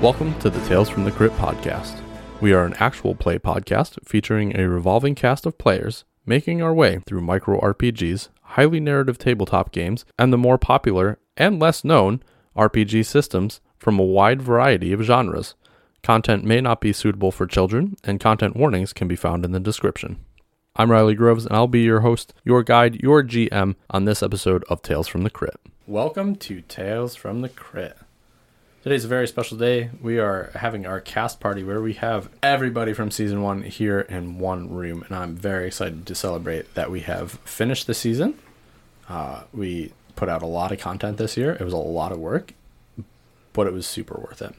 Welcome to the Tales from the Crypt podcast. We are an actual play podcast featuring a revolving cast of players making our way through micro RPGs, highly narrative tabletop games, and the more popular and less known RPG systems from a wide variety of genres. Content may not be suitable for children, and content warnings can be found in the description. I'm Riley Groves, and I'll be your host, your guide, your GM on this episode of Tales from the Crypt. Welcome to Tales from the Crypt. Today's a very special day. We are having our cast party where we have everybody from season one here in one room, and I'm very excited to celebrate that we have finished the season. Uh, we put out a lot of content this year. It was a lot of work, but it was super worth it.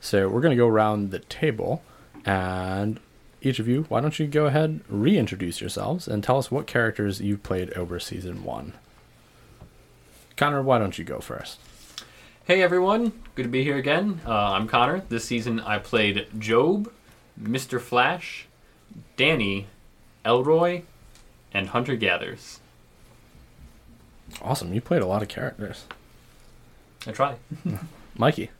So we're going to go around the table, and each of you, why don't you go ahead, reintroduce yourselves, and tell us what characters you played over season one. Connor, why don't you go first? Hey everyone, good to be here again. Uh, I'm Connor. This season I played Job, Mr. Flash, Danny, Elroy, and Hunter Gathers. Awesome, you played a lot of characters. I try. Mikey.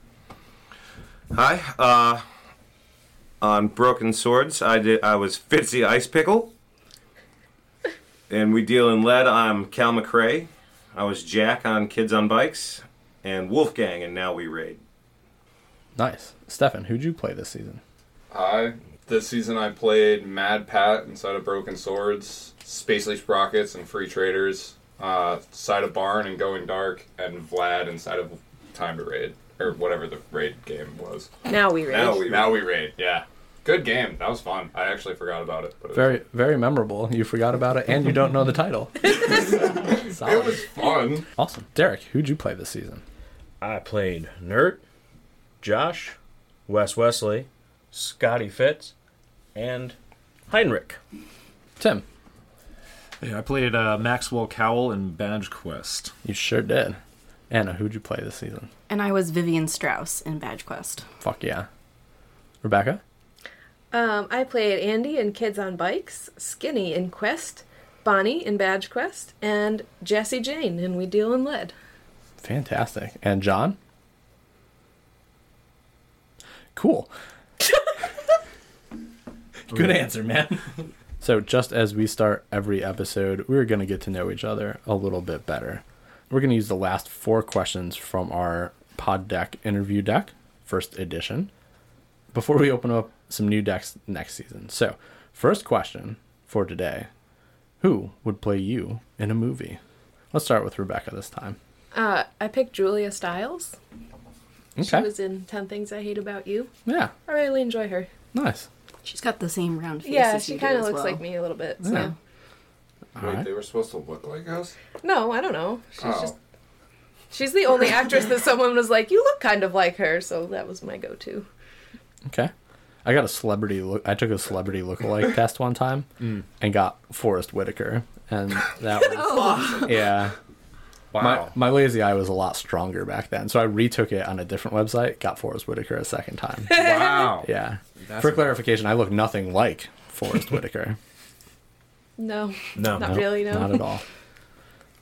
Hi. Uh, on Broken Swords, I did. I was Fitzy Ice Pickle, and we deal in lead. I'm Cal McRae. I was Jack on Kids on Bikes, and Wolfgang, and now we raid. Nice. Stefan, who'd you play this season? I this season I played Mad Pat inside of Broken Swords, Space Leaf Rockets and Free Traders, uh, side of Barn and Going Dark, and Vlad inside of Time to Raid or whatever the raid game was. Now we read. Now we Now we raid. Yeah, good game. That was fun. I actually forgot about it. But it was- Very, very memorable. You forgot about it, and you don't know the title. Solid. It was fun. awesome. Derek, who'd you play this season? I played Nert, Josh, Wes Wesley, Scotty Fitz, and Heinrich. Tim, Yeah, I played uh, Maxwell Cowell in Badge Quest. you sure did. Anna, who'd you play this season? And I was Vivian Strauss in Badge Quest. Fuck yeah. Rebecca? Um, I played Andy in Kids on Bikes, Skinny in Quest, Bonnie in Badge Quest, and Jesse Jane in We Deal in Lead. Fantastic. And John? Cool. Good answer, man. so, just as we start every episode, we're going to get to know each other a little bit better. We're going to use the last four questions from our pod deck interview deck, first edition, before we open up some new decks next season. So, first question for today Who would play you in a movie? Let's start with Rebecca this time. Uh, I picked Julia Stiles. Okay. She was in 10 Things I Hate About You. Yeah, I really enjoy her. nice. She's got the same round face. yeah, as she you do kind of as looks well. like me a little bit. So. Yeah. Wait, right. they were supposed to look like us. No, I don't know. She's Oh. just. She's the only actress that someone was like, you look kind of like her, so that was my go to. Okay. I got a celebrity look. I took a celebrity lookalike test one time Mm. and got Forrest Whitaker, and that was Oh. yeah. Wow. My, my lazy eye was a lot stronger back then, so I retook it on a different website. Got Forrest Whitaker a second time. wow. Yeah. For clarification, I look nothing like Forrest Whitaker. No, No. not Nope, really, no. Not at all.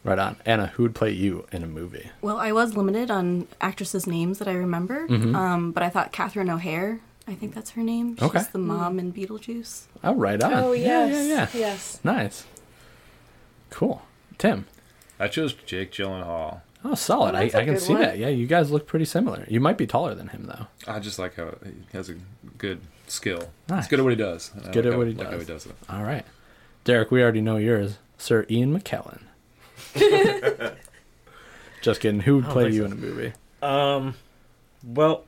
Right on, Anna. Who would play you in a movie? Well, I was limited on actresses' names that I remember, Mm-hmm. um, but I thought Catherine O'Hare. I think that's her name. She's Okay. the mom in Beetlejuice. Oh, right on. Oh, yes. Yeah, yeah, yeah. Yes. Nice. Cool. Tim. I chose Jake Gyllenhaal. Oh, solid. Oh, I, that's a I can good see one. that. Yeah, you guys look pretty similar. You might be taller than him, though. I just like how he has a good skill. Nice. He's good at what he does. I good like at how- what he like how he does. does it. All right. Derek, we already know yours. Sir Ian McKellen. Just kidding. Who would play think you so. in a movie? Um, well,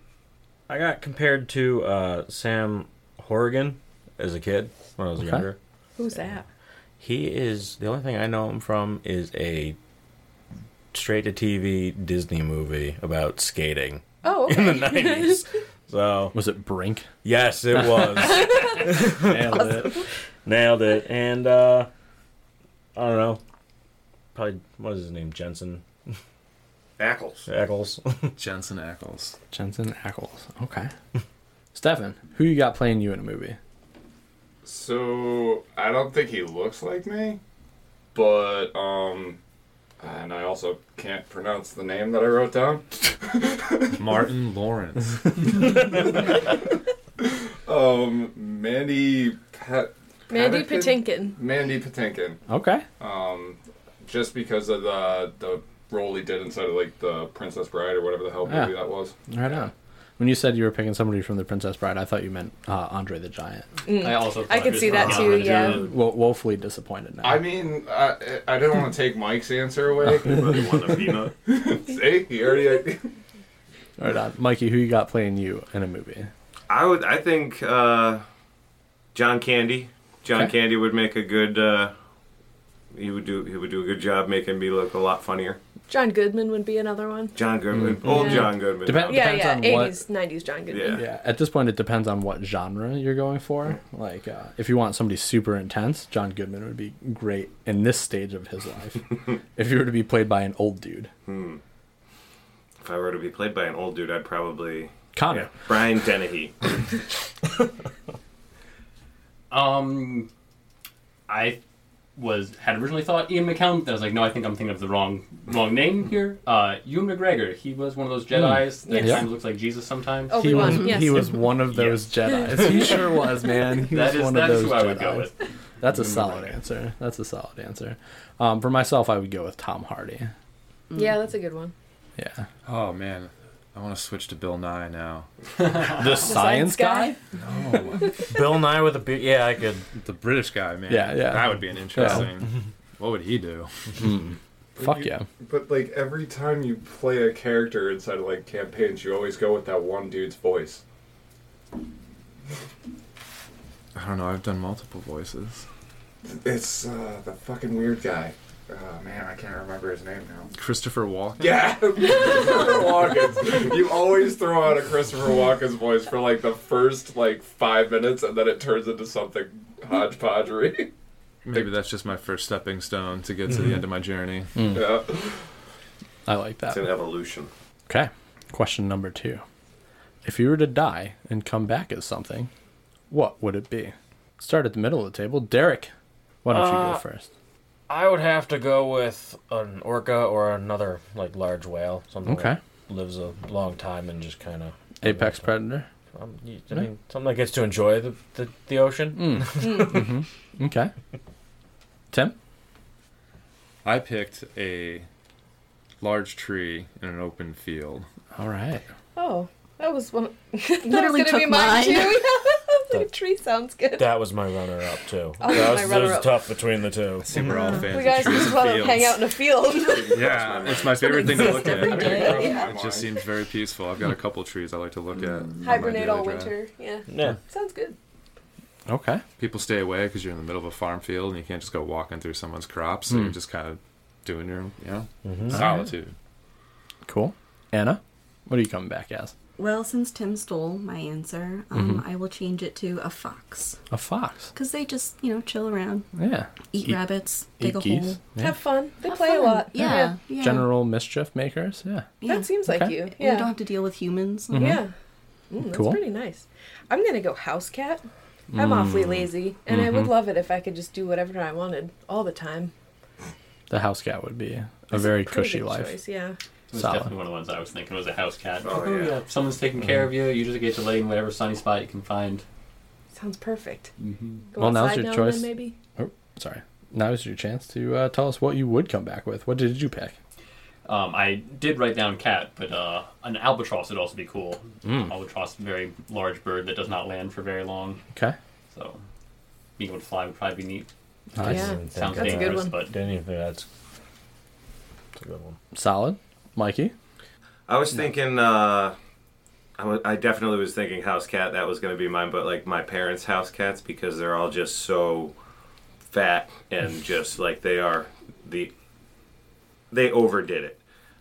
I got compared to uh, Sam Horrigan as a kid when I was Okay. younger. Who's that? He is the only thing I know him from is a straight to TV Disney movie about skating Oh, okay. in the 90s. so, Was it Brink? yes, it was. Nailed it. Nailed it. And uh I don't know. Probably what is his name? Jensen Ackles. Eccles. Jensen Ackles. Jensen Ackles. Okay. Stefan, who you got playing you in a movie? So I don't think he looks like me, but um, and I also can't pronounce the name that I wrote down. Martin Lawrence. Um, Mandy Pat. Mandy Patinkin? Patinkin. Mandy Patinkin. Okay. Um, just because of the the role he did inside of like the Princess Bride or whatever the hell Yeah. movie that was. Right on. When you said you were picking somebody from The Princess Bride, I thought you meant uh, Andre the Giant. I also. Hmm. I thought could it see was that too, Robin yeah. Hood. Wo- woefully disappointed now. I mean, I I don't want to take Mike's answer away. Really want a peanut? See, he already. Right on. Mikey, who you got playing you in a movie? I would. I think uh, John Candy. John Okay. Candy would make a good. Uh, he would do. He would do a good job making me look a lot funnier. John Goodman would be another one. John Goodman, old Yeah. John Goodman. Depend- Yeah, Depends yeah. on what- 80s, 90s John Goodman. Yeah. Yeah, at this point, it depends on what genre you're going for. Like, uh, if you want somebody super intense, John Goodman would be great in this stage of his life. if you were to be played by an old dude, If I were to be played by an old dude, I'd probably Connor. Brian Dennehy. Um, I was had originally thought Ian McKellen. Then I was like, no, I think I'm thinking of the wrong wrong name here. Uh, Ewan McGregor. He was one of those Jedi's that Yes. kind of looks like Jesus sometimes. Oh, He was Obi-Wan, yes. he was one of those Jedi's. He sure was, man. He that was is one that of is those who I would go Jedis. with. That's a solid answer. That's a solid answer. Um, for myself, I would go with Tom Hardy. Yeah, that's a good one. Yeah, Oh man, I want to switch to Bill Nye now. the science guy? No, Bill Nye with a beard. Yeah, I could. the British guy, man. Yeah, yeah. Hmm. That would be an interesting. What would he do? Fuck yeah. But like every time you play a character inside of like campaigns, you always go with that one dude's voice. I don't know. I've done multiple voices. It's uh, the fucking weird guy. Oh man, I can't remember his name now. Christopher Walken. Yeah, Christopher Walken. You always throw out a Christopher Walken's voice for like the first like five minutes, and then it turns into something hodgepodgery. Maybe that's just my first stepping stone to get to the end of my journey. yeah. I like that. It's an evolution. Okay. Question number two. If you were to die and come back as something, what would it be? Start at the middle of the table. Derek, why don't you go Uh, first? I would have to go with an orca or another like large whale, something Okay. that lives a long time and just kind of. Apex Predator. Um, you- I mean, something that gets to enjoy the the, the ocean. Okay. Tim? I picked a large tree in an open field. All right. Oh, that was one. that Literally was gonna be took mine, mine. too. Yeah, the tree sounds good. That was my runner up too. Oh, that was, my that was runner-up. tough between the two. See, we're Mm-hmm. all fans We of guys trees just and want to hang fields. out in a field. Yeah, it's my favorite thing to exists look every at. day. Yeah. It just seems very peaceful. I've got a couple trees I like to look Mm. at. on my Hibernate all daily drive. winter. Yeah, Yeah. sounds good. Okay. People stay away because you're in the middle of a farm field and you can't just go walking through someone's crops. So you're just kind of doing your, you know, solitude. Cool. Anna, what are you coming back as? Well, since Tim stole my answer, um, Mm-hmm. I will change it to a fox. A fox. Because they just, you know, chill around, Yeah. eat, Eat- rabbits, Eight dig a hole. geese. Yeah. Have fun. They Have play a fun. lot. Yeah. yeah. General mischief makers. Yeah. Yeah. That seems like Okay. you. You don't Yeah. have to deal with humans. Yeah. Mm, that's Mm-hmm. Cool. Mm. pretty nice. I'm gonna go house cat. I'm awfully lazy, and I Mm-hmm. would love it if I could just do whatever I wanted all the time. The house cat would be a That's very pretty cushy good life. choice, yeah. It was Solid. definitely one of the ones I was thinking was a house cat. Oh, yeah. Someone's taking care of you. You just get to lay in whatever sunny spot you can find. Sounds perfect. Go Well, now's outside your now and then, choice. Maybe. Oh, sorry. Now is your chance to uh, tell us what you would come back with. What did you pick? Um, I did write down cat, but uh, an albatross would also be cool. Mm. Albatross, very large bird that does not land for very long. Okay. So being able to fly would probably be neat. Nice. Yeah. Didn't Sounds That's a good dangerous, one. but Didn't even think that's. That's a good one. Solid. Mikey? I was thinking. Uh, I wa- I definitely was thinking house cat. That was going to be mine, but like my parents' house cats because they're all just so fat and just like they are the they overdid it.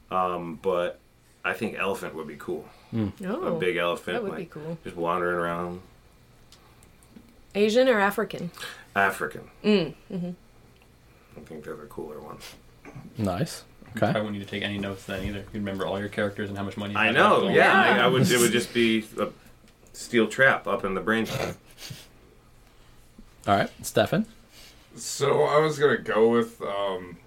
Um, but I think elephant would be cool. Oh, a big elephant, that would like, be cool. just wandering around Asian or African? African. Mm, mm-hmm. I think they're the cooler ones. Nice. I Okay. wouldn't need to take any notes then either. You remember all your characters and how much money. you I have know. left. Yeah, I, I would. It would just be a steel trap up in the brain. All right. Stefan? So I was gonna go with um,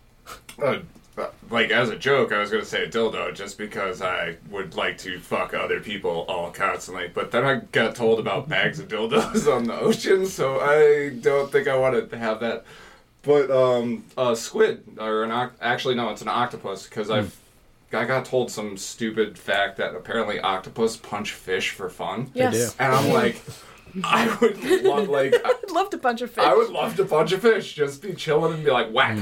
a But, like as a joke, I was gonna say dildo just because I would like to fuck other people all constantly. But then I got told about bags of dildos on the ocean, so I don't think I want to have that. But um, a squid or an oct- actually no, it's an octopus because I've I got told some stupid fact that apparently octopus punch fish for fun. Yes. And I'm like, I would love like I, I'd love to punch a fish. I would love to punch a fish, just be chilling and be like whack.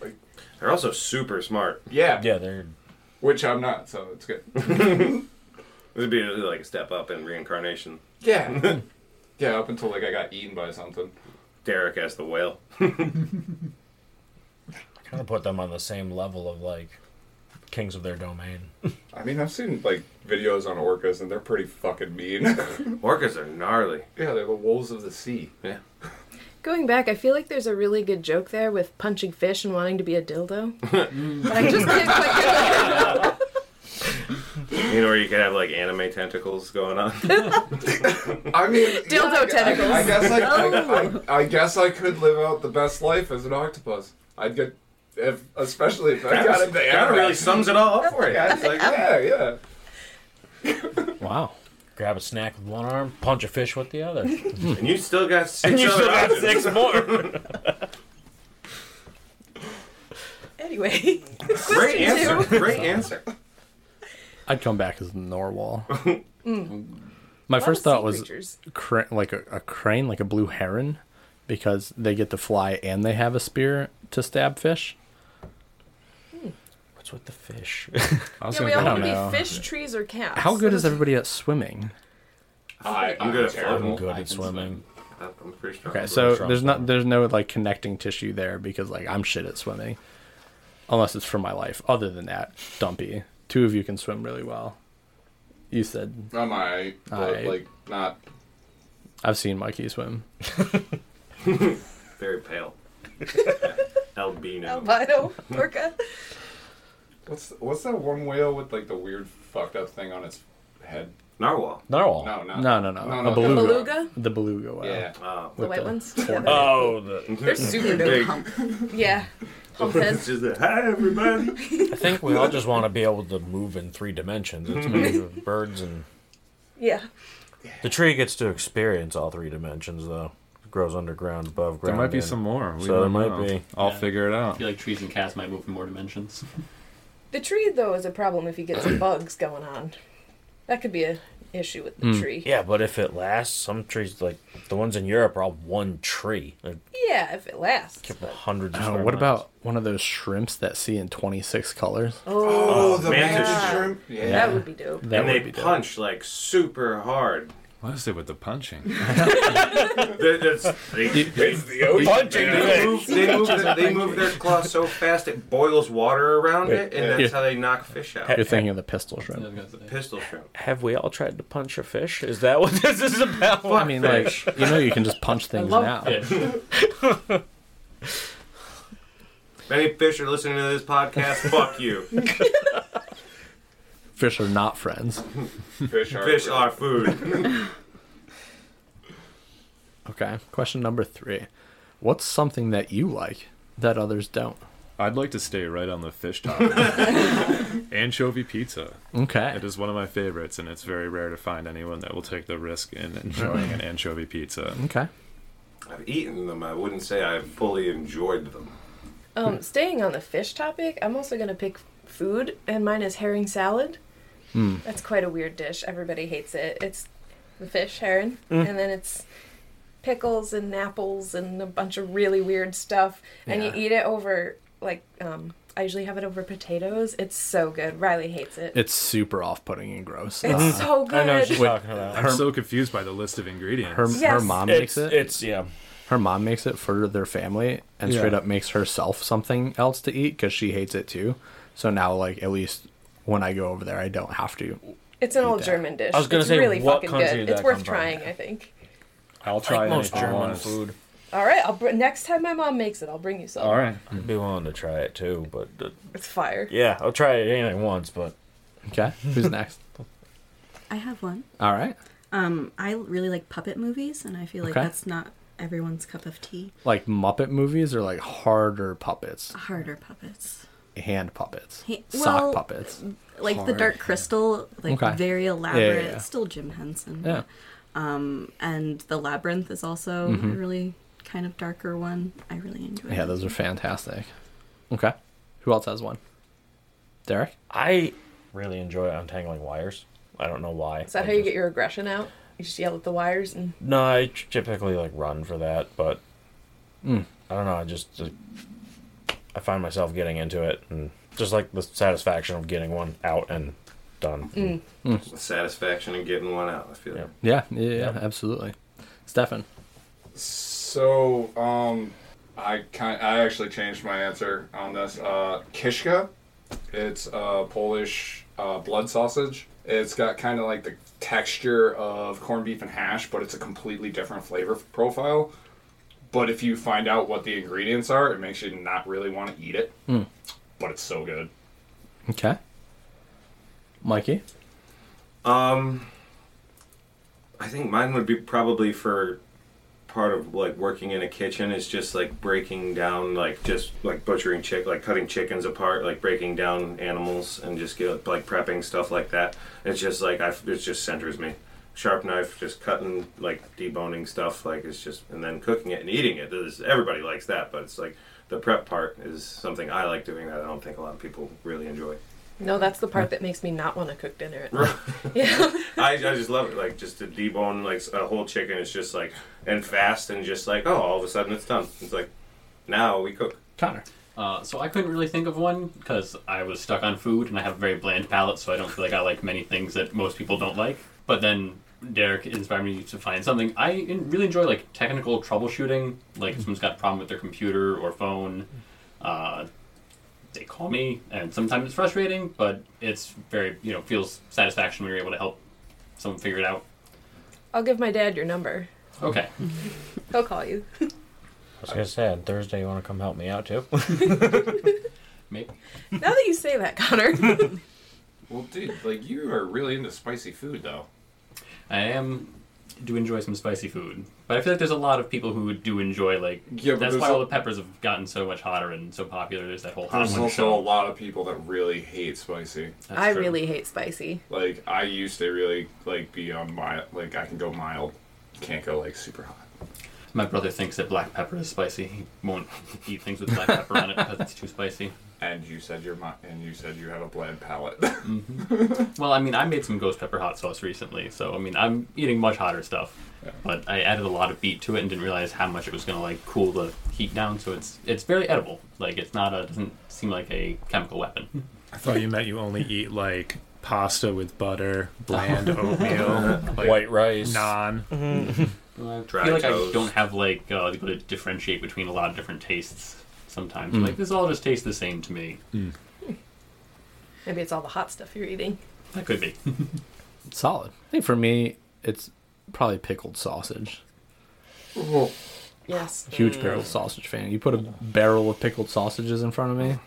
Like They're also super smart. yeah, Yeah, they're which I'm not, so it's good. This would be like a step up in reincarnation. Yeah. yeah, up until like I got eaten by something. Derek as the whale. kind of put them on the same level of like kings of their domain. I mean, I've seen like videos on orcas and they're pretty fucking mean. yeah, Orcas are gnarly. they're the wolves of the sea. Yeah. Going back, I feel like there's a really good joke there with punching fish and wanting to be a dildo. but I just can't quite get it. You know, or you could have like anime tentacles going on. I mean, Dildo I- I- tentacles. I, guess I, I, I, I guess I could live out the best life as an octopus. I'd get, if especially if I got into That anime. really sums it all up for you. yeah, it's like, yeah, yeah. Wow. Grab a snack with one arm, punch a fish with the other. and And you still got six other options. more. Anyway, Great Question two. answer. Great answer. I'd come back as a narwhal. Mm. My first Sea thought was creatures. cra- like a, a crane, like a blue heron, because they get to fly and they have a spear to stab fish. What's with the fish? I was Yeah, we gonna all I go want don't to know. be fish, trees, or cats. How good is Those- everybody at swimming? I, I'm good at terrible. I'm floating. good I at can swimming. I'm pretty strong. Okay, so strong there's not swimmer. there's no like connecting tissue there because like I'm shit at swimming, unless it's for my life. Other than that, dumpy. Two of you can swim really well. You said I'm alright, but Alright. like not. I've seen Mikey swim. Very pale. Albino. Albino orca. What's what's that one whale with like the weird fucked up thing on its head? Narwhal. Narwhal. No, no, No, no, no, No, a no, the beluga. Beluga? The beluga. Wow. Yeah. Oh. The white ones? Yeah, they're- Oh, the, they're super Big. dope. Yeah. Hump It's heads. just a, hi everybody. I think we all just want to be able to move in three dimensions. It's made of birds and Yeah. the tree gets to experience all three dimensions though. It grows underground, above There ground. might be and- some more. So there don't might know. be. I'll figure it I out. feel like trees and cats might move in more dimensions. The tree, though, is a problem if you get some bugs going on. That could be a issue with Hmm. the tree. Yeah, but if it lasts, some trees like the ones in Europe are all one tree. They're Yeah, if it lasts. but- hundreds. of Oh, square what miles. about one of those shrimps that see in 26 colors? Oh, Oh, the mantis mantis shrimp. shrimp. Yeah. that would be dope. That and would they be dope. punch like super hard. What is it with the punching? They're- they're- they, they, the ocean. Punching man. they move, they, move their, they move their claw so fast it boils water around it, and that's how they knock fish out. You're thinking of the pistol I was shrimp. gonna say. Pistol shrimp. Have we all tried to punch a fish? Is that what this is about? I mean, like you know, you can just punch things now. Yeah. If any fish are listening to this podcast, fuck you. Fish are not friends. Fish are. Fish are food. Okay. Question number three: What's something that you like that others don't? I'd like to stay right on the fish topic. Anchovy pizza. Okay. It is one of my favorites, and it's very rare to find anyone that will take the risk in enjoying an anchovy pizza. Okay. I've eaten them. I wouldn't say I've fully enjoyed them. Um, staying on the fish topic, I'm also gonna pick food, and mine is herring salad. Hmm. That's quite a weird dish. Everybody hates it. It's the fish herring, Mm. and then it's pickles and apples and a bunch of really weird stuff, and you Yeah. eat it over like um, I usually have it over potatoes. It's so good. Riley hates it. It's super off-putting and gross. It's Uh, so I know good. what you're talking about. I'm so confused by the list of ingredients. her, her Yes. mom It's, makes it. it's yeah. Her mom makes it for their family, and Yeah. straight up makes herself something else to eat because she hates it too. So now, like at least when I go over there, I don't have to. It's an old that. German dish. I was gonna it's say, really what fucking country good. did It's that worth come from? trying, I think. I'll try like most anything German once. food. All right, I'll br- next time my mom makes it, I'll bring you some. All right. I'd be willing to try it too, but uh, It's fire. yeah, I'll try it anything once. But Okay. Who's next? I have one. All right. Um, I really like puppet movies, and I feel like Okay. that's not everyone's cup of tea. Like Muppet movies or like harder puppets. Harder puppets. hand puppets, He- well, sock puppets. like the dark crystal, like Okay. very elaborate, yeah. still Jim Henson. Yeah. And the labyrinth is also a really kind of darker one. I really enjoy. Mm-hmm. Yeah, those are fantastic. Okay. Who else has one? Derek? I really enjoy untangling wires. I don't know why. Is that I how you just- get your aggression out? You just yell at the wires and No, I t- typically like run for that, but I don't know. I just uh, I find myself getting into it, and just like the satisfaction of getting one out and done. Hmm. Satisfaction in getting one out. I feel. Yeah. Yeah, yeah, yeah, Yep. absolutely. Stefan. So, um, I kind I actually changed my answer on this. Uh, kishka, it's a Polish uh, blood sausage. It's got kind of like the texture of corned beef and hash, but it's a completely different flavor profile. But if you find out what the ingredients are, it makes you not really want to eat it. But it's so good. Okay. Mikey? Um, I think mine would be probably for part of like working in a kitchen is just like breaking down like just like butchering chick like cutting chickens apart like breaking down animals and just get like prepping stuff like that it's just like i it just centers me sharp knife just cutting like deboning stuff like it's just and then cooking it and eating it This- everybody likes that but it's like the prep part is something i like doing that i don't think a lot of people really enjoy no, that's the part that makes me not want to cook dinner. At night. yeah, I, I just love it. Like just to debone like a whole chicken is just like and fast and just like oh all of a sudden it's done. It's like now we cook. Connor. Uh, so I couldn't really think of one because I was stuck on food and I have a very bland palate, so I don't feel like I like many things that most people don't like. But then Derek inspired me to find something I en- really enjoy, like technical troubleshooting, like if someone's got a problem with their computer or phone. Uh, they call me, and sometimes it's frustrating, but it's very you know feels satisfaction when you're able to help someone figure it out. I'll give my dad your number. Okay, He'll call you. I was gonna say on Thursday, you want to come help me out too? maybe Now that you say that, Connor, Well, dude, like you are really into spicy food, though. I am do enjoy some spicy food, but I feel like there's a lot of people who do enjoy like. Yeah, but that's there's why all a- the peppers have gotten so much hotter and so popular. There's that whole hot There's one also a show. lot of people that really hate spicy. That's I true. really hate spicy. Like I used to really like be on mild. Like I can go mild, can't go like super hot. My brother thinks that black pepper is spicy. He won't eat things with black pepper on it because it's too spicy. And you said your mi- and you said you had a bland palate. Well, I mean, I made some ghost pepper hot sauce recently, so I mean, I'm eating much hotter stuff. But I added a lot of beet to it and didn't realize how much it was going to like cool the heat down. So it's it's very edible. Like it's not a doesn't seem like a chemical weapon. I thought you meant you only eat like pasta with butter, bland oatmeal, like White rice. naan. I Dry feel like I toast. don't have like uh, the ability to differentiate between a lot of different tastes. Sometimes like this all just tastes the same to me. Maybe it's all the hot stuff you're eating. That could be. Solid. I think for me, it's probably pickled sausage. Yes. Huge pickled sausage fan. You put a barrel of pickled sausages in front of me.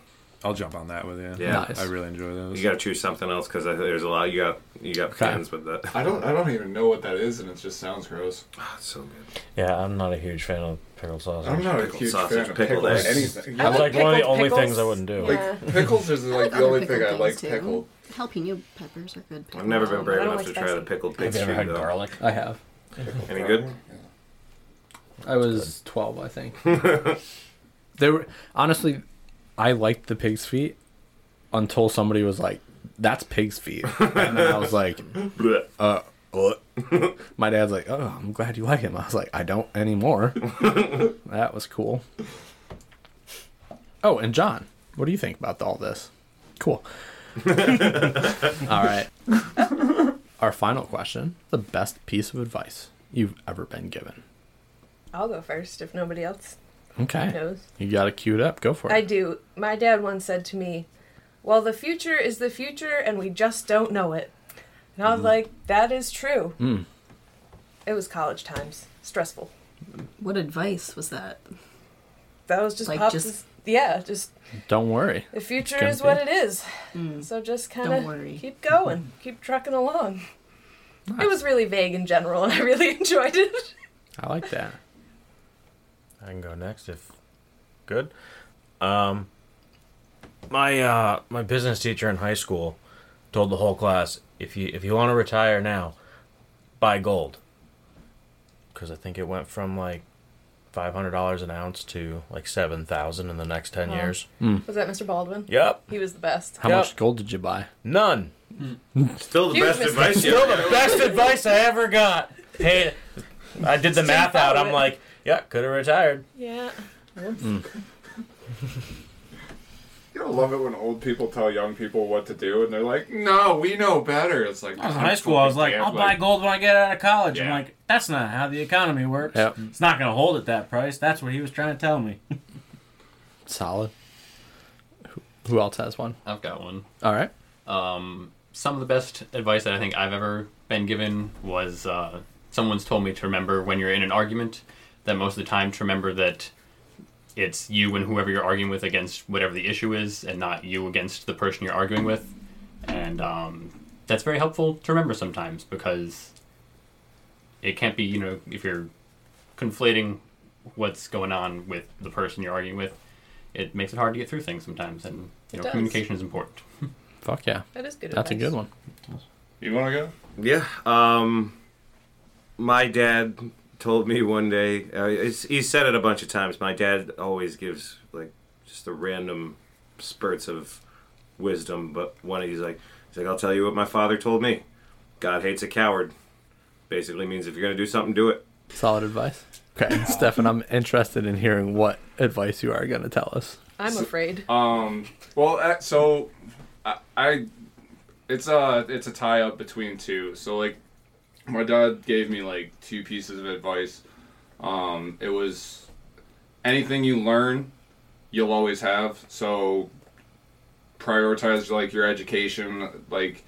I'll jump on that with you. Yeah. Nice. I really enjoy those. You got to choose something else because there's a lot you got. You got Okay. plans with that. I don't. I don't even know what that is, and it just sounds gross. That's so good. Yeah, I'm not a huge fan of pickled sausage. I'm not a Pickled huge sausage, fan of pickled pickled or eggs. anything. I That's like like one of the pickled only things I pickles. wouldn't do. Yeah. Pickles is like the other only thing I pickled like things, too. pickled. Jalapeno peppers are good. I've never been pickled. brave Oh, I don't enough like to try spicy. the pickled pig Have you ever stew had though. garlic? I have. Any good? I was 12, I think. they were honestly, I liked the pig's feet until somebody was like, "That's pig's feet," and then I was like, Blech. "Uh." what?" My dad's like, oh, I'm glad you like him. I was like, I don't anymore. that was cool. Oh, and John, what do you think about all this? Cool. all right. Our final question the best piece of advice you've ever been given. I'll go first if nobody else Okay. knows. You got it queued up. Go for it. I do. My dad once said to me, Well, the future is the future and we just don't know it. And Mm. I was like, That is true. Mm. It was college times. Stressful. What advice was that? That was just Like, pops. just- yeah, just Don't worry. the future gonna is what be. it is. So just kind Mm. Don't of worry. Mm-hmm. keep going, keep trucking along. It was really vague in general, and I really enjoyed it. I like that. I can go next if good. Um, My uh, my business teacher in high school told the whole class if you if you want to retire now, buy gold. Because I think it went from like five hundred dollars an ounce to like seven thousand in the next ten Wow. years. Was that Mr. Baldwin? Yep, He was the best. How Yep. much gold did you buy? none. Still the Huge best mistake. advice you Still ever the best advice I ever got. Hey, I did the math out. I'm like, yeah, could have retired. Yeah. You don't love it when old people tell young people what to do, and they're like, "No, we know better." It's like I was in high school. I was like, "Oh I'll buy gold when I get out of college. I'm Yeah. like, that's not how the economy works. Yep. It's not going to hold at that price. That's what he was trying to tell me. Solid. Who, who else has one? I've got one. All right. um, some of the best advice that I think I've ever been given was uh, someone's told me to remember when you're in an argument that most of the time to remember that it's you and whoever you're arguing with against whatever the issue is and not you against the person you're arguing with. And um, that's very helpful to remember sometimes because it can't be, you know, if you're conflating what's going on with the person you're arguing with, it makes it hard to get through things sometimes. And, It you know, does. communication is important. Fuck yeah. That is good That's a advice. good one. "You want to go?" Yeah. Um, my dad told me one day. Uh, it's, he said it a bunch of times. My dad always gives like just the random spurts of wisdom, but one he's like, he's like, I'll tell you what my father told me. God hates a coward. Basically means if you're gonna do something, do it. Solid advice. Okay, Stefan, I'm interested in hearing what advice you are going to tell us. I'm afraid. Um. Well, uh, so I, I, it's a it's a tie up between two. So like, my dad gave me like two pieces of advice. Um, it was anything you learn, you'll always have. So prioritize like your education. Like,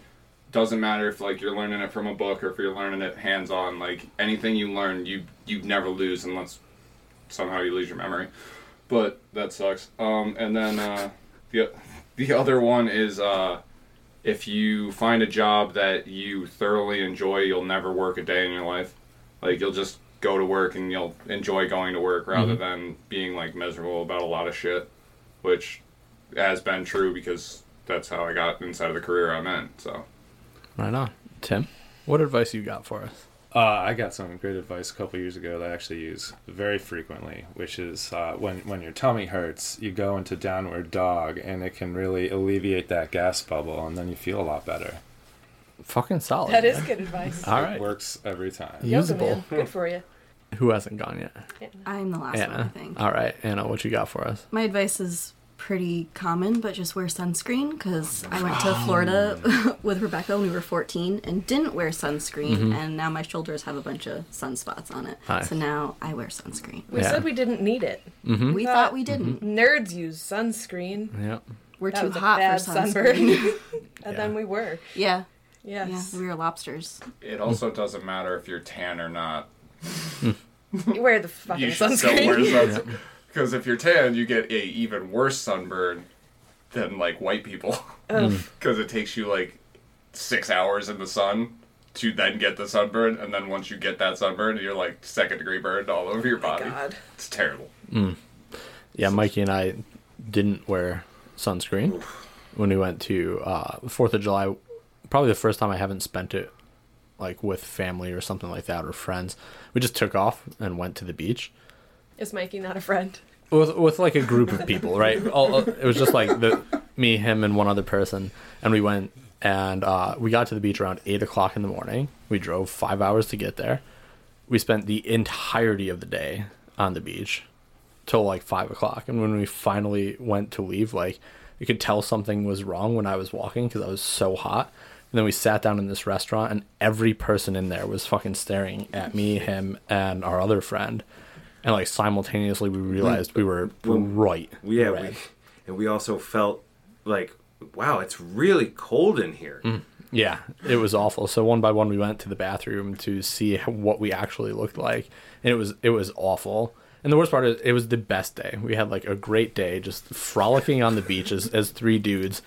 doesn't matter if like you're learning it from a book or if you're learning it hands on. Like anything you learn, you you never lose unless somehow you lose your memory but that sucks. Um, and then uh, the the other one is uh, if you find a job that you thoroughly enjoy, you'll never work a day in your life. Like you'll just go to work and you'll enjoy going to work rather than being like miserable about a lot of shit, which has been true because that's how I got inside of the career I'm in. So Right on. Tim, what advice you got for us? Uh, I got some great advice a couple years ago that I actually use very frequently, which is uh, when when your tummy hurts, you go into downward dog, and it can really alleviate that gas bubble, and then you feel a lot better. Fucking solid. That is good advice. All it right. works every time. Yoga Uh, Usable. man. Good for you. Who hasn't gone yet? I'm the last one, I Anna. think. All right, Anna, what you got for us? My advice is pretty common, but just wear sunscreen because I went Oh. to Florida with Rebecca when we were 14 and didn't wear sunscreen, and now my shoulders have a bunch of sunspots on it. Mm-hmm. Nice. So now I wear sunscreen. We Yeah. Mm-hmm. said we didn't need it. We thought we didn't. Uh, Nerds use sunscreen. Yeah. We're That too was a hot bad for sunscreen. sunburn. and then we were. Yeah. Yes. Yeah, we were lobsters. it also doesn't matter if you're tan or not. You wear the fucking you should still wear sunscreen. sunscreen. Because if you're tan, you get a even worse sunburn than like white people. Because it takes you like six hours in the sun to then get the sunburn, and then once you get that sunburn, you're like second degree burned all over your body. Oh God. It's terrible. Yeah, Mikey and I didn't wear sunscreen when we went to uh, 4th of July. Probably the first time I haven't spent it like with family or something like that or friends. We just took off and went to the beach. Is Mikey not a friend? with with like a group of people, right? All, all- it was just like the me, him, and one other person, and we went and uh, we got to the beach around eight o'clock in the morning. We drove five hours to get there. We spent the entirety of the day on the beach till like five o'clock, and when we finally went to leave, like you could tell something was wrong when I was walking because I was so hot. And then we sat down in this restaurant, and every person in there was fucking staring at me, him, and our other friend. And like simultaneously, we realized we were right. Yeah, red. we, and we also felt like, wow, it's really cold in here. Hmm. yeah, it was awful. So one by one, we went to the bathroom to see how, what we actually looked like, and it was it was awful. And the worst part is, it was the best day. We had like a great day, just frolicking on the beach as, as three dudes,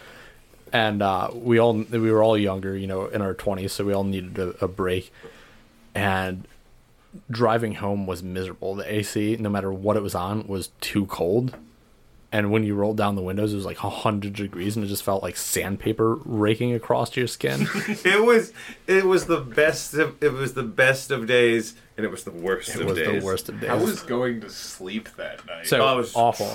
and uh, we all we were all younger, you know, in our twenties, so we all needed a, a break. And driving home was miserable. The AC, no matter what it was on, was too cold. And when you rolled down the windows, it was like 100 degrees and it just felt like sandpaper raking across your skin. It was it was the best of it was the best of days and it was the worst it of was days. the worst of days. I was going to sleep that night. so Oh, it was awful.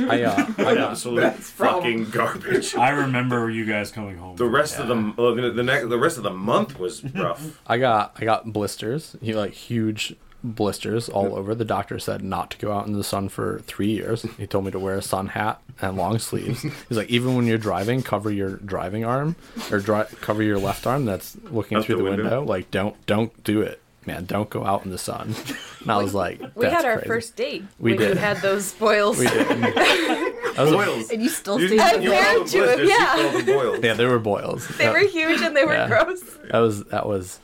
I, uh, I, uh, Absolute fucking garbage. I remember you guys coming home. The rest of the well, the, the next the rest of the month was rough. I got I got blisters, you know, like huge blisters all over. The doctor said not to go out in the sun for three years. He told me to wear a sun hat and long sleeves. He's like, even when you're driving, cover your driving arm or dri- cover your left arm that's looking Out through the the window. window. Like, don't don't do it, man. Don't go out in the sun. And I was like, We "That's had our crazy." first date We when did. you had those spoils. We did. That was a- Boils. And you still You, stayed you you- with me. call them Compared to it, blisters, yeah. you call them boils. yeah, they were boils. They that, were huge and they were Yeah. gross. that was that was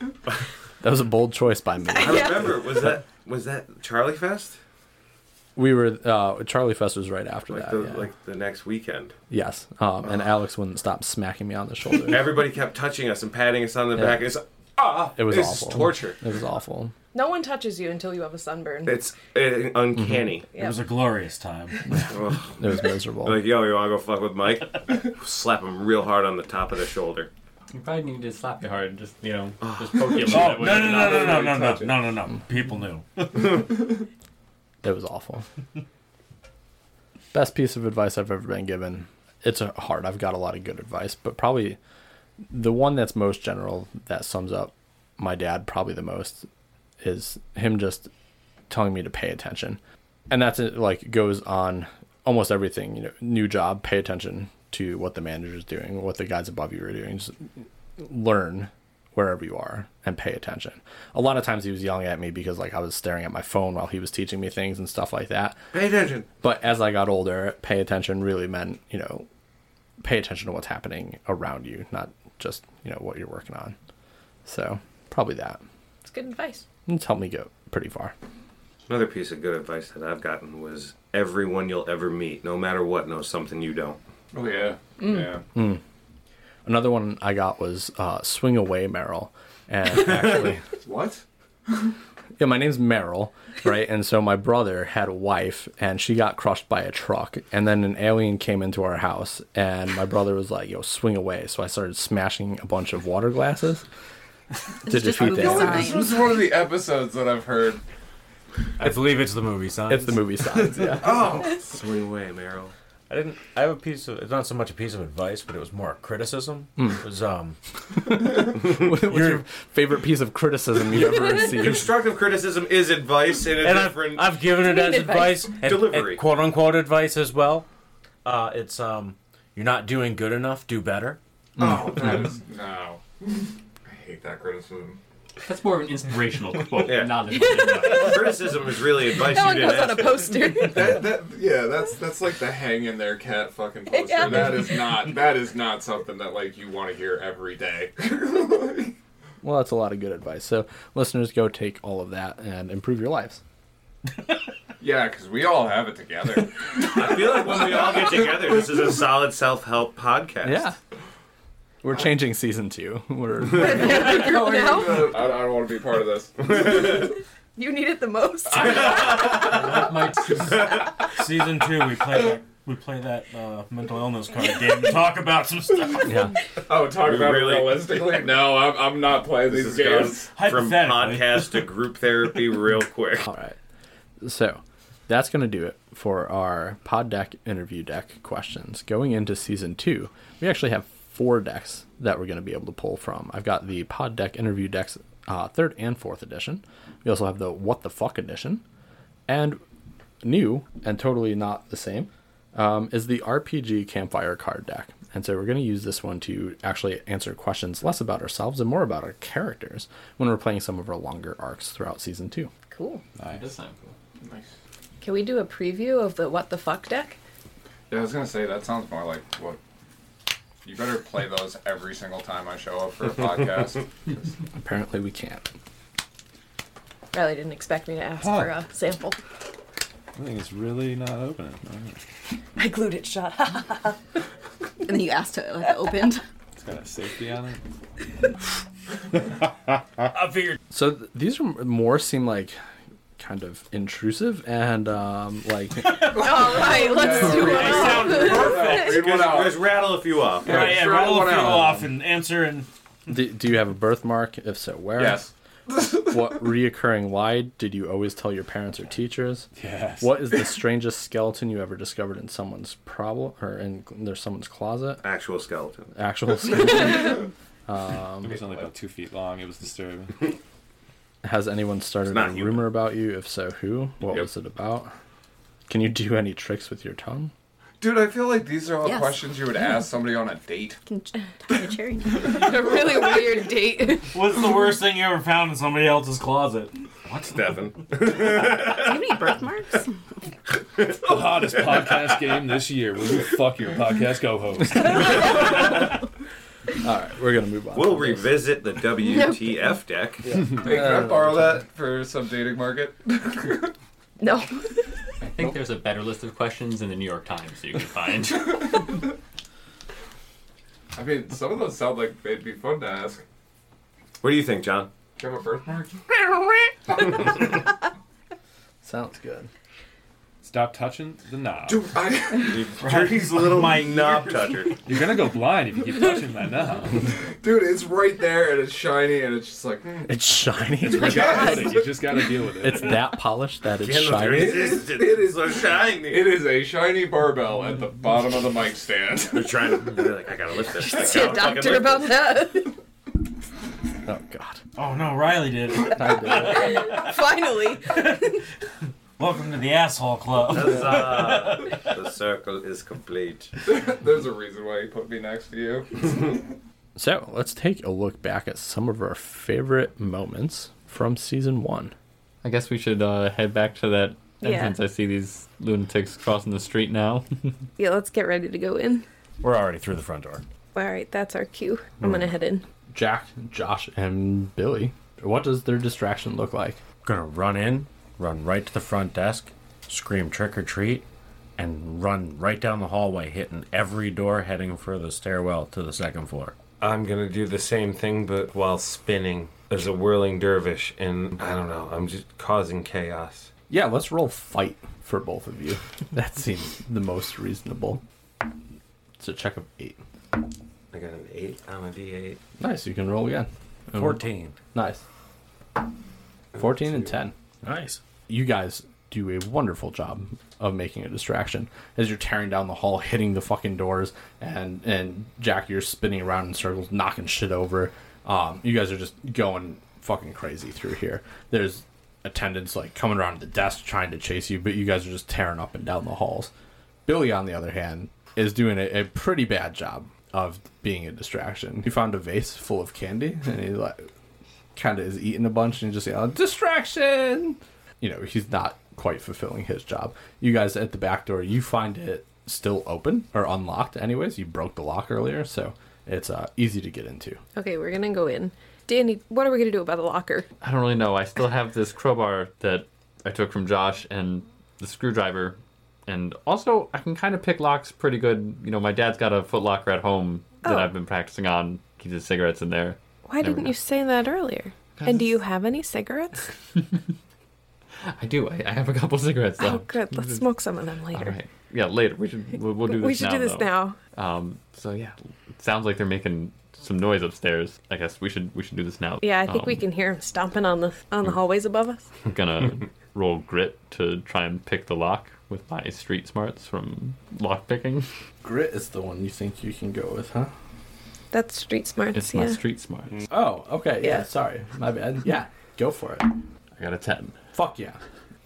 that was a bold choice by me. I remember was that was that Charlie Fest? We were uh, Charlie Fest was right after that. Like the yeah. like Uh-huh. the next weekend. Yes. Um, and Alex wouldn't stop smacking me on the shoulder. Everybody kept touching us and patting us on the Yeah. back. It's ah, It was it's awful. torture. It was awful. No one touches you until you have a sunburn. It's uh, uncanny. Mm-hmm. It was a glorious time. Ugh. It was miserable. Like yo, you want to go fuck with Mike? Slap him real hard on the top of the shoulder. You probably need to slap you hard, just you know, just poke you a little Oh, no, bit. with no, it. no, no, no, no, no, no, no, no. People knew. it was awful. Best piece of advice I've ever been given. It's a hard. I've got a lot of good advice, but probably the one that's most general that sums up my dad probably the most is him just telling me to pay attention. And that's it, like goes on almost everything, you know, new job, pay attention to what the manager's doing, what the guys above you are doing. Just learn wherever you are and pay attention. A lot of times he was yelling at me because like I was staring at my phone while he was teaching me things and stuff like that. Pay attention. But as I got older, pay attention really meant, you know, pay attention to what's happening around you, not just, you know, what you're working on. So probably that. It's good advice. It's helped me go pretty far. Another piece of good advice that I've gotten was everyone you'll ever meet, no matter what, knows something you don't. oh yeah, yeah. Mm. Another one I got was uh, Swing Away Merrill. And actually, What? yeah, my name's Merrill, right? And so my brother had a wife and she got crushed by a truck. And then an alien came into our house and my brother was like, yo, swing away. So I started smashing a bunch of water glasses to just defeat a the little alien. sign. This was one of the episodes that I've heard. I believe it's the movie sign. It's the movie signs, yeah. Oh. Swing away, Meryl. I didn't. I have a piece of. It's not so much a piece of advice, but it was more a criticism. Hmm. It was um. What's your favorite piece of criticism you've ever received? Constructive criticism is advice in a and I've, different. I've given it need as advice. advice, and- and Delivery. quote unquote advice as well. Uh, it's um, you're not doing good enough. Do better. Oh, that is, no. I hate that criticism. That's more of an inspirational quote, Yeah. not an advice. criticism is really advice That you one didn't goes on ask. a poster. That, that, yeah, that's that's like the hang in there cat fucking poster. Yeah. That is not that is not something that like you want to hear every day. Well, that's a lot of good advice. So, listeners, go take all of that and improve your lives. yeah, because we all have it together. I feel like when we all get together, this is a solid self-help podcast. Yeah. We're changing season two. We're, now I, I don't want to be part of this. you need it the most. Season two, we play that. We play that uh, mental illness card game. and Talk about some stuff. yeah. Oh, talk about Really? it realistically. No, I'm, I'm not playing This has these games. gone from Hypothetically. podcast to group therapy real quick. All right. So, that's going to do it for our pod deck interview deck questions. Going into season two, we actually have four decks that we're going to be able to pull from. I've got the pod deck interview decks, uh, third and fourth edition. We also have the what the fuck edition. and new and totally not the same um, is the RPG Campfire card deck. And so we're going to use this one to actually answer questions less about ourselves and more about our characters when we're playing some of our longer arcs throughout season two. Cool. That does sound cool. Can we do a preview of the what the fuck deck? Yeah, I was gonna say that sounds more like what. You better play those every single time I show up for a podcast. Apparently, we can't. Riley didn't expect me to ask for a sample. I think it's really not opening. I glued it shut. And then you asked it, like, opened. It's got a safety on it. I figured So th- these are more seem like kind of intrusive and um, like All right, let's do I sound perfect. Read one out. Just rattle a few off. Right, yeah, Throw roll a one few out. off and answer and do, do you have a birthmark if so where Yes. what reoccurring lie did you always tell your parents or teachers Yes. what is the strangest skeleton you ever discovered in someone's problem or in there's someone's closet Actual skeleton. actual skeleton. It was only about two feet long. It was disturbing. has anyone started It's a not human. rumor about you if so who what was it about can you do any tricks with your tongue Dude, I feel like these are all Yes. questions you would ask somebody on a date. Can ch- tie a cherry. a really weird date. what's the worst thing you ever found in somebody else's closet? Stefan. Do you have any birthmarks? the hottest podcast game this year. Will you fuck your podcast co-host? all right we're gonna move on We'll from this. revisit the WTF deck. Hey, can I borrow that for some dating market? No. I think there's a better list of questions in the New York Times that you can find. I mean, some of those sound like they'd be fun to ask. What do you think, John? Do you have a birthmark? sounds good Stop touching the knob. I, Turkey's little My knob toucher. You're gonna go blind if you keep touching that knob. dude, it's right there and it's shiny and it's just like, hmm. it's shiny You gotta deal with it. You just gotta deal with it. it's that polished that it's Candle shiny resist It It is so shiny. It is a shiny barbell at the bottom of the mic stand. They're trying to. They're like, I gotta lift this. I See a gotta fucking doctor lift about that. oh god Oh no, Riley did. it. I did it. Finally. Welcome to the asshole club. this. Huzzah. the circle is complete. There's a reason why he put me next to you. So let's take a look back at some of our favorite moments from season one. I guess we should uh, head back to that Yeah. entrance. I see these lunatics crossing the street now. Yeah, let's get ready to go in. We're already through the front door. All right, that's our cue. I'm gonna head in. Jack, Josh, and Billy. What does their distraction look like? Gonna run in, run right to the front desk, scream trick or treat, and run right down the hallway, hitting every door heading for the stairwell to the second floor. I'm gonna do the same thing, but while spinning as a whirling dervish, and I don't know, I'm just causing chaos. Yeah, let's roll fight for both of you. That seems the most reasonable. It's a check of eight. I got an eight on a D8. Nice, you can roll again. 14. Nice. 14 and 10. Nice. you guys do a wonderful job of making a distraction as you're tearing down the hall, hitting the fucking doors, and and Jack, you're spinning around in circles, knocking shit over. Um, you guys are just going fucking crazy through here. There's attendants like coming around the desk trying to chase you, but you guys are just tearing up and down the halls. Billy, on the other hand, is doing a, a pretty bad job of being a distraction. He found a vase full of candy, and he like kind of is eating a bunch and just yelling, distraction you know he's not quite fulfilling his job you guys at the back door you find it still open or unlocked anyways you broke the lock earlier so it's uh, easy to get into Okay, we're gonna go in. Danny, what are we gonna do about the locker? I don't really know. I still have this crowbar that I took from Josh and the screwdriver. And also, I can kind of pick locks pretty good. You know, my dad's got a footlocker at home that Oh. I've been practicing on. Keeps his cigarettes in there. Why Never didn't know. you say that earlier? And do you have any cigarettes? I do. I, I have a couple cigarettes Oh, left. good. Let's smoke some of them All later. right. Yeah, later. We should. We'll, we'll do this. we should now, do this though. now. Um. So yeah, it sounds like they're making some noise upstairs. I guess we should we should do this now. Yeah, I think we Um, can hear him stomping on the on the Mm. hallways above us. I'm gonna roll grit to try and pick the lock with my street smarts from lock picking. grit is the one you think you can go with huh That's street smarts. It's yeah. my street smarts. oh okay yeah, Yeah. sorry my bad yeah go for it I got a ten. fuck yeah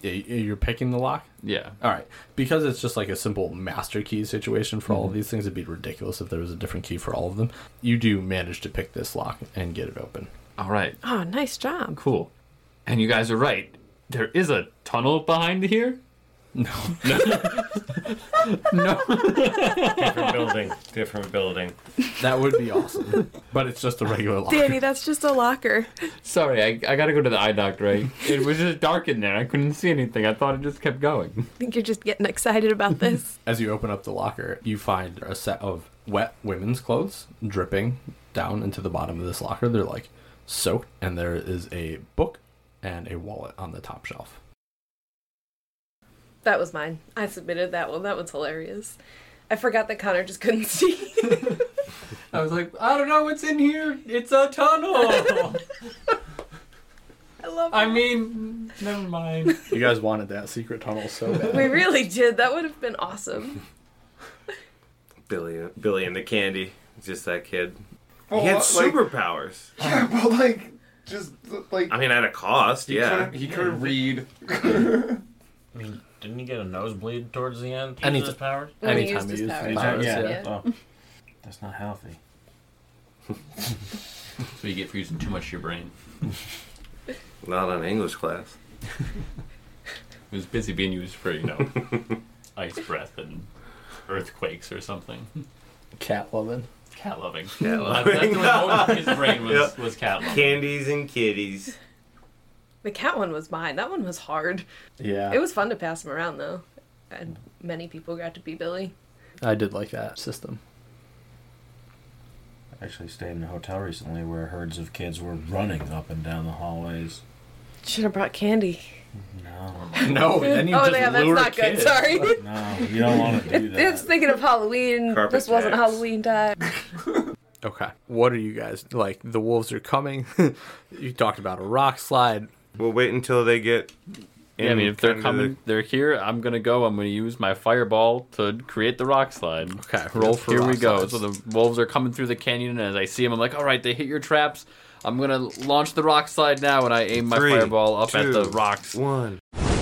yeah you- you're picking the lock Yeah. all right because it's just like a simple master key situation for all Mm-hmm. of these things it'd be ridiculous if there was a different key for all of them you do manage to pick this lock and get it open All right. Oh, nice job. Cool. And you guys are right. There is a tunnel behind here. Different building, different building. that would be awesome but it's just a regular lock Danny, that's just a locker. Sorry, I, I gotta go to the eye doctor. Right? it was just dark in there. I couldn't see anything. I thought it just kept going. I think you're just getting excited about this. As you open up the locker, you find a set of wet women's clothes dripping down into the bottom of this locker. They're like soaked, and there is a book and a wallet on the top shelf. That was mine. I submitted that one. That one's hilarious. I forgot that Connor just couldn't see. I was like, I don't know what's in here. It's a tunnel. I love I mean, never mind. You guys wanted that secret tunnel so bad. We really did. That would have been awesome. Billy, Billy and the candy, just that kid. Well, he had Oh, uh, like- superpowers. Yeah, but like, just like I mean, at a cost, he yeah. couldn't, he couldn't read. I mean, didn't he get a nosebleed towards the end? Anytime- His powers? When he Anytime used he his used powers. his Anytime, powers, yeah. Oh, that's not healthy. That's what you get for using too much of your brain. Not on English class. It was busy being used for, you know, ice breath and earthquakes or something. Cat loving. Cat loving. Cat That's, loving. that's what his brain was, was cat loving. Candies and kitties. The cat one was mine. That one was hard. Yeah. It was fun to pass him around though, and many people got to be Billy. I did like that system. I actually stayed in a hotel recently where herds of kids were running up and down the hallways. Should have brought candy. No, No, then you oh just yeah, that's lure not good. kids. Sorry. no, you don't want to do that. It's thinking of Halloween. Carpet this wasn't bags. Halloween time. Okay. What are you guys like? The wolves are coming. you talked about a rock slide. We'll wait until they get. Yeah, I mean, in if they're kind of the- coming, they're here. I'm gonna go. I'm gonna use my fireball to create the rock slide. Okay, roll for Here we rock go. slides. So the wolves are coming through the canyon, and as I see them, I'm like, all right, they hit your traps. I'm gonna launch the rock slide now, and I aim my Three, fireball up at two, the rocks One.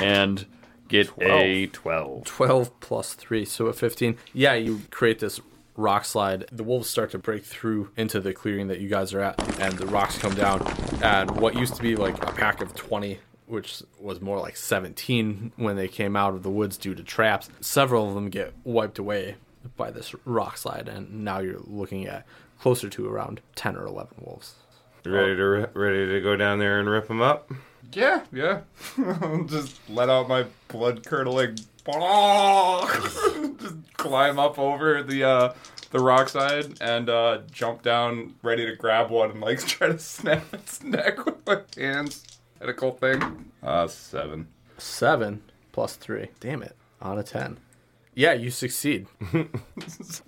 and get a twelve. 12 plus 3, so a 15. Yeah, you create this rock slide. The wolves start to break through into the clearing that you guys are at, and the rocks come down. And what used to be like a pack of 20, which was more like 17 when they came out of the woods due to traps, several of them get wiped away by this rock slide. And now you're looking at closer to around 10 or 11 wolves. You Ready to ri- ready to go down there and rip them up? Yeah, yeah. just let out my blood curdling. just climb up over the uh, the rock side and uh, jump down, ready to grab one and like try to snap its neck with my hands. At a cool thing. Uh, seven. Seven plus three. Damn it. On a 10. Yeah, you succeed. You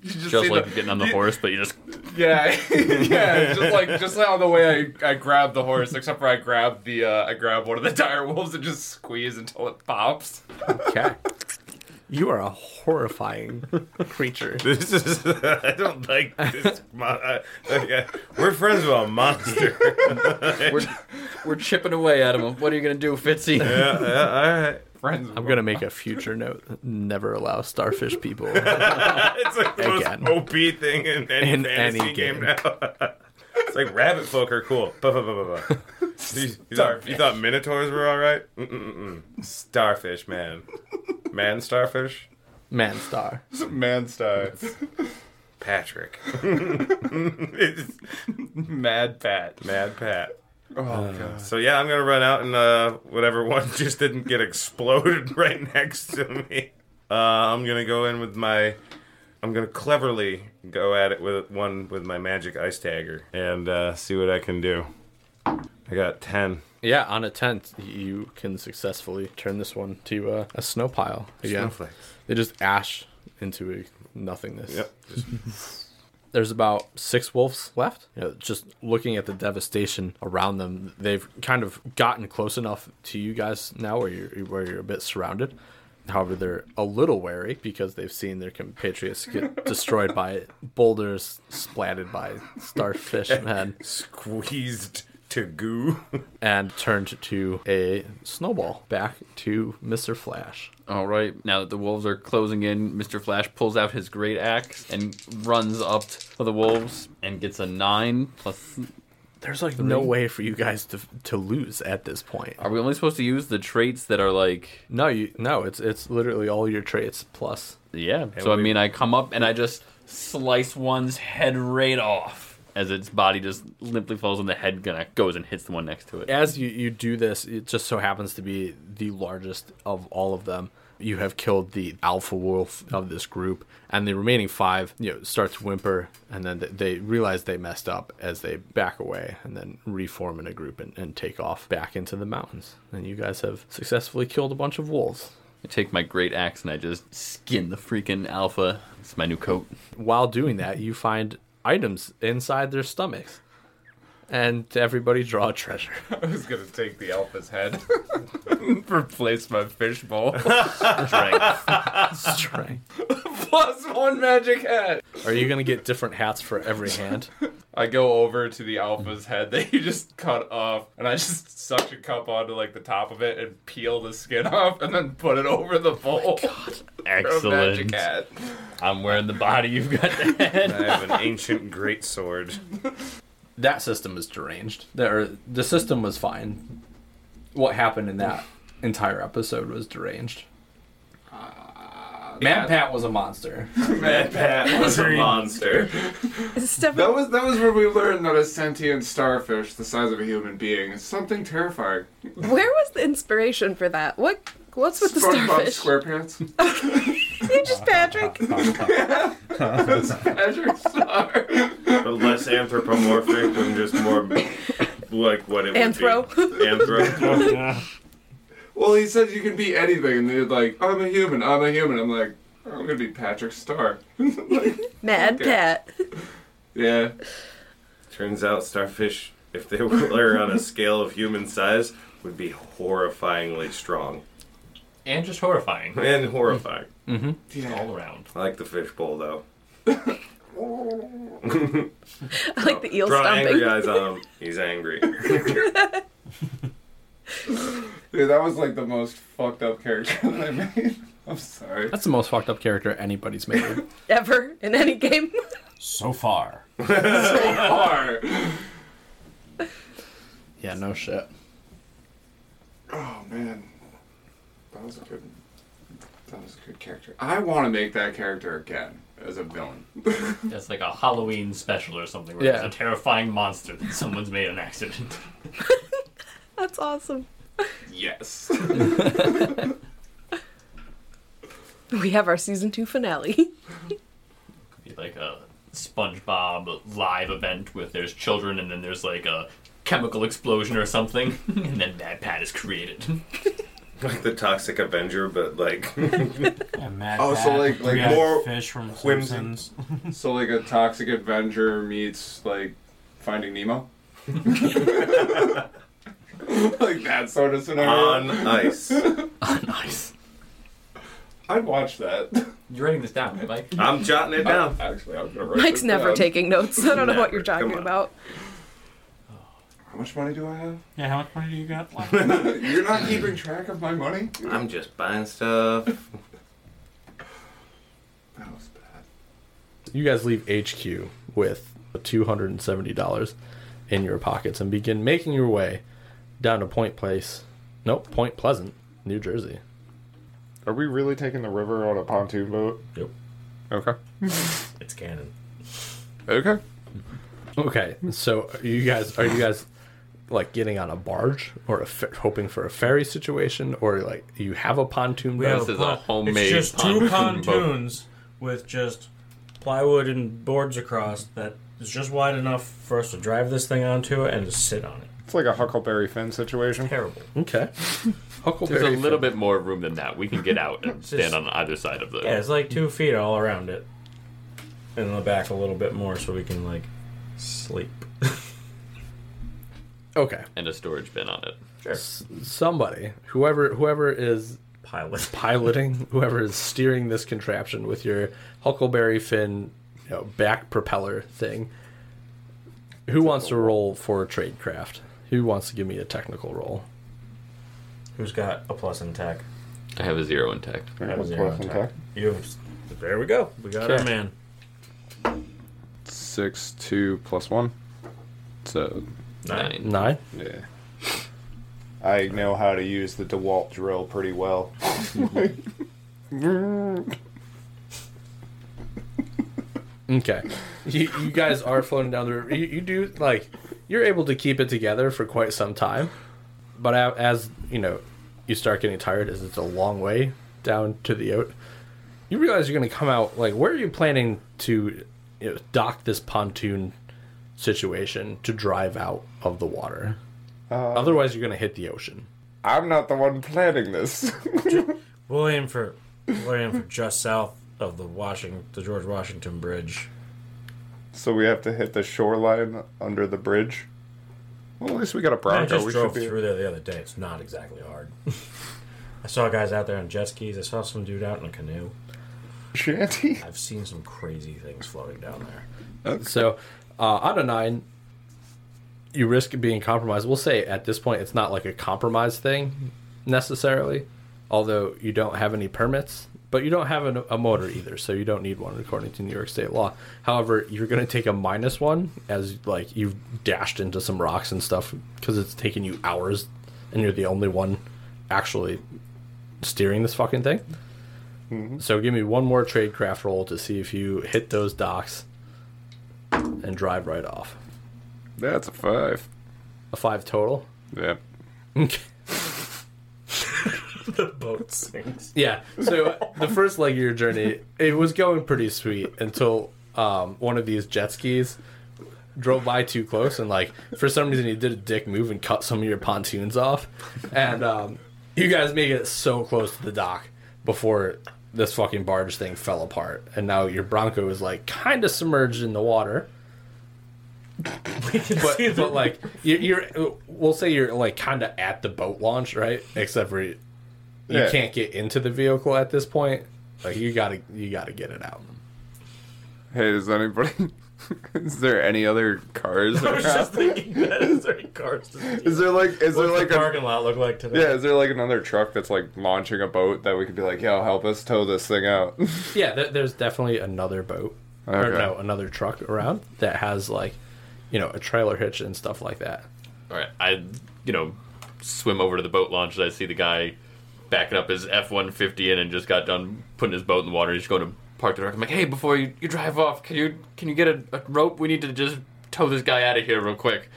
Just see like the- getting on the you- horse, but you just Yeah, yeah. Just like just like on the way I, I grabbed the horse, except for I grabbed the uh, I grabbed one of the dire wolves and just squeeze until it pops. Okay. You are a horrifying creature. This is. I don't like this. Mo- I- okay. We're friends with a monster. we're, we're chipping away at him. What are you gonna do, Fitzy? yeah, yeah, all right. Friends. with I'm gonna make a future note: never allow starfish people. It's like the Again. most OP thing in any In fantasy any game. game. now. it's like rabbit folk are cool. Bah, bah, bah, bah, bah. You, you thought, you thought minotaurs were all right? Mm-mm-mm. Starfish, man. Man starfish? Man star. Man star. Patrick. It's Mad Pat. Mad Pat. Uh, Oh god. So yeah, I'm gonna run out and uh, whatever one just didn't get exploded right next to me. Uh, I'm gonna go in with my, I'm gonna cleverly go at it with one with my magic ice dagger and uh, see what I can do. I got ten. Yeah, on a tenth, you can successfully turn this one to uh, a snow pile. Again, Snowflakes. they just ash into a nothingness. Yep. There's about six wolves left. You know, just looking at the devastation around them, they've kind of gotten close enough to you guys now where you're, where you're a bit surrounded. However, they're a little wary because they've seen their compatriots get destroyed by boulders, splatted by starfish men, Squeezed to goo. and turned to a snowball back to Mr. Flash. All right, now that the wolves are closing in, Mr. Flash pulls out his great axe and runs up to the wolves and gets a nine plus. There's like no way for you guys to, to lose at this point. Are we only supposed to use the traits that are like? No, you no. It's it's literally all your traits plus Yeah. So I mean, I come up and I just slice one's head right off as its body just limply falls on the head gun. Goes and hits the one next to it. as you, you do this, it just so happens to be the largest of all of them. You have killed the alpha wolf of this group, and the remaining five, you know, start to whimper, and then th- they realize they messed up as they back away, and then reform in a group and, and take off back into the mountains. And you guys have successfully killed a bunch of wolves. I take my great axe and I just skin the freaking alpha. It's my new coat. While doing that, you find items inside their stomachs, and everybody draw a treasure. I was gonna take the alpha's head, replace my fishbowl. Strength. Plus one magic hat. Are you gonna get different hats for every hand? I go over to the alpha's head that you just cut off, and I just suction cup onto like the top of it and peel the skin off, and then put it over the bowl. Oh For a Excellent. magic hat. I'm wearing the body. You've got the head. I have an ancient great sword. That system is deranged. There, the system was fine. What happened in that entire episode was deranged. Uh, Man Pat was a monster. Mad Pat was a monster. That was that was where we learned that a sentient starfish, the size of a human being, is something terrifying. Where was the inspiration for that? What what's with the SpongeBob starfish? SquarePants. You just Patrick. Patrick Star. But less anthropomorphic and just more like what it Anthro. would be. Anthro. Well, he said you can be anything, and they're like, "I'm a human. I'm a human." I'm like, "I'm gonna be Patrick Star." Mad Okay. Pat. yeah. Turns out starfish, if they were on a scale of human size, would be horrifyingly strong. And just horrifying. Mm-hmm. And horrifying. All around. I like the fishbowl though. I like the eel Draw angry stomping. eyes on him. He's angry. Dude, that was like the most fucked up character that I made. I'm sorry. That's the most fucked up character anybody's made. Ever in any game. So far. Are. yeah, no shit. Oh man, that was a good. That was a good character. I want to make that character again as a villain. That's like a Halloween special or something. Where Yeah. There's a terrifying monster that someone's made an accident. That's awesome. Yes. We have our season two finale. Be like a SpongeBob live event with there's children and then there's like a chemical explosion or something, and then Bad Pat is created. like the Toxic Avenger, but like And Mad Oh, so Bat, like- like three-eyed more fish from whimsy. Simpsons. so like a Toxic Avenger meets like Finding Nemo. like that sort of scenario. on ice. nice. I'd watch that. You're writing this down, right, Mike? I'm jotting it down. Actually, I'm gonna write Mike's this never down. taking notes. I don't know Never. what you're Come talking on. about. How much money do I have? Yeah, how much money do you got left? You're not keeping track of my money. Uh, I'm just buying stuff. That was bad. You guys leave HQ with $270 in your pockets and begin making your way down to Point Place. Nope, Point Pleasant, New Jersey. Are we really taking the river on a pontoon boat? Yep. Okay. It's canon. Okay. Okay, so are you guys are you guys like getting on a barge or a fer- hoping for a ferry situation or like you have a pontoon boat? have- This is a homemade It's just pontoon two boat. pontoons. Pontoons with just plywood and boards across that is just wide enough for us to drive this thing onto and to sit on it. It's like a Huckleberry Finn situation. Terrible. okay. There's Huckleberry a little Finn. bit more room than that. We can get out and stand on either side of the. Yeah, it's like two feet all around it. In the back a little bit more so we can like sleep. Okay. And a storage bin on it. S- somebody, whoever whoever is Pilot. piloting, whoever is steering this contraption with your Huckleberry Finn, you know, back propeller thing. Who wants to roll for a trade craft? Who wants to give me a technical roll? Who's got a plus in tech? I have a zero intact. Have zero in tech. You there we go. We got Okay. our man. Six, two, plus one. So, Nine. Nine. yeah. I know how to use the DeWalt drill pretty well. Okay. You, you guys are floating down the river. You, you do, like, you're able to keep it together for quite some time. But a- as, you know, you start getting tired, as it's a long way down to the out. You realize you're going to come out like where are you planning to you know, dock this pontoon situation to drive out of the water? Otherwise, you're going to hit the ocean. I'm not the one planning this. We'll aim for we'll aim for just south of the Washington, the George Washington Bridge. so we have to hit the shoreline under the bridge. Well, at least we got a I Bronco. just We should drove be. through there the other day. It's not exactly hard. I saw guys out there on jet skis. I saw some dude out in a canoe. Shanty. I've seen some crazy things floating down there. So, uh, out of nine, you risk being compromised. We'll say at this point it's not like a compromise thing necessarily, although you don't have any permits, but you don't have an, a motor either, so you don't need one according to New York State law. However, you're going to take a minus one as like you've dashed into some rocks and stuff because it's taken you hours, and you're the only one actually steering this fucking thing. So give me one more trade craft roll to see if you hit those docks and drive right off. That's a five. A five total. Yeah. The boat sinks. yeah. So the first leg of your journey, it was going pretty sweet until um, one of these jet skis drove by too close and like for some reason he did a dick move and cut some of your pontoons off, and um, you guys make it so close to the dock before this fucking barge thing fell apart, and now your Bronco is like kind of submerged in the water. but, but like you're, you're we'll say you're like kind of at the boat launch right except for you Yeah. can't get into the vehicle at this point like you gotta you gotta get it out Hey, does anybody? is there any other cars? I was around? just thinking that. Is there any cars? To steal? Is there like? Is there What's like the a? parking lot look like today? Yeah, is there like another truck that's like launching a boat that we could be like, yo, help us tow this thing out? yeah there, there's definitely another boat or Okay. no another truck around that has like you know a trailer hitch and stuff like that All right, I you know swim over to the boat launch and I see the guy backing up his F one fifty in and just got done putting his boat in the water. He's going to park the truck. I'm like, hey, before you, you drive off, can you can you get a, a rope? We need to just tow this guy out of here real quick.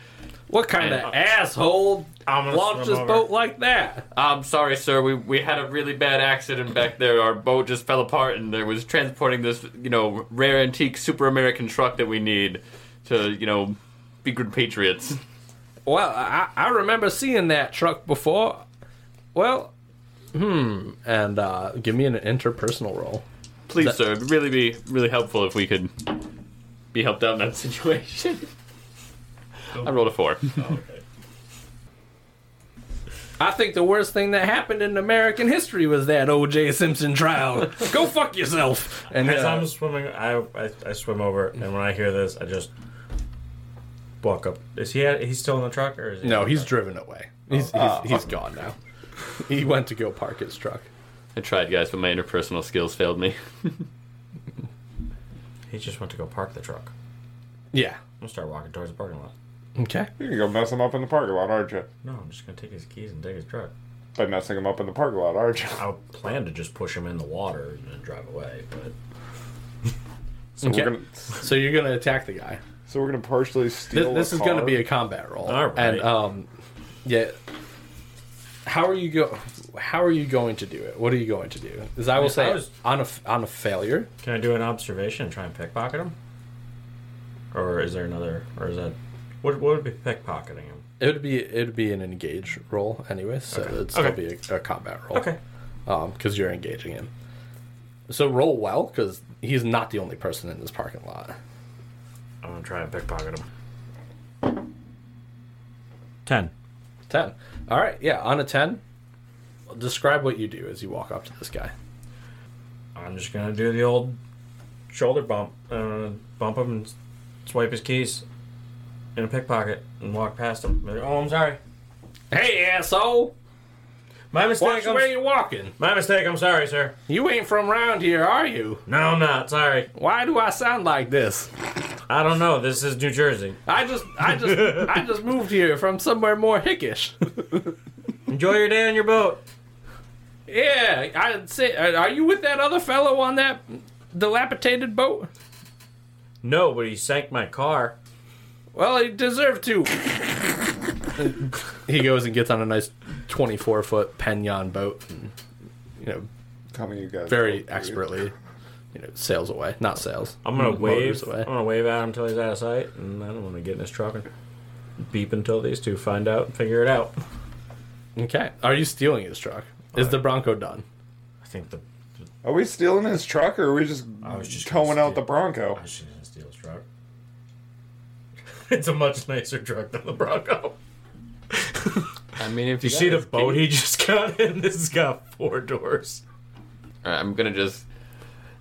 what kind of of asshole I'm gonna launched swim this over. boat like that I'm sorry, sir. We we had a really bad accident back there. Our boat just fell apart, and there was transporting this you know rare antique super American truck that we need to you know be good patriots. Well, I, I remember seeing that truck before. Well, hmm. And uh, give me an interpersonal roll. Please, That- sir, it'd really be really helpful if we could be helped out in that situation. I rolled a four. I think the worst thing that happened in American history was that O.J. Simpson trial. Go fuck yourself. And As I'm uh, swimming, I, I I swim over, and when I hear this, I just walk up. Is he he's still in the truck or is he no, he's driven away. He's Ah. he's, he's gone now. He went to go park his truck. I tried, guys, but my interpersonal skills failed me. he just went to go park the truck. Yeah. I'm gonna start walking towards the parking lot. Okay. you can go mess them up in the parking lot, aren't you? No, I'm just gonna take his keys and take his truck. By messing them up in the parking lot, aren't you? I plan to just push him in the water and then drive away, but So Okay. we're gonna, So you're gonna attack the guy. so we're gonna partially Th- steal. this a is going to car? be a combat roll. All right. And um, yeah. How are you go? How are you going to do it? What are you going to do? As I will mean, say, I was- on a f- on a failure, can I do an observation and try and pickpocket him? Or is there another? Or is that what? What would be pickpocketing him? it would be it would be an engage roll anyway, so it'd still Okay. be a, a combat roll. Okay. because you're engaging him. So roll well because he's not the only person in this parking lot. I'm gonna try and pickpocket him. Ten. 10. All right, yeah, on a 10, describe what you do as you walk up to this guy. I'm just gonna do the old shoulder bump, uh, bump him and s- swipe his keys in a pickpocket and walk past him. Be like, oh, I'm sorry. Hey, asshole! My mistake. Watch where I'm, you're walking. my mistake. I'm sorry, sir. You ain't from around here, are you? No, I'm not. Sorry. Why do I sound like this? I don't know. This is New Jersey. I just, I just, I just moved here from somewhere more hickish. Enjoy your day on your boat. Yeah, I'd say. Are you with that other fellow on that dilapidated boat? No, but he sank my car. Well, he deserved to. he goes and gets on a nice twenty-four foot penyon boat, and you know, Coming, you guys. Oh, very expertly, you know, sails away, not sails. I'm gonna wave. Motors away. I'm gonna wave at him until he's out of sight, and then I'm gonna get in his truck and beep until these two find out and figure it out. Okay. Are you stealing his truck? Is the Bronco done? I think the Are we stealing his truck, or are we just, towing out the Bronco? I should just steal his truck. it's a much nicer truck than the Bronco. I mean, if You see the boat he just got in? This has got four doors. I'm gonna just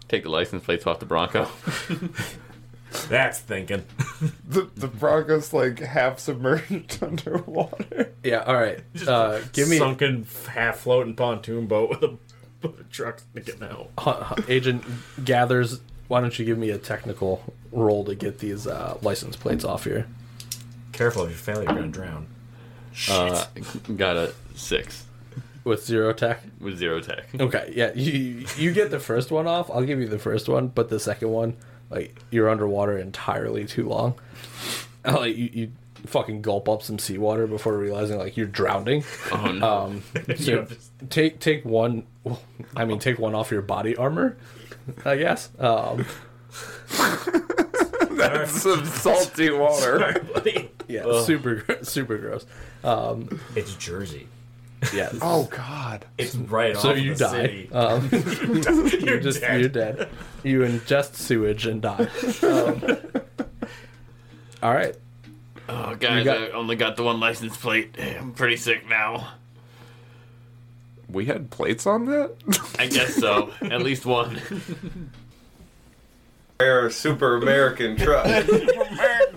take the license plates off the Bronco. That's thinking. The, the Bronco's like half submerged underwater. Yeah. All right. Uh, give me sunken half floating pontoon boat with a, with a truck sticking out. Hu- hu- agent gathers. Why don't you give me a technical roll to get these uh, license plates off here? Careful, if you fail, you're gonna drown. Uh, got a six With zero tech. with zero tech. Okay. Yeah. You you get the first one off. I'll give you the first one, but the second one, like you're underwater entirely too long. Like you. you fucking gulp up some seawater before realizing like you're drowning Oh no! Um, so take take one. well, I mean, take one off your body armor. I guess. Um, That's some salty water. yeah, super gr- super gross. It's Jersey. Yeah. Oh God. It's right so off you the die. city. Um, You're you're just dead. you're dead. You ingest sewage and die. Um, all right. Oh, guys, You got- I only got the one license plate. I'm pretty sick now. We had plates on that. I guess so. At least one. Rare super American truck.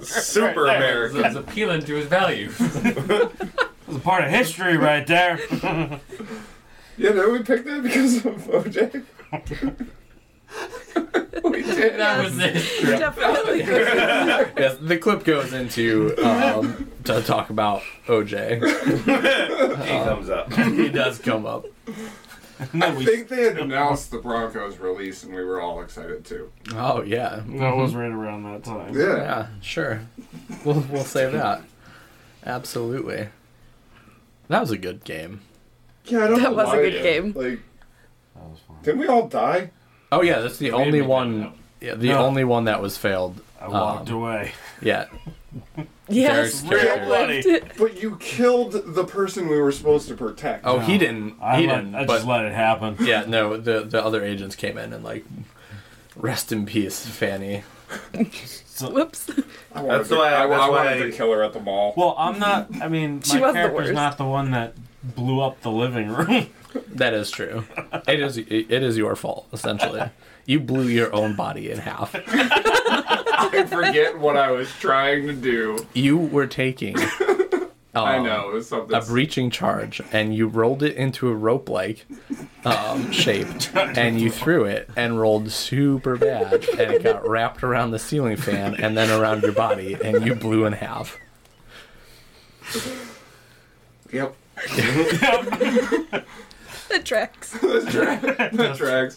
super American. It's appealing to his value. It's part of history right there. Yeah, no, we picked that because of OJ. we did. That was it. Definitely. good. Yes, the clip goes into um, to talk about OJ. He comes up. He does come up. I think they had announced the Broncos release, and we were all excited too. Oh yeah. That was right around that time. Yeah. Yeah, sure. We'll we'll say that. Absolutely. That was a good game. Yeah, I don't That know was a why. good game. Like, didn't we all die? Oh yeah, that's the only make that one. note. Yeah, the No. only one that was failed. I walked Um, away. Yeah, Yes. Derek's character. I loved it. But you killed the person we were supposed to protect. Oh, he No. didn't. I, he let- didn't. I but just let it happen. yeah, no, the the other agents came in and like, rest in peace, Fanny. Whoops. I wanted That's to- why I- I, wa- I that's why wanted I- to kill her at the mall. Well, I'm not. I mean, She my was the character's worst. not the one that blew up the living room. That is true. It is it is your fault essentially. You blew your own body in half. I forget what I was trying to do. You were taking. I um, know it was something. a breaching charge and you rolled it into a rope like um, shape and you threw it and rolled super bad and it got wrapped around the ceiling fan and then around your body and you blew in half. yep. That tracks. That tracks.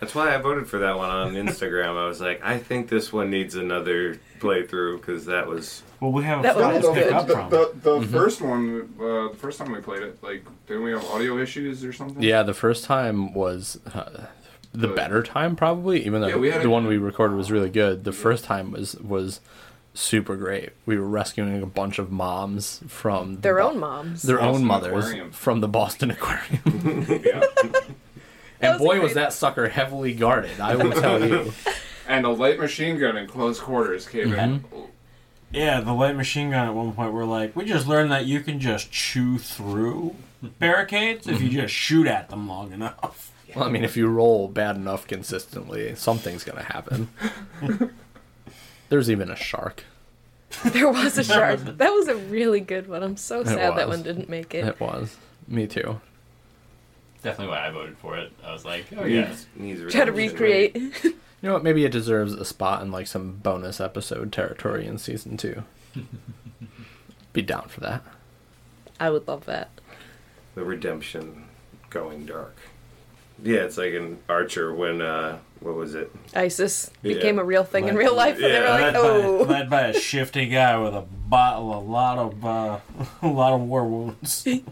That's why I voted for that one on Instagram. I was like, I think this one needs another playthrough because that was. Well, we have a That was file to good. pick The, up the, from. the, the Mm-hmm. first one, uh, the first time we played it, like, didn't we have audio issues or something? Yeah, the first time was uh, the Good. better time probably, even though Yeah, we had the a- one we recorded was really good. The first time was was super great. We were rescuing a bunch of moms from the Their Bo- own moms. their own Boston mothers Aquarium. from the Boston Aquarium. Yeah. And was a boy, was great- that sucker heavily guarded, I will tell you. and a light machine gun in close quarters came in. Yeah, the light machine gun at one point, we're like, we just learned that you can just chew through barricades if you just shoot at them long enough. Well, I mean, if you roll bad enough consistently, something's going to happen. There's even a shark. There was a shark. That was a really good one. I'm so sad that was. one didn't make it. It was. Me too. Definitely why I voted for it. I was like, oh yeah. Needs Try redemption. to recreate. You know what? Maybe it deserves a spot in like some bonus episode territory in season two. Be down for that. I would love that. The redemption going dark. Yeah, it's like an Archer when, uh, what was it? ISIS Yeah. became a real thing in real life, and they were Yeah, like, led, by, "Oh, led by a shifty guy with a bottle, a lot of, uh, a lot of war wounds. It's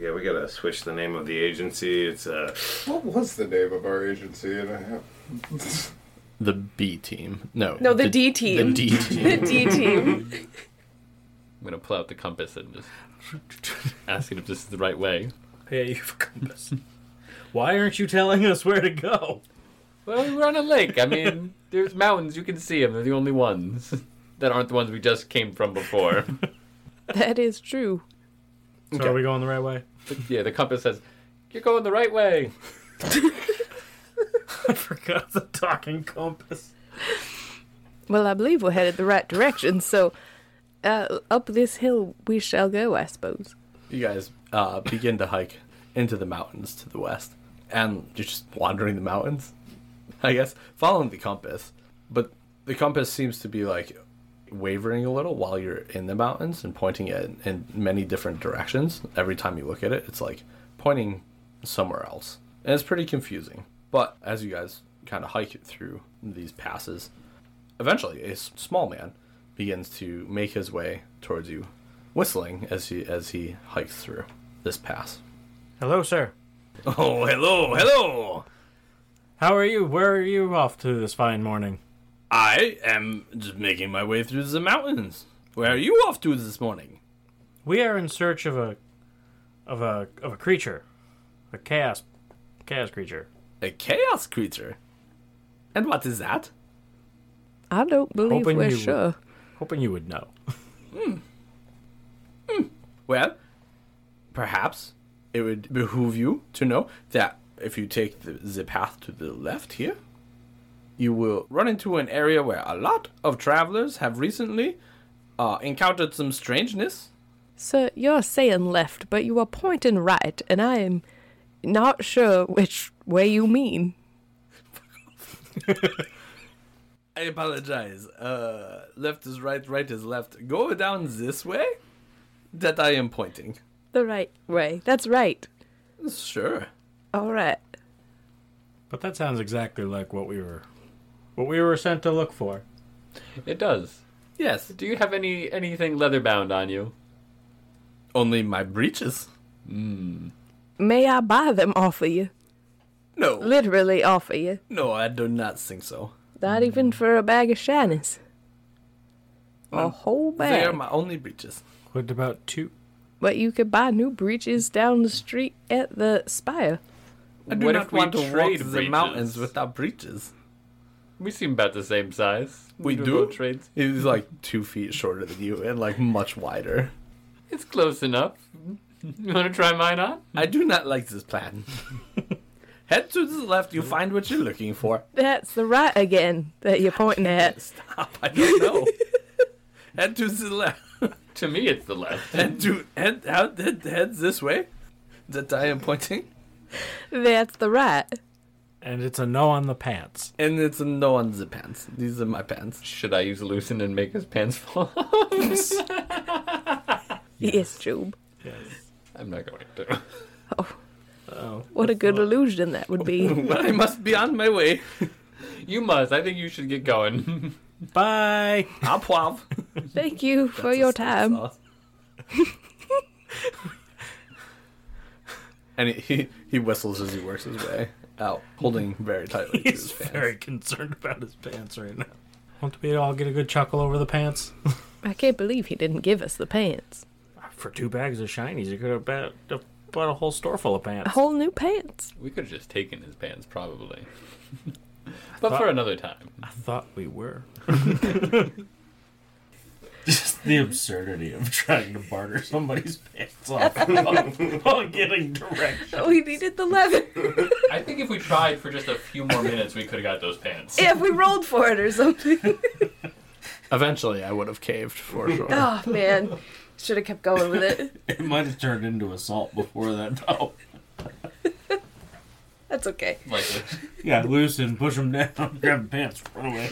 Yeah, we gotta switch the name of the agency. It's uh, What was the name of our agency? And I have. The B team. No. No, the D The team. D The team. D team. I'm gonna pull out the compass and just ask it if this is the right way. Hey, you have a compass. Why aren't you telling us where to go? Well, we were on a lake. I mean, there's mountains. You can see them. They're the only ones that aren't the ones we just came from before. that is true. So are we going the right way? But yeah, the compass says you're going the right way. I forgot the talking compass. Well, I believe we're headed the right direction, so uh, up this hill we shall go, I suppose. You guys uh, begin to hike into the mountains to the west, and you're just wandering the mountains, I guess, following the compass. But the compass seems to be like wavering a little while you're in the mountains and pointing it in many different directions. Every time you look at it, it's like pointing somewhere else. And it's pretty confusing. But as you guys kind of hike through these passes, eventually a s- small man begins to make his way towards you whistling as he as he hikes through this pass Hello, sir. oh hello hello How are you? Where are you off to this fine morning? i am just making my way through the mountains where are you off to this morning We are in search of a of a of a creature. A chaos chaos creature. a chaos creature and what is that I don't believe Hoping we're you- sure. Hoping you would know. well perhaps it would behoove you to know that if you take the, the path to the left here you will run into an area where a lot of travelers have recently uh, encountered some strangeness Sir, you're saying left, but you are pointing right, and I am not sure which way you mean. I apologize. Uh, left is right, right is left. Go down this way that I am pointing. The right way. That's right. Sure. All right. But that sounds exactly like what we were what we were sent to look for. It does. Yes. Do you have any anything leather bound on you? Only my breeches. May I buy them off of you? No. Literally off of you. No, I do not think so. Not even for a bag of shinies. A whole Um, They are bag. my only breeches. What about two? But you could buy new breeches down the street at the Spire. I do What not if we want to walk trade the breeches? mountains without breeches. We seem about the same size. We don't do? know trades. He's like two feet shorter than you and like much wider. It's close enough. You want to try mine on? I do not like this plan. Head to the left, you find what you're looking for. That's the right again that you're pointing at. Stop, I don't know. Head to the left. To me, it's the left. And to head, head, head heads this way. That I am pointing, That's the right. And it's a no on the pants. and it's no on the pants. These are my pants. Should I use loosen and make his pants fall? off? Yes, Job. I'm not going to. What a good illusion that would be. Well, I must be on my way. You must. I think you should get going. Bye. Au revoir. Thank you for your time. and he, he he whistles as he works his way out, holding very tightly to his He's pants. very concerned about his pants right now. Won't we all get a good chuckle over the pants? I can't believe he didn't give us the pants. For two bags of shinies, you could have bought, bought a whole store full of A pants. whole new pants. We could have just taken his pants, probably. but for another time. I thought we were. Just the absurdity of trying to barter somebody's pants off while getting directions. We Oh, needed the leather. I think if we tried for just a few more minutes, we could have got those pants. if we rolled for it or something. Eventually, I would have caved for sure. Oh man, should have kept going with it. It might have turned into assault before that, though. That's okay. Like, Yeah, loosen, push him down, grab the pants, run away.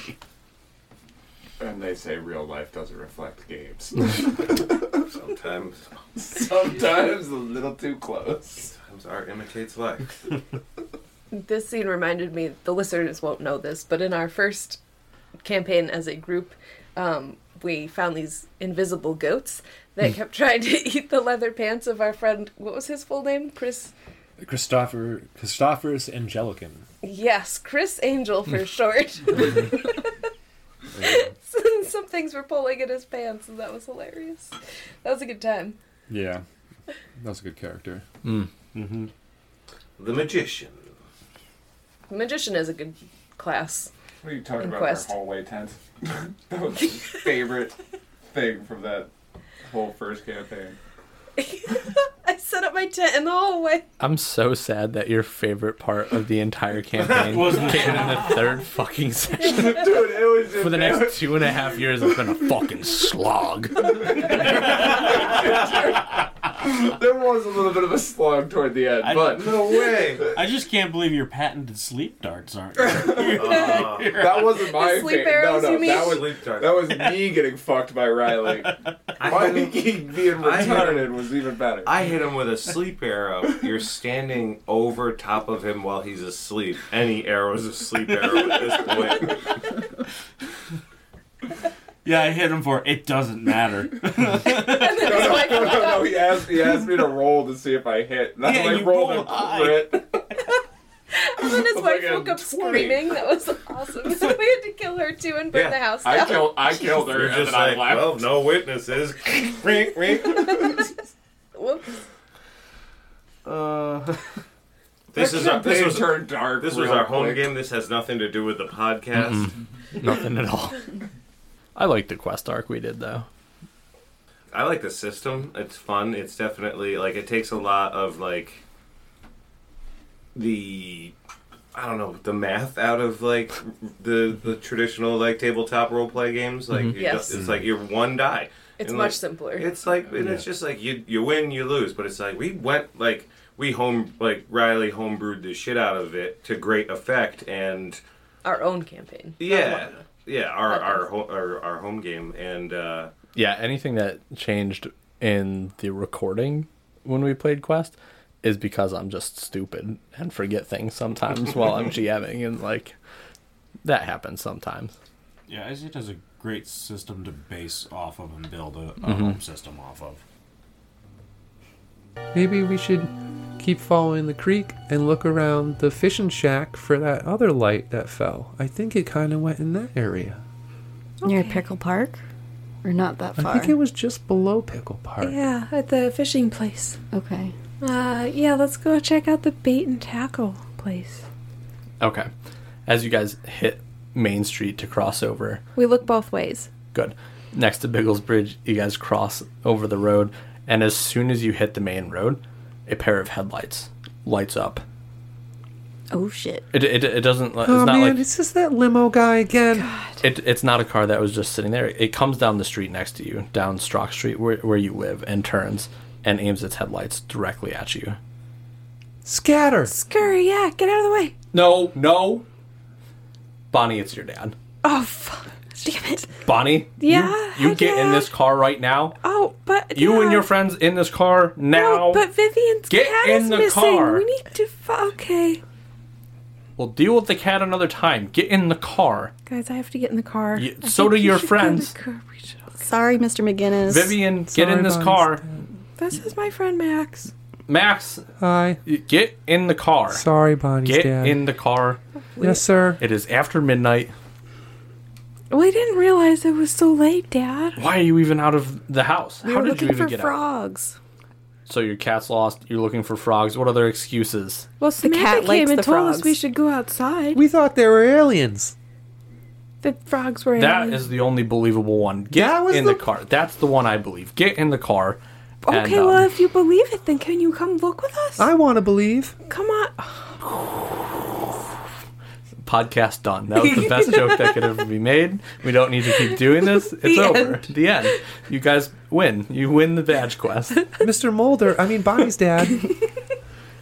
And they say real life doesn't reflect games. sometimes, Sometimes a little too close. sometimes art imitates life. This scene reminded me. The listeners won't know this, but in our first campaign as a group, um, we found these invisible goats that kept trying to eat the leather pants of our friend. What was his full name? Chris. Christopher Christophorus Angelicum. Yes, Chris Angel for short. some, some things were pulling at his pants, and that was hilarious. That was a good time. Yeah, that was a good character. Mm. Mm-hmm. The magician. The magician is a good class. What are you talking about? Inquest. Our hallway tent. that was my favorite thing from that whole first campaign. I set up my tent in the hallway. I'm so sad that your favorite part of the entire campaign was came in the third fucking session. Dude, it was just, For the next two and a half years, it's been a fucking slog. there was a little bit of a slog toward the end, but No way. I just can't believe your patented sleep darts aren't. Good. that wasn't my sleep thing. arrows, no, no, you mean? that was Sleep dart. that was me getting fucked by Riley. My geek being I had- retarded was even better. I hit him with a sleep arrow. You're standing over top of him while he's asleep. Any arrow is a sleep arrow at this point. yeah, I hit him for it doesn't matter. And then No, his no, wife no, woke no, up. no. He asked, he asked me to roll to see if I hit. That's Yeah, I you rolled, rolled a high. crit. And then his Oh my wife God, woke up 20. screaming. That was awesome. So we had to kill her too and burn Yeah, the house I down. killed. I killed her, You're and just then I like, left. well, no witnesses. Ring, ring. Whoops. This is our, this It was turned dark. this was real our home quick. game. This has nothing to do with the podcast. Nothing at all. I like the quest arc we did though. I like the system. It's fun. It's definitely like it takes a lot of like the I don't know the math out of like the the traditional like tabletop role play games. Like you Yes. just- it's like you're one die. It's And, much like, simpler. It's like and it's just like you you win you lose, but it's like we went like we home like Riley homebrewed the shit out of it to great effect and Our own campaign. yeah yeah our our, ho- our our home game and. uh Yeah, anything that changed in the recording when we played Quest is because I'm just stupid and forget things sometimes while I'm GMing and like that happens sometimes. yeah, Isaac has a great system to base off of and build a, a Mm-hmm. home system off of. Maybe we should keep following the creek and look around the fishing shack for that other light that fell. I think it kind of went in that area. Near Pickle Park? Or not that I far? think it was just below Pickle Park. Yeah, at the fishing place. Okay. Uh, yeah, let's go check out the bait and tackle place. Okay. As you guys hit Main Street to cross over, We look both ways. good. Next to Biggles Bridge, you guys cross over the road and as soon as you hit the main road, a pair of headlights lights up. Oh shit. It it, it doesn't it's Oh not man, like it's just that limo guy again. It, it's not a car that was just sitting there. It comes down the street next to you, down Strock Street, where, where you live, and turns and aims its headlights directly at you. Scatter. Scurry, yeah, get out of the way. No, no. Bonnie, it's your dad. Oh, fuck. Damn it. Bonnie, Yeah, you, you hi, get in Dad. this car right now. Oh, but. You no. and your friends in this car now. No, but Vivian's Get cat in is the missing. car. We need to. Fu- okay. we'll deal with the cat another time. Get in the car. Guys, I have to get in the car. You- I so think do you your should go in the friends. car. We should all- Sorry, Mr. McGinnis. Vivian, get in Sorry, this Bonnie's car. This is my friend Max. Max, Hi. y- get in the car. Sorry, Bonnie's Get dad. in the car. yes, sir. It is after midnight. We didn't realize it was so late, Dad. Why are you even out of the house? We How were did you looking even for get out? frogs. So your cat's lost. You're looking for frogs. What other excuses? Well, Samantha cat came likes and the told us frogs. we should go outside. We thought they were aliens. the frogs were That in. is the only believable one. Get That was in the... the- car. That's the one I believe. Get in the car. Okay, and, well, um, if you believe it, then can you come look with us? I want to believe. Come on. podcast done. That was the best joke that could ever be made. We don't need to keep doing this. It's over. The end. You guys win. You win the badge quest. Mr. Mulder, I mean Bonnie's dad.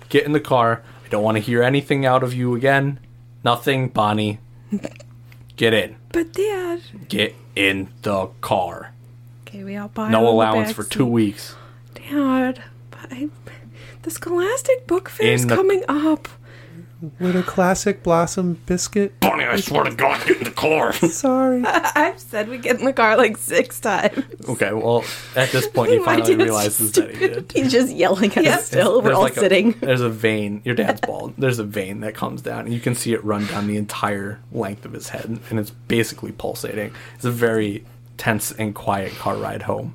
Get in the car. I don't want to hear anything out of you again. Nothing, Bonnie. Get in. But Dad. Get in the car. Okay, we all buy. No allowance for two weeks. Dad, but I, the Scholastic Book Fair In is the- coming up. with a classic blossom biscuit. Bonnie, I swear to God, get in the car. Sorry. I've said we get in the car like six times. Okay, well, at this point, he My finally dad's realizes that he did. He's just yelling at us still. We're There's all like a- sitting. there's a vein. Your dad's bald. There's a vein that comes down, and you can see it run down the entire length of his head, and it's basically pulsating. It's a very tense and quiet car ride home.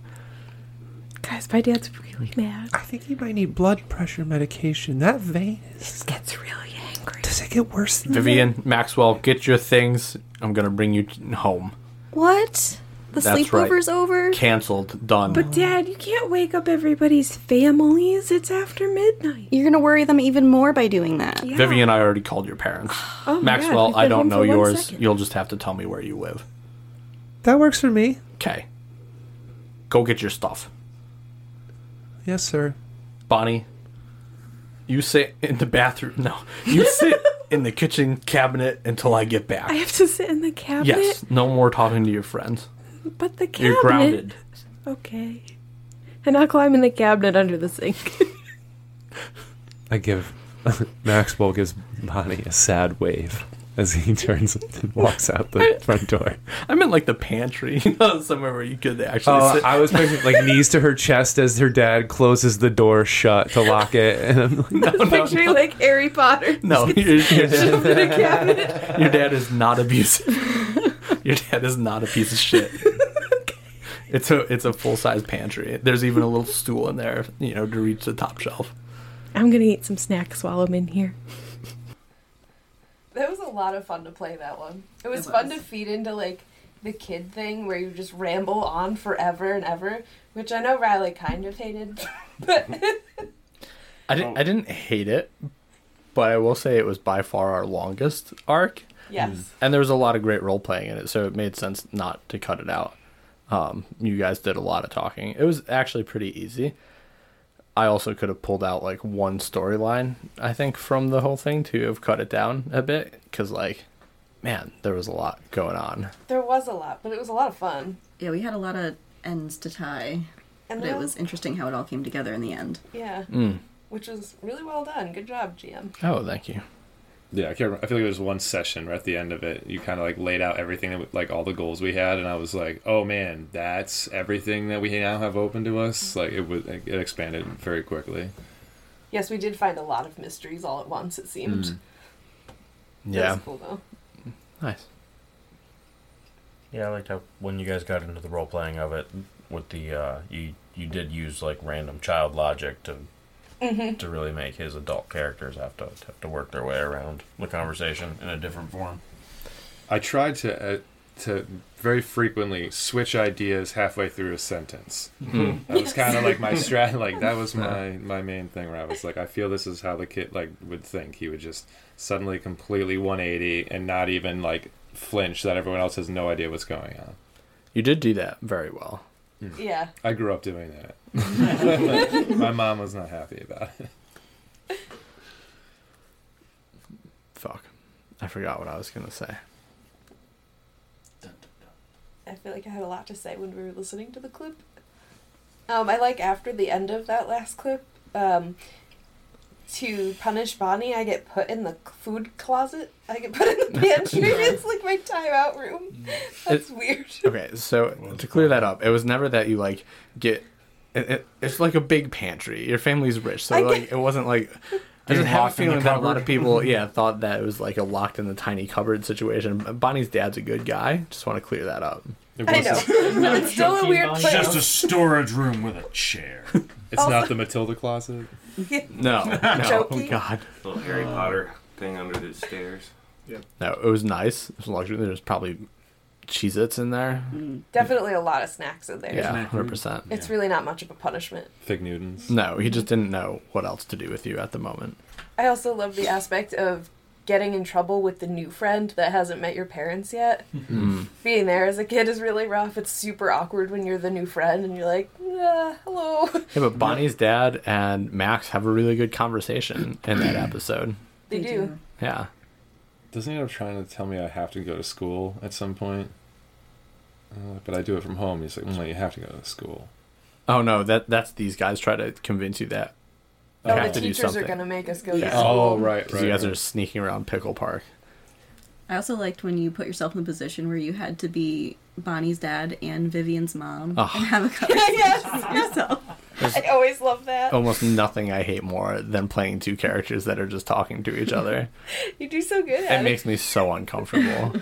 Guys, my dad's really mad. I think he might need blood pressure medication. That vein is. gets really angry. Does it get worse Mm-hmm. than Vivian, Maxwell, get your things. I'm gonna bring you home. What? The That's sleepover's right. over? Cancelled. Done. But Dad, you can't wake up everybody's families. It's after midnight. You're going to worry them even more by doing that. Yeah. Vivian, I already called your parents. Oh, yeah, Maxwell, we've I been don't home know for one yours. second. You'll just have to tell me where you live. That works for me. Okay. Go get your stuff. Yes, sir. Bonnie, you sit in the bathroom. No, you sit in the kitchen cabinet until I get back. I have to sit in the cabinet. yes, no more talking to your friends. But the cabinet. You're grounded. Okay. And I'll climb in the cabinet under the sink. I give Maxwell gives Bonnie a sad wave as he turns and walks out the front door. I meant like the pantry, you know, somewhere where you could actually Oh, sit. I was picturing like knees to her chest as her dad closes the door shut to lock it, and I'm like, Picturing like Harry Potter. No, your, your, Jump in a cabinet. dad, your dad is not abusive. Your dad is not a piece of shit. It's a it's a full size pantry. There's even a little stool in there, you know, to reach the top shelf. I'm gonna eat some snacks while I'm in here. That was a lot of fun to play that one. It was, fun to feed into like the kid thing where you just ramble on forever and ever, which I know Riley kind of hated. but I didn't I didn't hate it, but I will say it was by far our longest arc. Yes. And there was a lot of great role playing in it, so it made sense not to cut it out. Um, you guys did a lot of talking. It was actually pretty easy. I also could have pulled out like one storyline, I think, from the whole thing to have cut it down a bit because, like, man, there was a lot going on. there was a lot, but it was a lot of fun. Yeah, we had a lot of ends to tie. And but it then- was interesting how it all came together in the end. Yeah. Mm. Which was really well done. Good job, GM. Oh, thank you. Yeah, I can't. Remember. I feel like it was one session right at the end of it. You kind of like laid out everything, that, we- like all the goals we had, and I was like, "Oh man, that's everything that we now have open to us." Like it was, it expanded very quickly. Yes, we did find a lot of mysteries all at once, it seemed. Mm. That Yeah. was cool, though. Nice. Yeah, I liked how when you guys got into the role playing of it with the uh, you you did use like random child logic to Mhm. to really make his adult characters have to have to work their way around the conversation in a different form. I tried to uh, to very frequently switch ideas halfway through a sentence. Mhm. That was kind of like my Yes. strat. Like that was my my main thing where I was like, I feel this is how the kid like would think. He would just suddenly completely 180 and not even like flinch that everyone else has no idea what's going on. You did do that very well. Yeah. I grew up doing that. my mom was not happy about it. Fuck. I forgot what I was going to say. I feel like I had a lot to say when we were listening to the clip. Um, I like after the end of that last clip, um, to punish Bonnie, I get put in the c- food closet. I get put in the pantry. it's like my timeout Mm. room. That's It- weird. okay, so to clear that up, it was never that you like get. It, it, it's like a big pantry. Your family's rich, so I like it wasn't like. I Being just have a locked in the feeling that a lot of cupboard. people, yeah, thought that it was like a locked in the tiny cupboard situation. Bonnie's dad's a good guy. Just want to clear that up. I know. But it's still a weird place. Just a storage room with a chair. It's not the Matilda closet. No, no, Jokey. God, Little Harry Potter thing under the stairs. Yep. no. It was nice. It was luxury. There was probably Cheez-Its in there. Definitely a lot of snacks in there. Yeah, hundred percent. Mm. It's really not much of a punishment. Fig Newtons. No, he just didn't know what else to do with you at the moment. I also love the aspect of getting in trouble with the new friend that hasn't met your parents yet. Mm. Being there as a kid is really rough. It's super awkward when you're the new friend and you're like, "Ah, hello. Yeah, but Bonnie's dad and Max have a really good conversation in that episode. They, do. Yeah. Doesn't he end up trying to tell me I have to go to school at some point? Uh, but I do it from home. "Mm, He's like, well, you have to go to school. Oh no, that that's these guys try to convince you that No, have to the do teachers are something. gonna make us go to Yeah. school. Oh, right, 'Cause right. you You guys guys are sneaking around Pickle Park. I also liked when you put yourself in the position where you had to be Bonnie's dad and Vivian's mom Oh. and have a conversation with yourself. I always love that. Almost nothing I hate more than playing two characters that are just talking to each other. You do so good at it makes me so uncomfortable.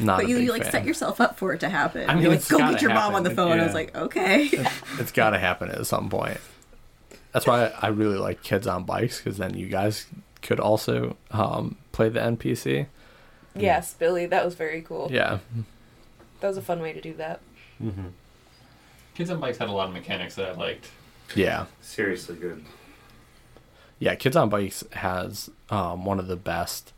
Not but a you, big you like fan. set yourself up for it to happen. I mean, You're like, it's go gotta get your mom happen, on the phone. I was yeah. like, okay. it's got to happen at some point. That's why I really like kids on bikes because then you guys could also um, play the NPC. Yes, Billy, that was very cool. Yeah. That was a fun way to do that. Mm-hmm. Kids on Bikes had a lot of mechanics that I liked. Yeah. Seriously good. Yeah, Kids on Bikes has um, one of the best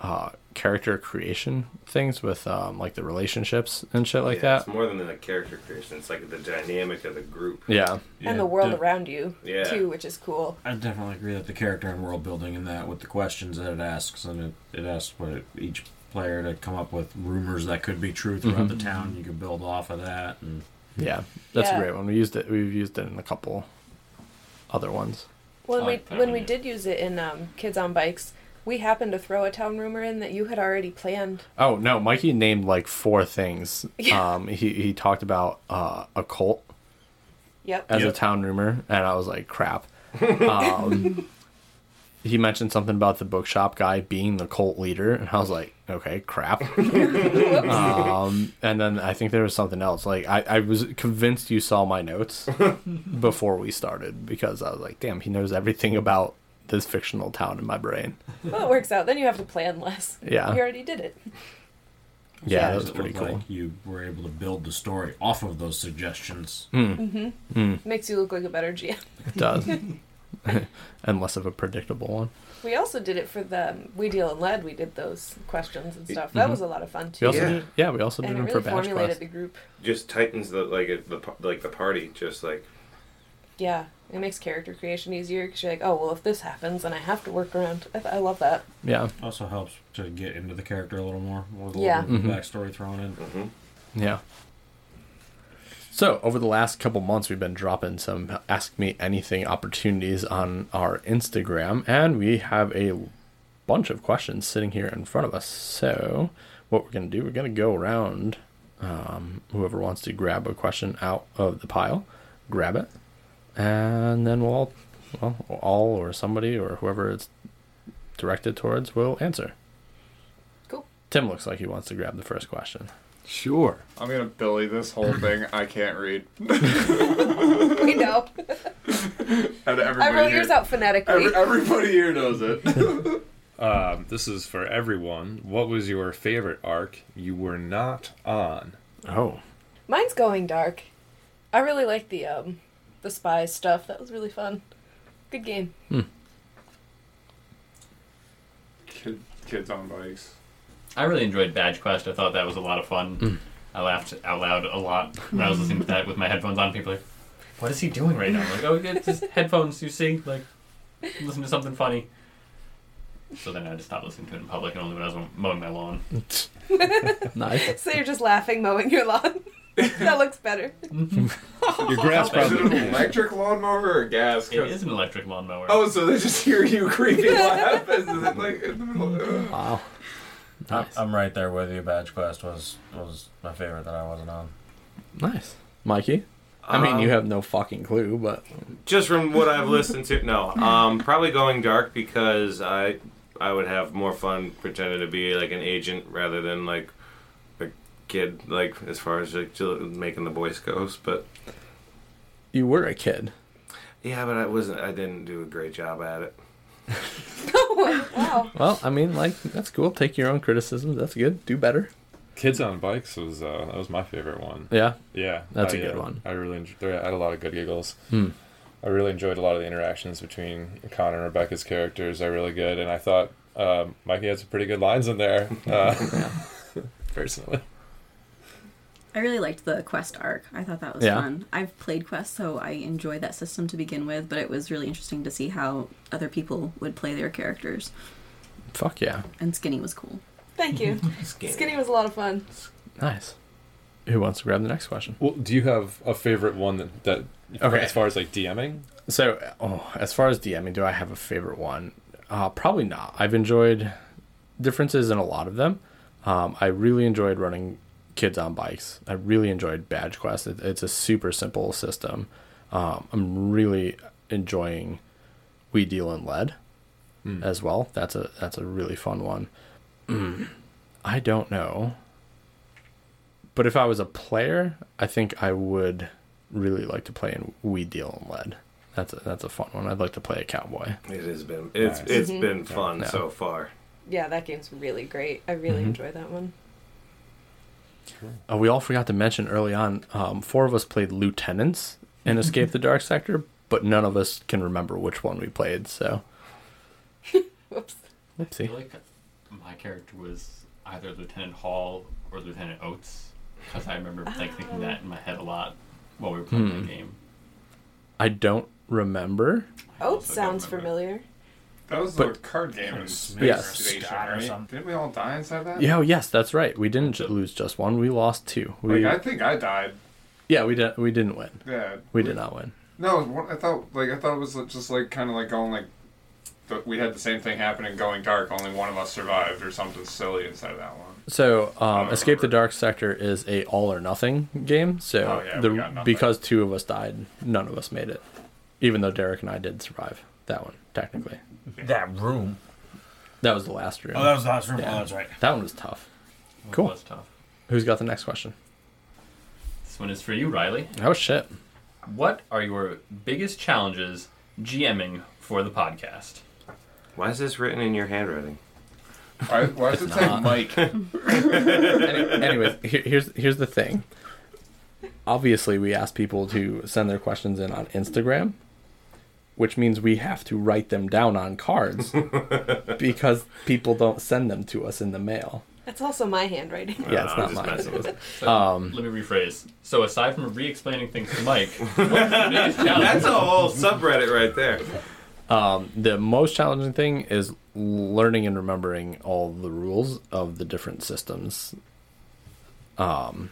uh, character creation things with um, like the relationships and shit like Yeah, that. It's more than the character creation. It's like the dynamic of the group. Yeah. and the world around you, too, which is cool. I definitely agree that the character and world building in that, with the questions that it asks, and it, it asks what it, each player to come up with rumors that could be true throughout Mm-hmm. Mhm. the town. You could build off of that. And Yeah, that's Yeah. a great one. We used it. We've used it in a couple other ones. When we when we did use it in um, Kids on Bikes, we happened to throw a town rumor in that you had already planned. Oh no, Mikey named like four things. Yeah. Um, he he talked about uh, a cult Yep. as a town rumor, and I was like, crap. Um, he mentioned something about the bookshop guy being the cult leader, and I was like, okay, crap. um, and then I think there was something else. Like I, I was convinced you saw my notes before we started because I was like, damn, he knows everything about this fictional town in my brain. well, it works out. Then you have to plan less. Yeah. You already did it. Yeah, that it was pretty looked cool. Like you were able to build the story off of those suggestions. Hmm. Mm-hmm. Mm. Makes you look like a better GM. It does. and less of a predictable one. We also did it for the um, We Deal in Lead. We did those questions and stuff. That Mhm. was a lot of fun We too. also did, yeah, we also and did it them really for Batch formulated Quest. the group. Just tightens the like it- the par- like the party. Just like Yeah, it makes character creation easier because you're like, oh well, if this happens, then I have to work around. I, th- I love that. Yeah. Also helps to get into the character a little more with a Yeah. little bit of Mm-hmm. Mhm. backstory thrown in. Yeah. So over the last couple months, we've been dropping some Ask Me Anything opportunities on our Instagram, and we have a bunch of questions sitting here in front of us. So what we're gonna do, we're gonna go around. Um, whoever wants to grab a question out of the pile, grab it, and then we'll all, well, all or somebody or whoever it's directed towards will answer. Cool. Tim looks like he wants to grab the first question. Sure. I'm gonna Billy this whole thing. I can't read. we know. And I everybody wrote here- yours out phonetically. Every, everybody here knows it. Um, this is for everyone. What was your favorite arc you were not on? Oh. Mine's going dark. I really like the um, the spy stuff. That was really fun. Good game. Kid, kids on bikes. I really enjoyed Badge Quest. I thought that was a lot of fun. Mm. I laughed out loud a lot when I was listening to that with my headphones on. People are like, "What is he doing right now?" I'm like, "Oh, it's just headphones. You see, like, listen to something funny." So then I had to stop listening to it in public, and only when I was mowing my lawn. Nice. so you're just laughing, mowing your lawn. that looks better. Your grass Is it an probably. electric lawnmower or a gas? It is an electric lawnmower. Oh, so they just hear you creepy laugh. Is it like in the middle? Wow. I'm right there with you. Badge Quest was was my favorite that I wasn't on. Nice. Mikey? I mean, you Um, have no fucking clue, but just from what I've listened to, no, um, probably going dark because I I would have more fun pretending to be like an agent rather than like a kid. Like as far as like ju- making the Boy Scouts, but you were a kid. yeah, but I wasn't. I didn't do a great job at it. wow. Well, I mean, like that's cool. Take your own criticisms. That's good. Do better. Kids on bikes was uh, that was my favorite one. Yeah? Yeah, That's a a good one. I really enjoyed. I had a lot of good giggles. Hmm. I really enjoyed a lot of the interactions between Connor and Rebecca's characters. Are really good, and I thought um, Mikey had some pretty good lines in there. Uh, personally, I really liked the quest arc. I thought that was Yeah. fun. I've played quest, so I enjoy that system to begin with, but it was really interesting to see how other people would play their characters. Fuck yeah. And Skinny was cool. Thank you. Skinny. was a lot of fun. Nice. Who wants to grab the next question? Well, do you have a favorite one that, that Okay. as far as like DMing? So, oh, as far as DMing, do I have a favorite one? Uh, probably not. I've enjoyed differences in a lot of them. Um, I really enjoyed running kids on bikes. I really enjoyed Badge Quest. It, it's a super simple system. Um, I'm really enjoying We Deal in Lead Hmm. as well. That's a that's a really fun one. Mm, I don't know. But if I was a player, I think I would really like to play in We Deal in Lead. That's a, that's a fun one. I'd like to play a cowboy. It has been it's Nice. it's Mhm. been fun Yeah. so far. Yeah, that game's really great. I really Mhm. enjoy that one. Uh, we all forgot to mention early on. Um, four of us played lieutenants in Escape the Dark Sector, but none of us can remember which one we played. So, I whoopsie. feel like my character was either Lieutenant Hall or Lieutenant Oates because I remember like thinking that in my head a lot while we were playing Hmm. the game. I don't remember. Oh, sounds familiar. That was But- the card game in Space Yes. Station, Scott or right? something. Didn't we all die inside that? Yeah, oh, yes, that's right. We didn't ju- lose just one. We lost two. We, Like, I think I died. yeah, we did. We didn't win. Yeah. We did not win. No, what- I thought like I thought it was just like kind of like going like, but we had the same thing happening going dark. Only one of us survived or something silly inside of that one. So, Oh, um, Escape the Dark Sector is a all or nothing game. So, Oh, yeah, we got the, nothing. because two of us died, none of us made it. Even though Derek and I did survive that one, technically. That room. That was the last room. Oh, that was the last room. Oh, that's right. That one was tough. It Cool. was tough. Who's got the next question? This one is for you, Riley. Oh shit. What are your biggest challenges GMing for the podcast? Why is this written in your handwriting? Why, why does it say Mike? Any- anyways, here, here's here's the thing. Obviously, we ask people to send their questions in on Instagram, which means we have to write them down on cards because people don't send them to us in the mail. That's also my handwriting. Yeah, uh, it's not mine. So, let me rephrase. So, aside from re-explaining things to Mike, what's the biggest challenge? That's a whole subreddit right there. Um, the most challenging thing is learning and remembering all the rules of the different systems. Um,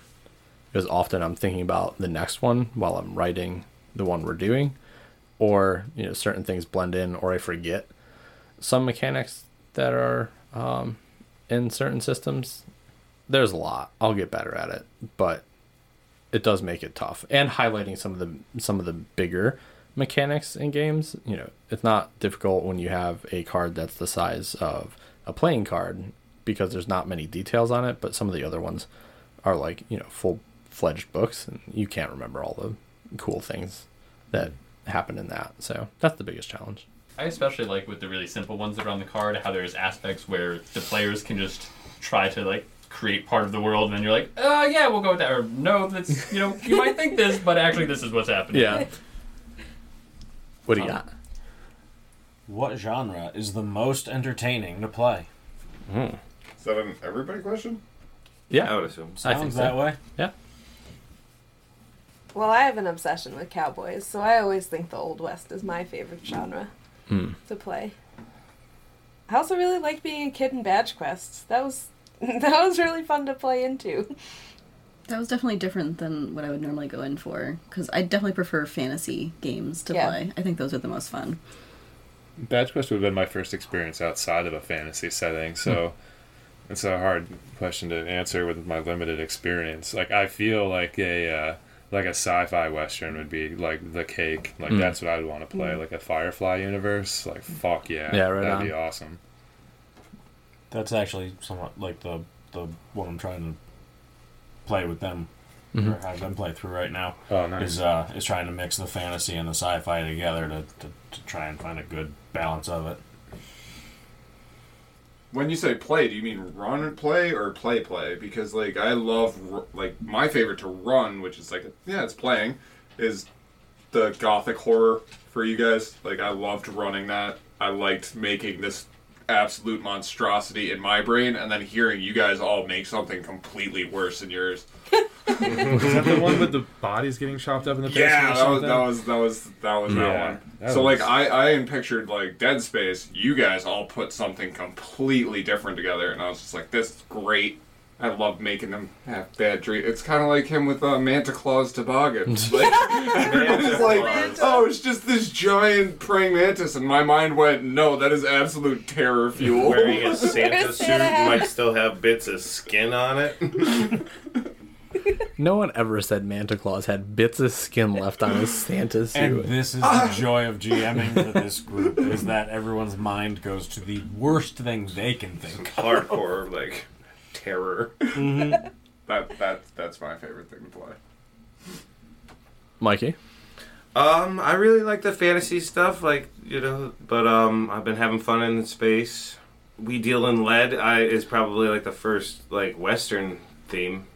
because often I'm thinking about the next one while I'm writing the one we're doing, or you know certain things blend in, or I forget some mechanics that are um, in certain systems. There's a lot. I'll get better at it, but it does make it tough and highlighting some of the some of the bigger mechanics in games you know it's not difficult when you have a card that's the size of a playing card because there's not many details on it but some of the other ones are like you know full fledged books and you can't remember all the cool things that happen in that so that's the biggest challenge I especially like with the really simple ones that are on the card, how there's aspects where the players can just try to like create part of the world, and then you're like, uh, yeah, we'll go with that. Or no, that's you know, you might think this, but actually, this is what's happening. Yeah. what do you got What genre is the most entertaining to play? Is that an everybody question? yeah I would assume. Sounds that way. yeah Well, I have an obsession with cowboys, so I always think the Old West is my favorite genre to play. I also really liked being a kid in badge quests. That was that was really fun to play into. That was definitely different than what I would normally go in for because I definitely prefer fantasy games to Yeah. play. I think those are the most fun. Badge Quest would have been my first experience outside of a fantasy setting, so Hmm. it's a hard question to answer with my limited experience. Like I feel like a uh, like a sci-fi western would be like the cake. Like Mm. that's what I'd want to play. Mm. Like a Firefly universe. Like fuck yeah, Yeah, right that'd on. be awesome. That's actually somewhat like the the one I'm trying to play with them. Or Mm-hmm. Mhm. have them play through right now. Oh, nice. Is uh is trying to mix the fantasy and the sci-fi together to, to, to try and find a good balance of it. When you say play, do you mean run and play or play play? Because like I love r- like my favorite to run, which is like yeah, it's playing, is the gothic horror for you guys. Like I loved running that. I liked making this absolute monstrosity in my brain, and then hearing you guys all make something completely worse than yours. Is that the one with the bodies getting chopped up in the Yeah, that was, that was that was that was Yeah, that one. that so was- like I I had pictured like Dead Space. You guys all put something completely different together, and I was just like, this is great. I love making them have bad dreams. It's kind of like him with uh, Manta Claus toboggan. Like, everybody's like, oh, it's just this giant praying mantis, and my mind went, no, that is absolute terror fuel. Wearing a Santa suit might still have bits of skin on it. No one ever said Manta Claus had bits of skin left on his Santa suit. And this is Ah! the joy of GMing for this group is that everyone's mind goes to the worst things they can think. Hardcore, like, terror. that, that, that's my favorite thing to play. Mikey? Um, I really like the fantasy stuff, like you know, but um, I've been having fun in space. We deal in lead. I is probably like the first like Western theme,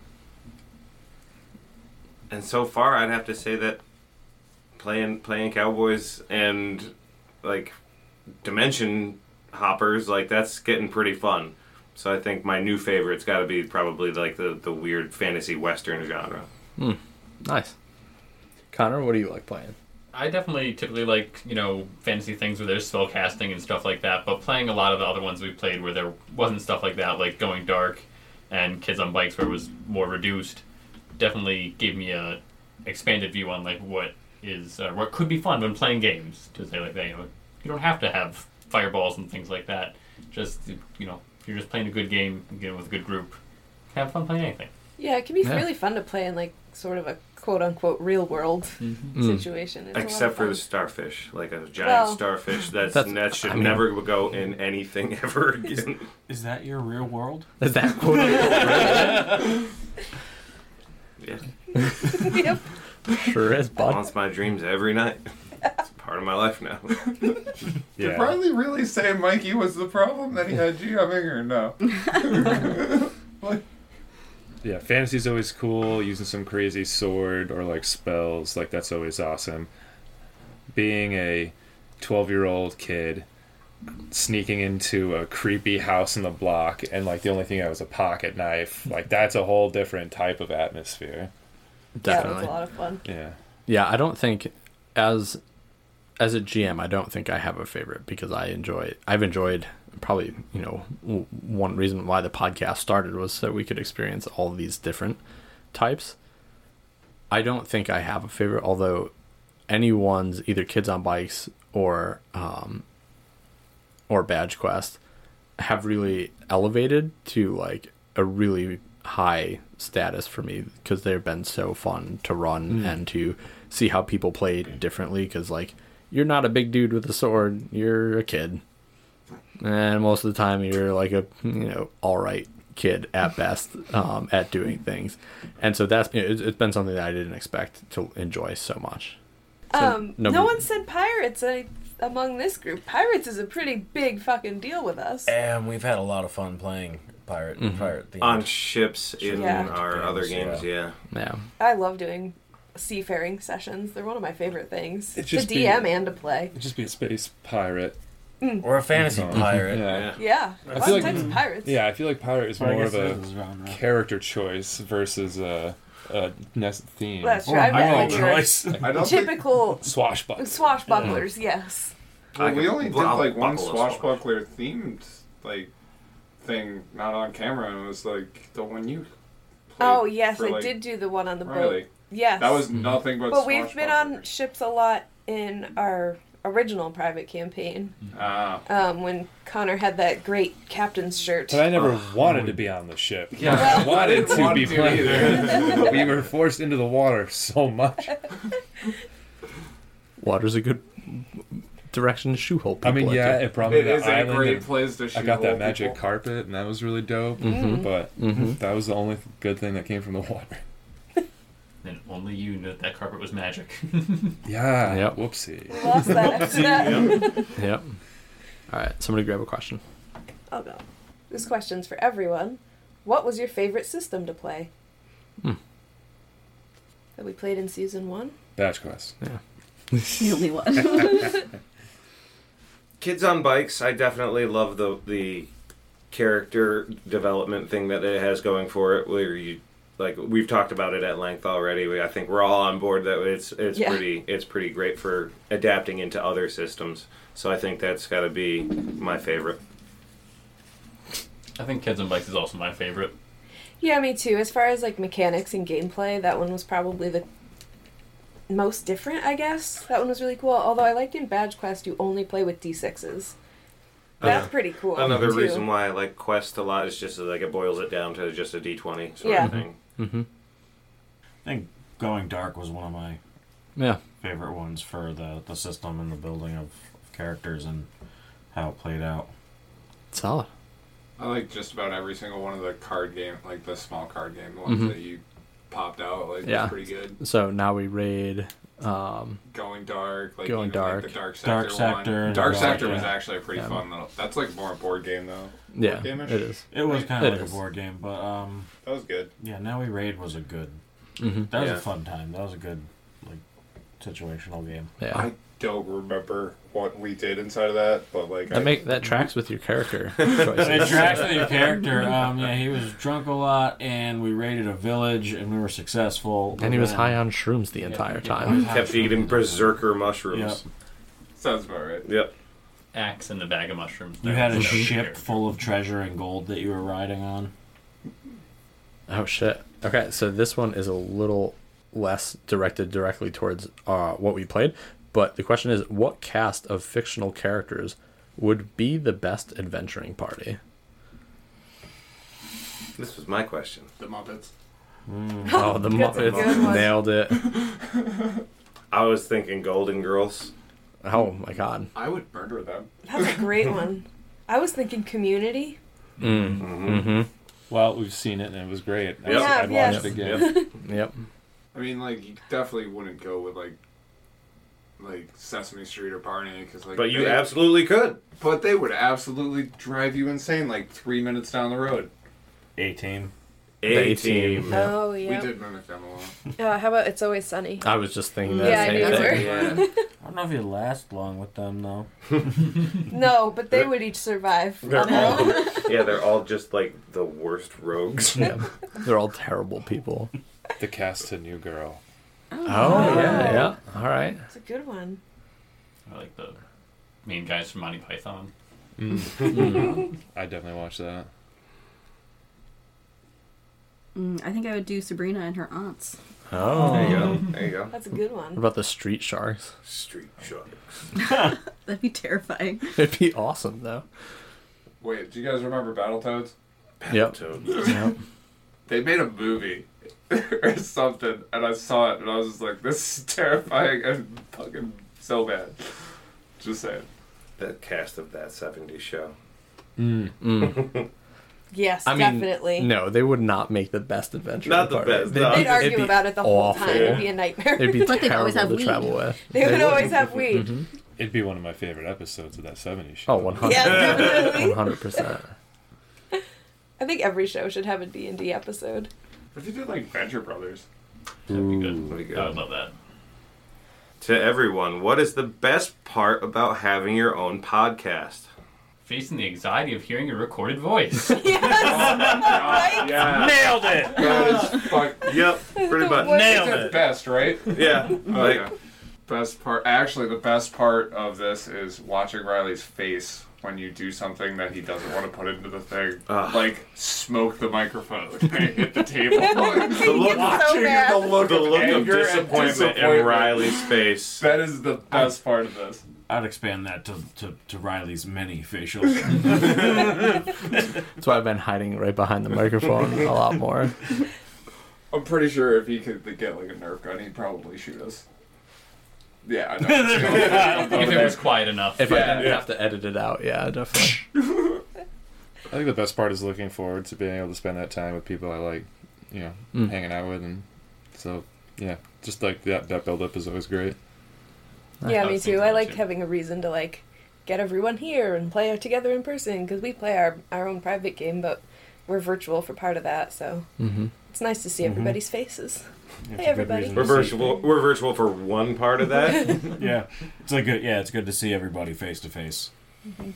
and so far I'd have to say that playing playing cowboys and like dimension hoppers, like that's getting pretty fun. So I think my new favorite's got to be probably like the the weird fantasy Western genre. Hmm. Nice. Connor, what do you like playing? I definitely typically like, you know, fantasy things where there's spell casting and stuff like that, but playing a lot of the other ones we played where there wasn't stuff like that, like Going Dark and Kids on Bikes where it was more reduced, definitely gave me a expanded view on like what is uh, what could be fun when playing games to say like that, you know, you don't have to have fireballs and things like that. Just you know, if you're just playing a good game, you know, with a good group, have fun playing anything. Yeah, it can be Yeah. really fun to play in like sort of a quote unquote real world Mhm. situation. It's a lot of Except for fun. the starfish, like a giant Well- starfish. That's, That's- that should I mean- never go in anything ever Is, again. is that your real world? Is that Yeah. Yep. Sure is, bud. Haunts my dreams every night. It's part of my life now. Did Riley really say Mikey was the problem that he had GMing or no? yeah, fantasy's always cool. Using some crazy sword or like spells, like that's always awesome. Being a 12 year old kid, sneaking into a creepy house in the block, and like the only thing I was a pocket knife, like that's a whole different type of atmosphere. Yeah, it's a lot of fun. Yeah. Yeah, I don't think as as a GM, I don't think I have a favorite because I enjoy. I've enjoyed probably you know w- one reason why the podcast started was so we could experience all these different types. I don't think I have a favorite, although anyone's either kids on bikes or um, or badge quest have really elevated to like a really high status for me because they've been so fun to run Mm. and to see how people play differently because like you're not a big dude with a sword you're a kid and most of the time you're like a you know all right kid at best um, at doing things and so that's you know, it's, it's been something that i didn't expect to enjoy so much So Um, no, nobody- one said pirates uh, among this group. Pirates is a pretty big fucking deal with us. Eh. And we've had a lot of fun playing pirate Mm-hmm. Mhm. pirate themed. On ships in Yeah. our other Games, games, yeah. Yeah. I love doing seafaring sessions. They're one of my favorite things. It'd To just be- DM and to play. It'd just be a space pirate. Mm. Or a fantasy Mhm. pirate. Yeah. Yeah. Lots of types of pirates. Yeah, I feel like pirate is Well, I more guess of it is a genre. character choice versus a, a nest theme. That's true. I bet when you're I don't think- typical Swashbuckler. swashbucklers, yes. Well, I we could only did bu- like one buckle a swashbuckler themed like thing, not on camera, and it was like the one you. played Oh yes, for, I like, did do the one on the Riley. boat. Yes. That was nothing but. But we've been on ships a lot in our original private campaign. Ah. Um, when Connor had that great captain's shirt. But I never wanted to be on the ship. Yeah. I Well- I wanted didn't to want be to either. playing. we were forced into the water so much. water's a good direction to shoe hole people I mean, yeah, it brought me to island and I got that people. magic carpet, and that was really dope. Mm-hmm. Mhm. But Mhm. that was the only good thing that came from the water. And only you knew that, that carpet was magic. Yeah. Whoopsie. We lost that after that. Yep. yep. All right, somebody grab a question. Oh no. This question's for everyone. What was your favorite system to play? Hmm. That we played in season one? Batch quest. Yeah. The only one. Kids on Bikes, I definitely love the the character development thing that it has going for it. Where you like we've talked about it at length already. We, I think we're all on board that it's it's Yeah. pretty it's pretty great for adapting into other systems. So I think that's got to be my favorite. I think Kids on Bikes is also my favorite. Yeah, me too. As far as like mechanics and gameplay, that one was probably the most different, I guess. That one was really cool. Although I liked in Badge Quest, you only play with d6s. That's Uh, pretty cool. Another too. reason why I like Quest a lot is just that, like it boils it down to just a D20 sort Yeah. of thing. Mm-hmm. I think Going Dark was one of my Yeah. favorite ones for the, the system and the building of, of characters and how it played out. Solid. I like just about every single one of the card game, like the small card game ones Mm-hmm. Mhm. that you popped out. Like, yeah. was pretty good. So now we raid. Um, Going dark, like Going even, like, Dark. the dark sector. Dark Sector One. and Dark all sector that, was yeah. actually a pretty Yeah. fun little. That's like more a board game though. Yeah, Board game-ish? it is. It was kind It of like is. a board game, but um, That was good. yeah. Now we raid was a good. Mhm. That was Yeah. a fun time. That was a good like situational game. Yeah. I don't remember what we did inside of that, but like I, that make that tracks with your character. It choices. tracks with your character. Um, yeah, he was drunk a lot, and we raided a village, and we were successful. And he was Then- high on shrooms the Yeah, entire yeah, time. high on Kept shrooms. eating berserker mushrooms. sounds about right. Yep. Axe and the bag of mushrooms. You That had a was Mm-hmm. so ship weird. full of treasure and gold that you were riding on. Oh shit. Okay, so this one is a little less directed directly towards uh, what we played, but the question is, what cast of fictional characters would be the best adventuring party? This was my question. The Muppets. Oh, the That's a Muppets good one. nailed it. I was thinking Golden Girls. Oh my god. I would murder them. That's a great one. I was thinking community. Mm. Mm-hmm. Mhm. Well, we've seen it and it was great. I Yep. I'd Yeah, watch it yes. again. Yep. I mean, like you definitely wouldn't go with like like Sesame Street or Barney because like. But you they- absolutely could. But they would absolutely drive you insane like three minutes down the road. A team. A team. Oh We yeah. did mimic them a lot. Uh, how about it's always sunny? I was just thinking that Yeah, I same knew thing. her. I don't know if you last long with them though. No, but they would each survive. Um, They're all, yeah, they're all just like the worst rogues. They're all terrible people. The cast to New Girl. Oh, yeah, yeah. All right. It's a good one. I like the main guys from Monty Python. I definitely watched that. Mm, I think I would do Sabrina and her aunts. Oh. There you go. There you go. That's a good What one. about the street sharks? Street sharks. That'd be terrifying. It'd be awesome though. Wait, do you guys remember Battletoads? Yep. Battletoads. Yep. They made a movie or something, and I saw it, and I was just like, "This is terrifying and fucking so bad." Just saying. The cast of that 70s show. Mm. Mm. Yes, I mean, definitely. No, they would not make the best adventure. Not the party. best, They'd no. be- They'd argue it'd be about it the whole awful. time. It'd be a nightmare. It'd be But they'd terrible always to have weed. travel with. They would always have weed. Mhm. It'd be one of my favorite episodes of that 70s show. Oh, 100. Yeah, definitely. Uh-huh. 100%. I think every show should have a D and D episode. What if you did like Venture Brothers? Pretty good. I would love that. To everyone, what is the best part about having your own podcast? Facing the anxiety of hearing a recorded voice. Yeah. Nailed it! That is fuck. Yep, pretty much. Nailed It's it! best, right? Yeah. Oh, Like, yeah. Best part, actually, the best part of this is watching Riley's face when you do something that he doesn't want to put into the thing, Ugh. like smoke the microphone and hit the table. Like, the look, so bad. the look, the look of anger and disappointment in disappointment. Riley's face. That is the best part of this. I'd expand that to to, to Riley's many facials. That's why I've been hiding right behind the microphone a lot more. I'm pretty sure if he could get like a Nerf gun, he'd probably shoot us. Yeah, I know. if it was quiet enough. If I didn't Yeah. have to edit it out, Oh, yeah, definitely. I think the best part is looking forward to being able to spend that time with people I like, you know, Mm. hanging out with, and so yeah, just like that that build up is always great. Yeah, I've me seen too. that I liked too. having a reason to like get everyone here and play together in person because we play our our own private game, but we're virtual for part of that. So it's nice to see everybody's faces. Hey everybody. We're virtual. We're virtual for one part of that. yeah, it's a good. Yeah, it's good to see everybody face to face.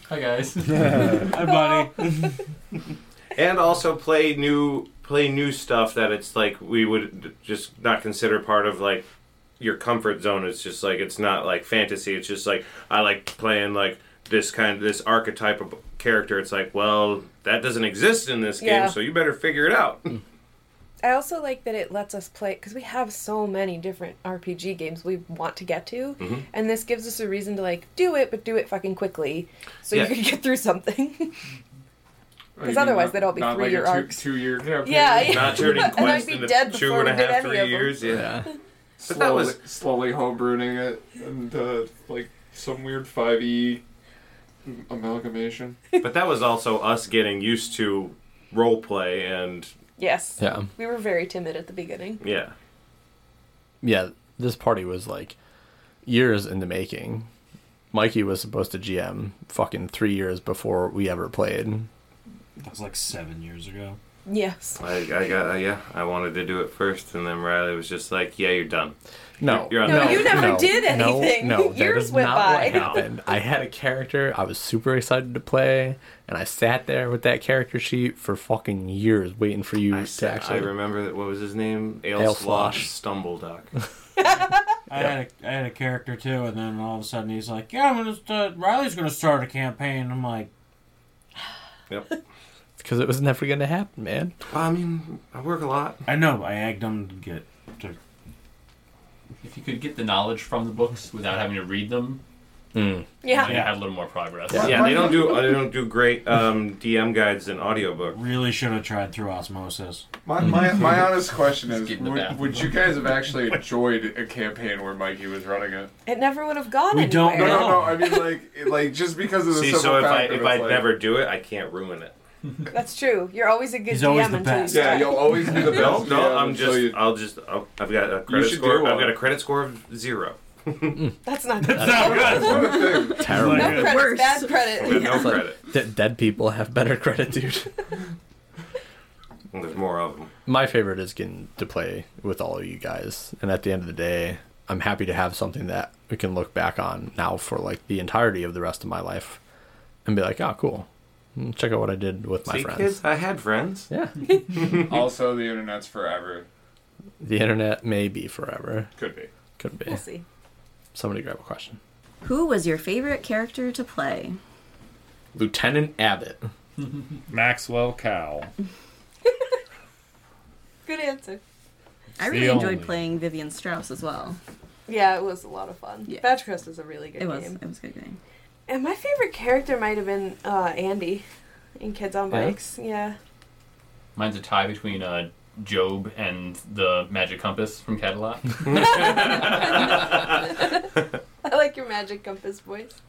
Hi guys. Hi, buddy. and also play new play new stuff that it's like we would just not consider part of like your comfort zone it's just like it's not like fantasy it's just like i like playing like this kind this archetype of character it's like well that doesn't exist in this Yeah. game so you better figure it out I also like that it lets us play because we have so many different RPG games we want to get to, Mhm. and this gives us a reason to like do it, but do it fucking quickly, so Yeah. you can get through something. Oh, you mean Because otherwise, not- they'd all be not like a three-year two- arcs. two-year campaign? yeah, yeah. Not turning and I'd quest be into dead two before and a we did half, any three of them. years, yeah. But slowly, that was- slowly homebrewing it and uh, like some weird five e amalgamation. but that was also us getting used to role play and Yes. Yeah. We were very timid at the beginning. yeah. yeah, this party was like years in the making. Mikey was supposed to GM fucking three years before we ever played. That was like seven years ago. Yes. I, I got uh, yeah. I wanted to do it first, and then Riley was just like, "Yeah, you're done." No, You're- you're on No, the- you never did no, anything. No, that Years is went not what by. happened. I had a character I was super excited to play, and I sat there with that character sheet for fucking years waiting for you to I actually. remember that. What was his name? Ale Ale Slosh Slosh. Stumble Duck. I had a, I had a character too, and then all of a sudden he's like, "Yeah, I'm gonna st- Riley's gonna start a campaign." I'm like, Yep. Because it was never going to happen, man. I mean, I work a lot. I know. I egged him to get to If you could get the knowledge from the books without having to read them, Yeah. you might have a little more progress. Yeah, they don't do uh, they don't do great um, DM guides in audiobook. Really should have tried through osmosis. My, my, my honest question Just is: get in the would, bathroom. would you guys have actually enjoyed a campaign where Mikey was running it? It never would have gone We don't anywhere. No, no, no. I mean, like, it- like just because of the See, simple so if I fact if of I like, never do it, I can't ruin it. That's true. You're always a good He's DM always the until best. you Yeah, stop. you'll always be the No, best. no, DM I'm until just you- I'll just I'll, I've got a credit should score. do I've one. got a credit score of zero. That's not good. Terrible. No credit, bad Yeah, credit. no It's like, credit. de- dead people have better credit, dude. Well, there's more of them. My favorite is getting to play with all of you guys. And at the end of the day, I'm happy to have something that we can look back on now for like the entirety of the rest of my life and be like, oh, cool. Mm, Check out what I did with my See, friends. kids, I had friends. Yeah. also, the internet's forever. The internet may be forever. Could be. Could be. We'll see. Somebody grab a question. Who was your favorite character to play? Lieutenant Abbott. Maxwell Cow. Good answer. I The really enjoyed only. playing Vivian Strauss as well. Yeah, it was a lot of fun. Yeah. Badge Crest is a really good It was. game. It was a good game. And my favorite character might have been uh, Andy in Kids on Yeah? Bikes. Yeah. Mine's a tie between uh, Job and the magic compass from Catalot. I like your magic compass voice.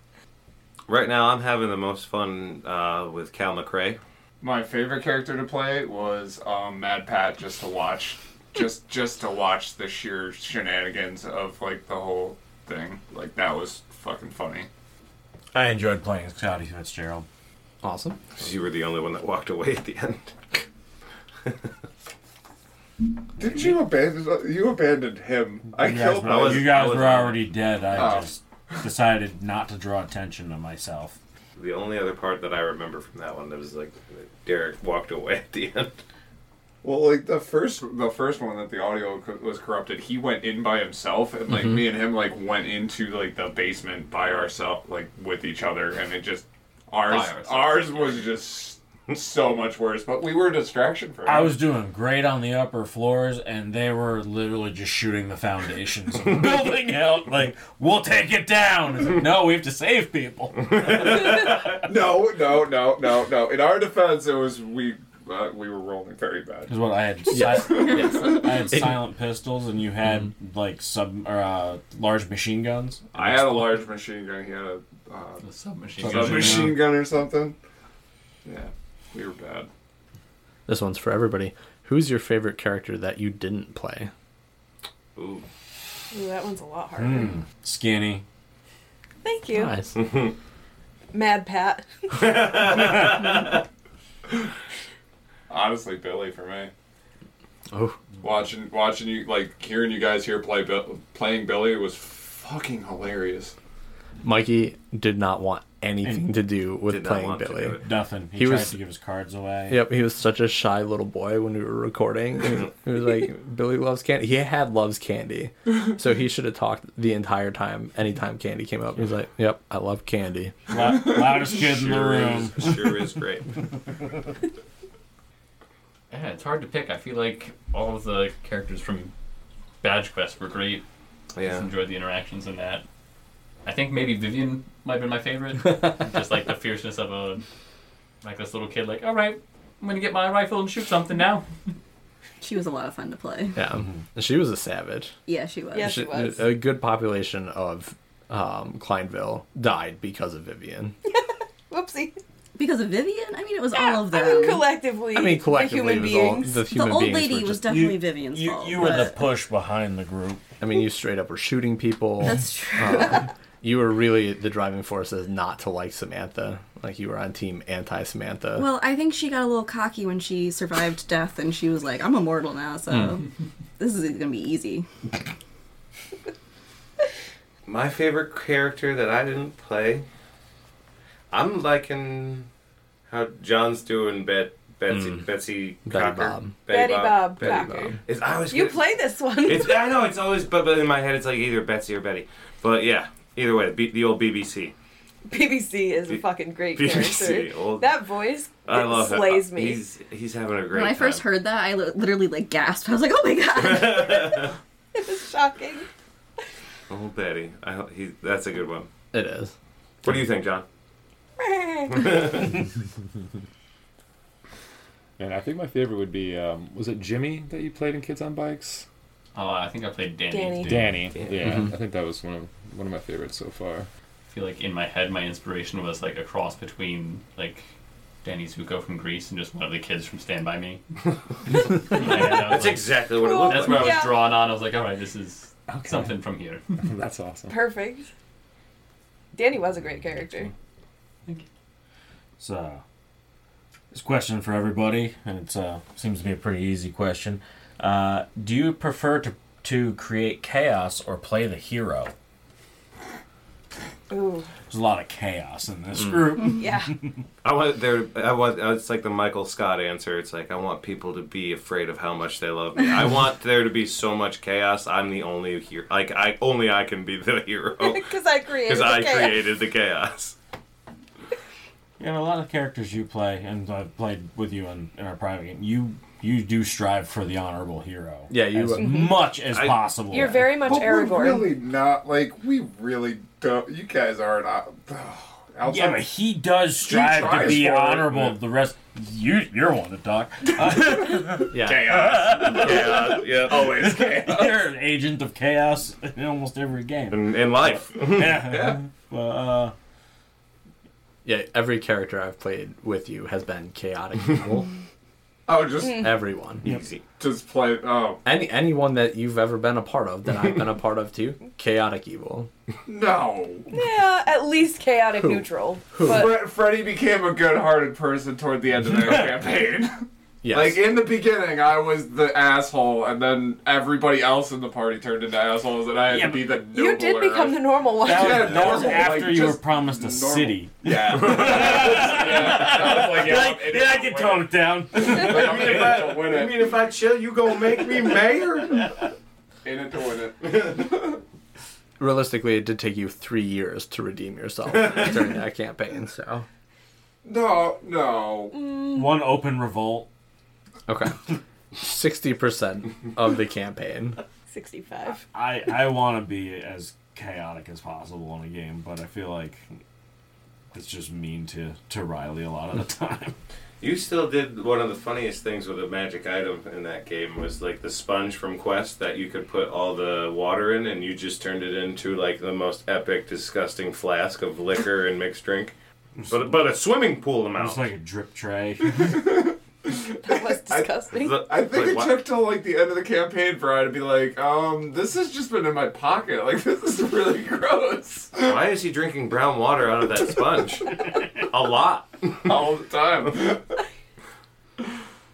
Right now, I'm having the most fun uh, with Cal McRae. My favorite character to play was um, Mad Pat, just to watch, just just to watch the sheer shenanigans of like the whole thing. Like that was fucking funny. I enjoyed playing Scotty Fitzgerald. Awesome. You were the only one that walked away at the end. Didn't you abandon you abandoned him? I you guys, killed were, him. you guys were already dead. I Oh. just decided not to draw attention to myself. The only other part that I remember from that one that was like Derek walked away at the end. Well, like the first, the first one that the audio co- was corrupted. He went in by himself, and like Mhm. me and him like went into like the basement by ourselves, like with each other, and it just ours, ourselves. ours was just so much worse. But we were a distraction for him. I was doing great on the upper floors, and they were literally just shooting the foundations of the building out. Like, we'll take it down. It's like, no, we have to save people. no, no, no, no, no. In our defense, it was we uh, we were rolling very bad. Is what I had. si- Yes. I had silent pistols, and you had like sub or uh, large machine guns. I had a large machine gun. He had a, uh, submachine gun. submachine gun or something. Yeah, we were bad. This one's for everybody. Who's your favorite character that you didn't play? Ooh. Ooh, that one's a lot harder. Mm, skinny. Thank you. Nice. Mad Pat. Honestly, Billy for me. Oh. Watching, watching you like hearing you guys here play Bill, playing Billy was fucking hilarious. Mikey did not want anything And to do with did not playing want to do Billy. it. Nothing. He tried to give his cards away. Yep, he was such a shy little boy when we were recording. He was, he was like, Billy loves candy. He had loves candy. So he should have talked the entire time, anytime candy came up. He was like, Yep, I love candy. Lou- loudest kid in the Sure room. is- sure is great. Yeah, it's hard to pick. I feel like all of the characters from Badge Quest were great. I Yeah. just enjoyed the interactions in that. I think maybe Vivian might have been my favorite. just like the fierceness of a like this little kid, like, all right, I'm gonna get my rifle and shoot something now. She was a lot of fun to play. Yeah, And she was a savage. Yeah, she was. Yeah, Mm-hmm. she was. A good population of um, Kleinville died because of Vivian. Whoopsie. Because of Vivian? I mean, it was all of I them. mean, collectively, I mean, collectively, the it was human all- beings. the human old beings lady were was just- definitely Vivian's you- fault. you were the but- push behind the group. I mean, you straight up were shooting people. That's true. Um, you were really the driving force as not to like Samantha. Like you were on team anti Samantha. Well, I think she got a little cocky when she survived death, and she was like, "I'm immortal now, so Mm. this is gonna be easy." My favorite character that I didn't play. I'm liking how John's doing Bet Betsy Betsy Betty Crocker. Bob. Mm. Betty Bob Betty Crocker. Bob. It's, I always You get- play this one. It's, I know it's always but, but in my head it's like either Betsy or Betty. But yeah, either way, B, the old BBC. BBC is a fucking great BBC, character. old- that voice I love that. slays me. He's he's having a great when I time. first heard that, I li- literally like gasped. I was like, "Oh my god!" It was shocking. Old Betty. I hope he that's a good one. It is. What do you think, John? And I think my favorite would be um, was it Jimmy that you played in Kids on Bikes? Oh, I think I played Danny. Danny. too. Danny. Yeah, Mm-hmm. Mhm. I think that was one of one of my favorites so far. I feel like in my head, my inspiration was like a cross between like Danny Zuko from Greece and just one of the kids from Stand By Me. That's exactly what it looked That's like. where I was Yeah. drawn on. I was like, all right, this is something from here. That's awesome. Perfect. Danny was a great character. So, this question for everybody, and it uh, seems to be a pretty easy question. Uh, do you prefer to to create chaos or play the hero? Ooh. There's a lot of chaos in this Mm. group. Yeah. I want there. I want. uh, It's like the Michael Scott answer. It's like I want people to be afraid of how much they love me. I want there to be so much chaos. I'm the only hero. Like I only I can be the hero Because I created because the I chaos. created the chaos. Yeah, a lot of characters you play, and I've played with you in, in our private game. You you do strive for the honorable hero. Yeah, you- as Mhm. much as I- possible. Mm-hmm. You're very much but Aragorn. We're really not like we really don't. You guys aren't. Uh, outside- yeah, but he does He strive to tries be for it, honorable. yeah. The rest, you you're one to talk. yeah. Chaos. chaos. Yeah. Oh, Always chaos. You're an agent of chaos in almost every game. In, in life. yeah. Well, uh, yeah, every character I've played with you has been chaotic evil. Oh, just Mm. everyone. Easy. Just play. Oh Any anyone that you've ever been a part of that I've been a part of too, chaotic evil. no. Yeah, at least chaotic Who? neutral. But Fre- Freddy became a good-hearted person toward the end of their campaign. Yes. Like in the beginning, I was the asshole, and then everybody else in the party turned into assholes, and I had Yeah, to be the nobler. you did become the normal one. that was, Yeah, that was normal, after like, you were just promised a normal. city. Yeah. yeah. Like, You're like, yeah, I can tone it down. I'm in it to win I it. mean, if I chill, you gonna make me mayor? In it to win it. Realistically, it did take you three years to redeem yourself during that campaign. So No, no. One open revolt. okay, uh, sixty percent of the campaign. 65. I, I want to be as chaotic as possible in a game, but I feel like it's just mean to, to Riley a lot of the time. You still did one of the funniest things with a magic item in that game was like the sponge from Quest that you could put all the water in, and you just turned it into like the most epic, disgusting flask of liquor and mixed drink. But but a swimming pool amount. It's like a drip tray. That was disgusting. I think it took till like the end of the campaign for I to be like, um, this has just been in my pocket. Like this is really gross. Why is he drinking brown water out of that sponge? a lot. All the time.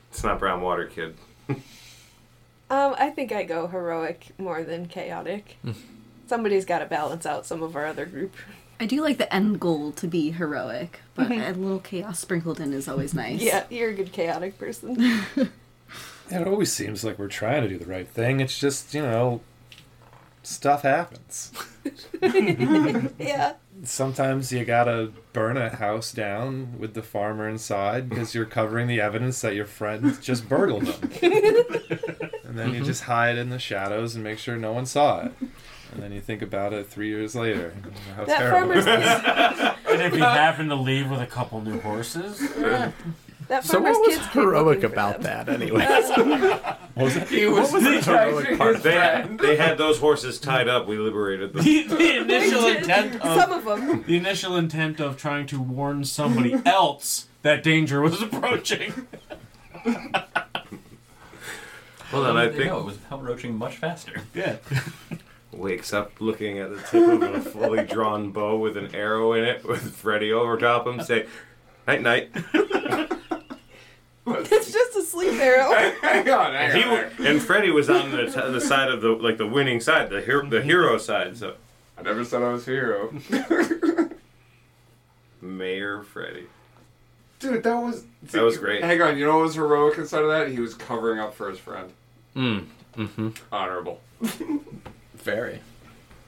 It's not brown water, kid. Um, I think I go heroic more than chaotic. Hmm. Somebody's got to balance out some of our other group. I do like the end goal to be heroic, but a Mm-hmm. little chaos sprinkled in is always nice. Yeah, you're a good chaotic person. It always seems like we're trying to do the right thing. It's just you know, stuff happens. yeah. Sometimes you gotta burn a house down with the farmer inside because you're covering the evidence that your friend just burgled them. and then you just hide in the shadows and make sure no one saw it. And then you think about it three years later. How That terrible. farmer's And if you happen to leave with a couple new horses, Yeah. That So farmer's what was kids keep heroic looking for about them. that, anyway? Uh, He was what was the snitching heroic his part? They had, friend. they had those horses tied up. We liberated them. the initial intent of Some of Um, them. the initial intent of trying to warn somebody else that danger was approaching. Well, then How I did they think- know? it was approaching much faster. Yeah. Wakes up looking at the tip of a fully drawn bow with an arrow in it, with Freddy over top him, say, "Night, night." it's just a sleep arrow. hang on, And, he, wa- and Freddy was on the, t- the side of the like the winning side, the hero, the hero side. So I never said I was a hero. Mayor Freddy. Dude, that was That was great. Hang on, you know what was heroic inside of that? He was covering up for his friend. Mm. Mm-hmm. Honorable. Very.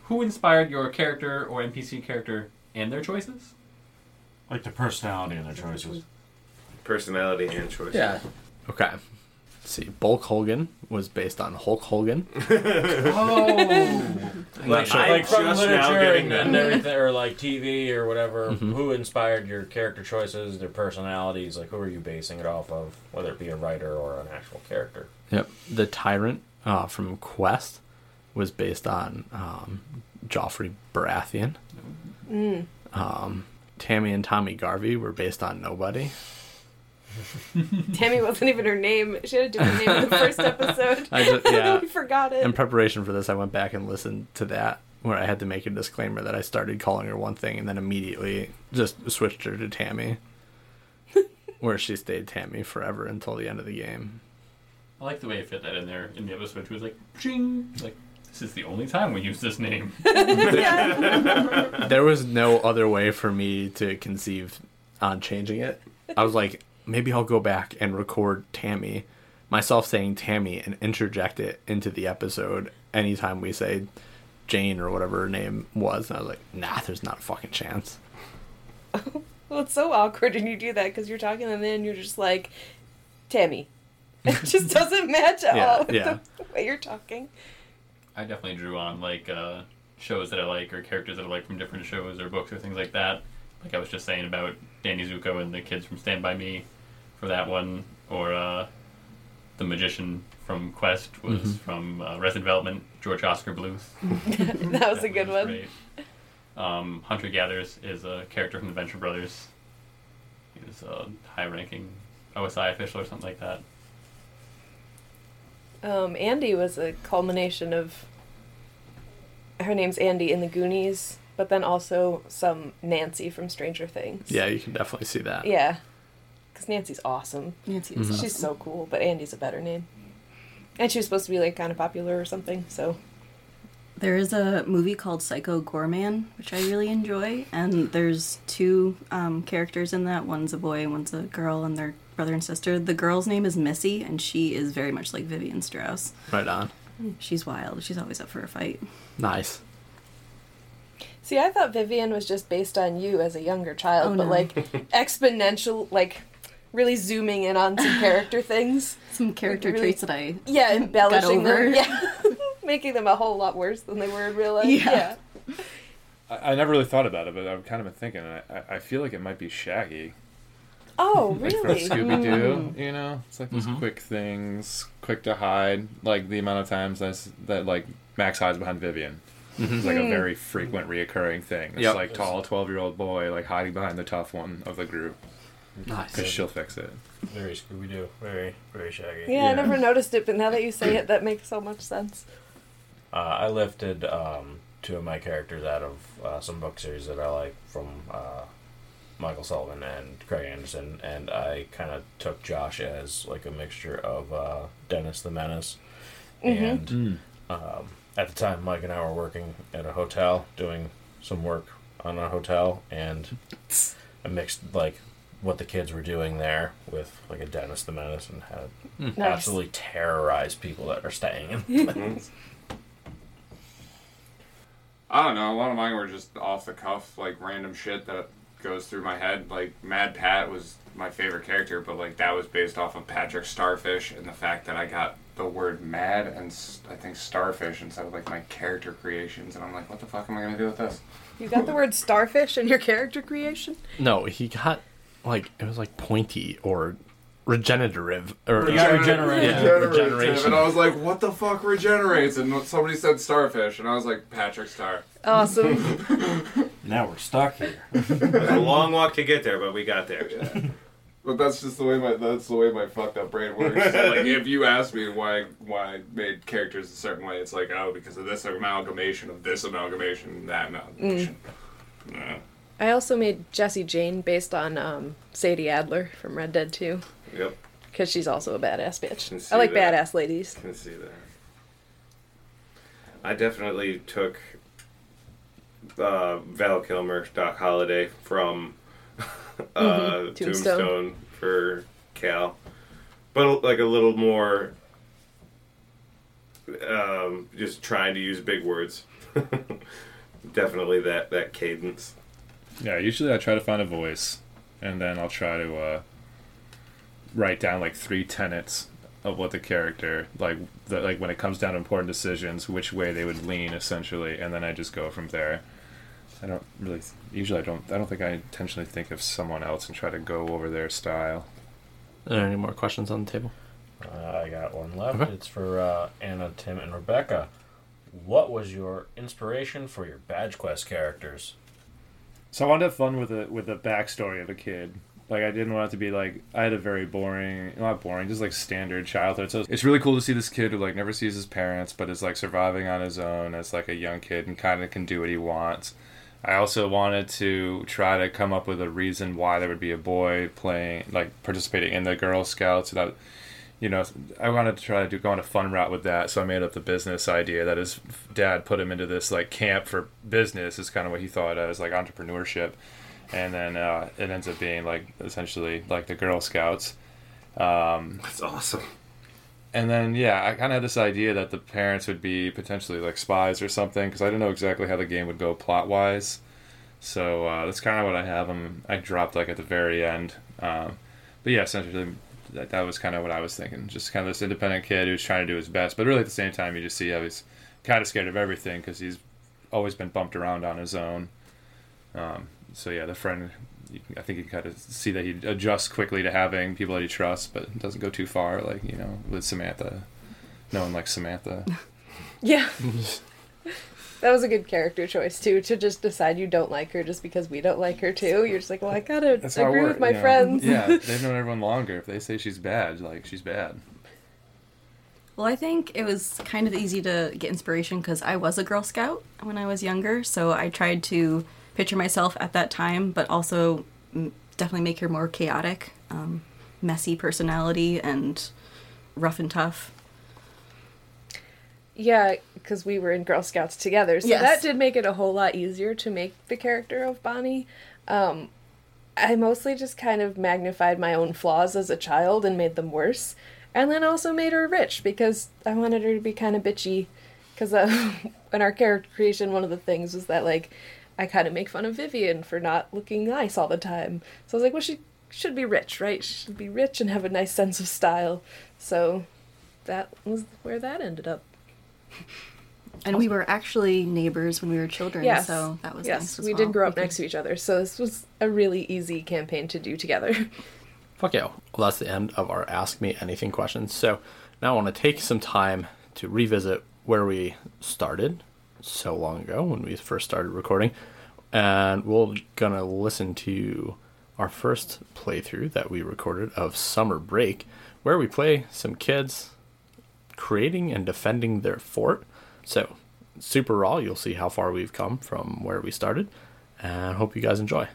Who inspired your character or NPC character and their choices? Like the personality and their choices. Personality and choice. Yeah. Okay. Let's see, Bulk Hogan was based on Hulk Hogan. Oh. Not sure. like from Just now literature getting and, that. and everything, or like TV or whatever. Mhm. Who inspired your character choices, their personalities? Like, who are you basing it off of? Whether it be a writer or an actual character. Yep. The Tyrant uh, from Quest was based on um, Joffrey Baratheon. Mm. Um, Tammy and Tommy Garvey were based on nobody. Tammy wasn't even her name. She had a different name in the first episode. I ju- yeah. we forgot it. In preparation for this, I went back and listened to that where I had to make a disclaimer that I started calling her one thing and then immediately just switched her to Tammy, where she stayed Tammy forever until the end of the game. I like the way it fit that in there in the episode. It was like, ching! Like, this is the only time we use this name. there was no other way for me to conceive on changing it. I was like, maybe I'll go back and record Tammy, myself saying Tammy, and interject it into the episode anytime we say Jane or whatever her name was. And I was like, nah, there's not a fucking chance. Well, it's so awkward when you do that because you're talking and then you're just like, Tammy. It just doesn't match at Yeah, all with yeah. the way you're talking. I definitely drew on like uh, shows that I like or characters that I like from different shows or books or things like that. Like I was just saying about Danny Zuko and the kids from Stand By Me for that one, or uh, the magician from Quest was Mhm. from uh, Resident Development, George Oscar Bluth. that was a good one. Great. Um, Hunter Gathers is a character from the Venture Brothers. He was a high-ranking OSI official or something like that. Um, Andy was a culmination of her name's Andy in the Goonies, but then also some Nancy from Stranger Things. Yeah, you can definitely see that. Yeah. Because Nancy's awesome. Nancy is Mhm. She's so cool, but Andy's a better name. And she was supposed to be like kind of popular or something, so. There is a movie called Psycho Gorman, which I really enjoy, and there's two um, characters in that. One's a boy, one's a girl, and they're brother and sister. The girl's name is Missy, and she is very much like Vivian Strauss. Right on. She's wild. She's always up for a fight. Nice. See, I thought Vivian was just based on you as a younger child, Oh, but no. like exponential, like really zooming in on some character things. Some character Like, traits that I Yeah, got embellishing over. them. Yeah. Making them a whole lot worse than they were in real life. Yeah. I, I never really thought about it, but I've kind of been thinking. I, I- I feel like it might be Shaggy. Oh, Like really? from Scooby Doo, you know, it's like those quick things, quick to hide. Like the amount of times that, s- that like Max hides behind Vivian. It's like a Hmm. very frequent, reoccurring thing. It's Yep. like tall, twelve-year-old boy like hiding behind the tough one of the group. Nice. because she'll fix it. Very Scooby Doo. Very very shaggy. Yeah, I never noticed it, but now that you say it, that makes so much sense. Uh, I lifted um, two of my characters out of uh, some book series that I like from uh, Michael Sullivan and Craig Anderson, and I kind of took Josh as like a mixture of uh, Dennis the Menace. Mhm. And um, at the time, Mike and I were working at a hotel doing some work on a hotel, and I mixed like what the kids were doing there with like a Dennis the Menace and had Mm. Nice. absolutely terrorized people that are staying in. I don't know. A lot of mine were just off the cuff, like random shit that goes through my head. Like Mad Pat was my favorite character, but like that was based off of Patrick Starfish and the fact that I got the word mad and s- I think starfish instead of like my character creations, and I'm like, what the fuck am I gonna do with this? You got the word starfish in your character creation? No, he got like it was like pointy or regenerative or Yeah, Regenerative, And I was like, what the fuck regenerates? And somebody said starfish, and I was like, Patrick Star. Awesome. Now we're stuck here. It was a long walk to get there, but we got there. But that's just the way my that's the way my fucked up brain works. like if you ask me why why I made characters a certain way, it's like oh because of this amalgamation of this amalgamation and that amalgamation. Yeah. I also made Jessie Jane based on um, Sadie Adler from Red Dead 2. Yep. Because she's also a badass bitch. see I like that. badass ladies. Can see that. I definitely took uh, Val Kilmer, Doc Holliday from uh, Mhm, Tombstone. Tombstone. for Cal, but like a little more, um, just trying to use big words. definitely that that cadence. Yeah, usually I try to find a voice, and then I'll try to uh, write down like three tenets of what the character like the, like when it comes down to important decisions, which way they would lean essentially, and then I just go from there. I don't really usually I don't I don't think I intentionally think of someone else and try to go over their style. Are there any more questions on the table? Uh, I got one left. Okay. It's for uh, Anna, Tim, and Rebecca. What was your inspiration for your badge quest characters? So I wanted to have fun with a with the backstory of a kid. Like I didn't want it to be like I had a very boring, not boring, just like standard childhood. So it's really cool to see this kid who like never sees his parents, but is like surviving on his own as like a young kid and kind of can do what he wants. I also wanted to try to come up with a reason why there would be a boy playing, like participating in the Girl Scouts. That you know, I wanted to try to do, go on a fun route with that. So I made up the business idea that his dad put him into this like camp for business is kind of what he thought as like entrepreneurship, and then uh, it ends up being like essentially like the Girl Scouts. Um, That's awesome. And then yeah, I kind of had this idea that the parents would be potentially like spies or something because I didn't know exactly how the game would go plot wise. So uh, that's kind of what I have. Um, I dropped like at the very end, um, but yeah, essentially that, that was kind of what I was thinking. Just kind of this independent kid who's trying to do his best, but really at the same time, you just see how he's kind of scared of everything because he's always been bumped around on his own. Um, so yeah, the friend, you can, I think you can kind of see that he adjusts quickly to having people that he trusts, but doesn't go too far. Like you know, with Samantha, no one likes Samantha. Yeah. That was a good character choice, too, to just decide you don't like her just because we don't like her, too. You're just like, well, I gotta That's how it agree works, with my you know. friends. Yeah, they've known everyone longer. If they say she's bad, like she's bad. Well, I think it was kind of easy to get inspiration because I was a Girl Scout when I was younger, so I tried to picture myself at that time, but also mm, definitely make her more chaotic, um, messy personality, and rough and tough. Yeah, because we were in Girl Scouts together, so Yes. that did make it a whole lot easier to make the character of Bonnie. Um, I mostly just kind of magnified my own flaws as a child and made them worse, and then also made her rich because I wanted her to be kind of bitchy. Because uh, in our character creation, one of the things was that like I kind of make fun of Vivian for not looking nice all the time. So I was like, well, she should be rich, right? She should be rich and have a nice sense of style. So that was where that ended up. And we were actually neighbors when we were children, so that was yes. nice as we well. did grow up next to each other, so this was a really easy campaign to do together. Fuck yeah. Well, that's the end of our Ask Me Anything questions. So now I want to take some time to revisit where we started so long ago when we first started recording. And we're going to listen to our first playthrough that we recorded of Summer Break, where we play some kids creating and defending their fort. So, super raw. You'll see how far we've come from where we started. And hope you guys enjoy.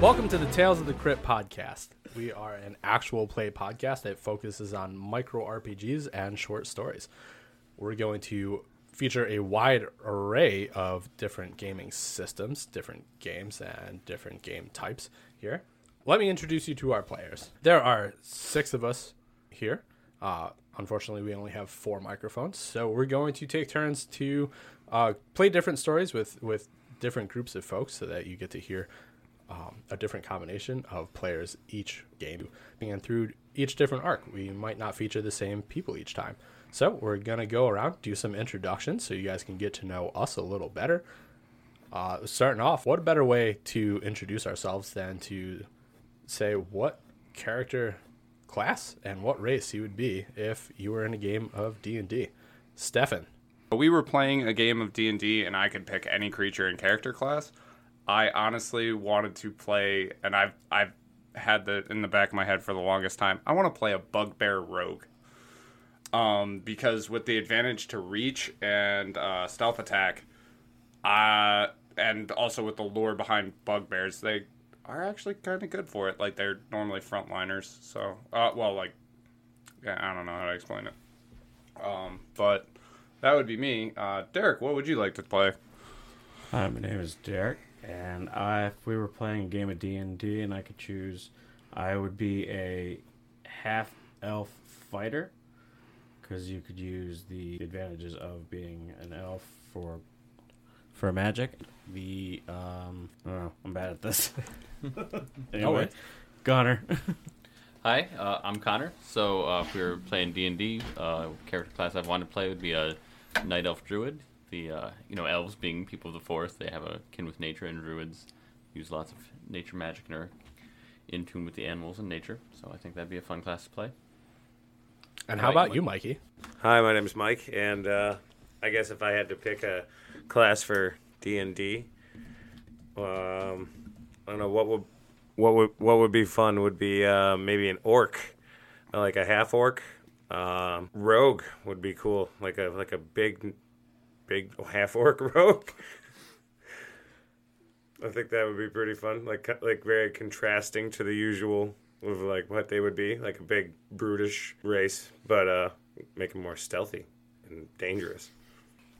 Welcome to the Tales of the Crypt podcast. We are an actual play podcast that focuses on micro RPGs and short stories. We're going to feature a wide array of different gaming systems, different games, and different game types here. Let me introduce you to our players. There are six of us here. Uh, unfortunately, we only have four microphones, so we're going to take turns to uh, play different stories with, with different groups of folks so that you get to hear um, a different combination of players each game. And through each different arc, we might not feature the same people each time. So we're going to go around, do some introductions so you guys can get to know us a little better. Uh, starting off, what better way to introduce ourselves than to say what character class and what race you would be if you were in a game of D&D? Stefan. We were playing a game of D&D and I could pick any creature and character class. I honestly wanted to play and I've I've had that in the back of my head for the longest time. I want to play a bugbear rogue. Um because with the advantage to reach and uh, stealth attack uh and also with the lore behind bugbears, they are actually kind of good for it. Like they're normally frontliners. So, uh well like yeah, I don't know how to explain it. Um but that would be me. Uh, Derek, what would you like to play? Hi, my name is Derek, and I, if we were playing a game of D and D, and I could choose, I would be a half elf fighter, because you could use the advantages of being an elf for for magic. The um, I don't know, I'm bad at this. anyway, worries. Goner. Hi, uh, I'm Connor. So uh, if we were playing D and D, uh, character class I wanted to play would be a night elf druid. The uh, you know elves being people of the forest, they have a kin with nature, and druids use lots of nature magic and are in tune with the animals and nature. So I think that'd be a fun class to play. And how about you, Mikey? Hi, my name is Mike, and uh, I guess if I had to pick a class for D and D, um, I don't know what would what would what would be fun would be uh, maybe an orc, uh, like a half orc. Um, rogue would be cool, like a like a big, big half orc rogue. I think that would be pretty fun, like co- like very contrasting to the usual of like what they would be, like a big brutish race, but uh, make them more stealthy and dangerous.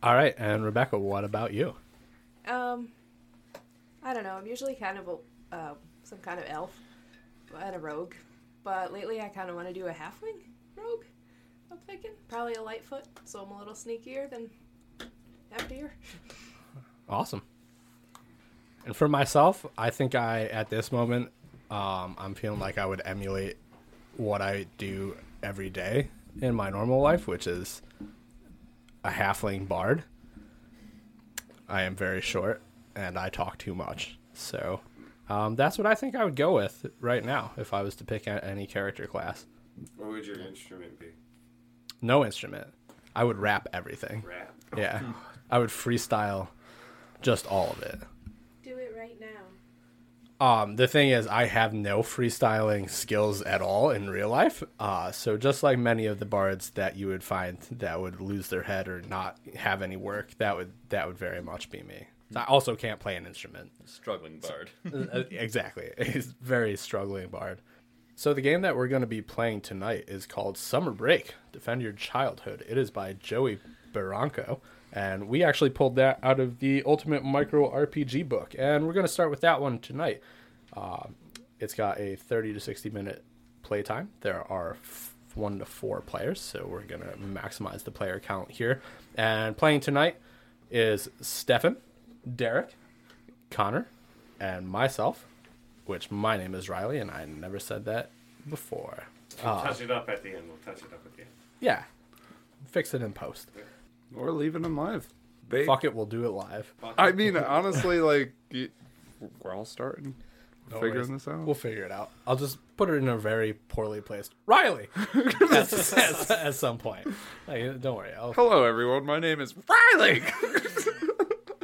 All right, and Rebecca, what about you? Um, I don't know. I'm usually kind of a uh, some kind of elf and a rogue, but lately I kind of want to do a halfling rogue. I'm thinking probably a lightfoot, so I'm a little sneakier than heftier. Awesome. And for myself, I think I at this moment, um, I'm feeling like I would emulate what I do every day in my normal life, which is a halfling bard. I am very short and I talk too much, so um, that's what I think I would go with right now if I was to pick a- any character class. What would your instrument be? No instrument. I would rap everything. Rap. Yeah, I would freestyle just all of it. Do it right now. Um, the thing is, I have no freestyling skills at all in real life. Uh, so just like many of the bards that you would find that would lose their head or not have any work, that would that would very much be me. I also can't play an instrument. Struggling bard. Uh, exactly, he's a very struggling bard. So the game that we're going to be playing tonight is called Summer Break: Defend Your Childhood. It is by Joey Barranco, and we actually pulled that out of the Ultimate Micro RPG book, and we're going to start with that one tonight. Um, it's got a 30 to 60 minute playtime. There are f- one to four players, so we're going to maximize the player count here. And playing tonight is Stefan, Derek, Connor, and myself, which my name is Riley, and I never said that before. We'll Uh, touch it up at the end. We'll touch it up at the end. yeah. Fix it in post. Or leaving them live. Babe. Fuck it, we'll do it live. I mean, honestly, like y- we're all starting, we're No figuring worries. this out. We'll figure it out. I'll just put it in a very poorly placed Riley at, at- at some point. Like, don't worry. I'll Hello, everyone. My name is Riley.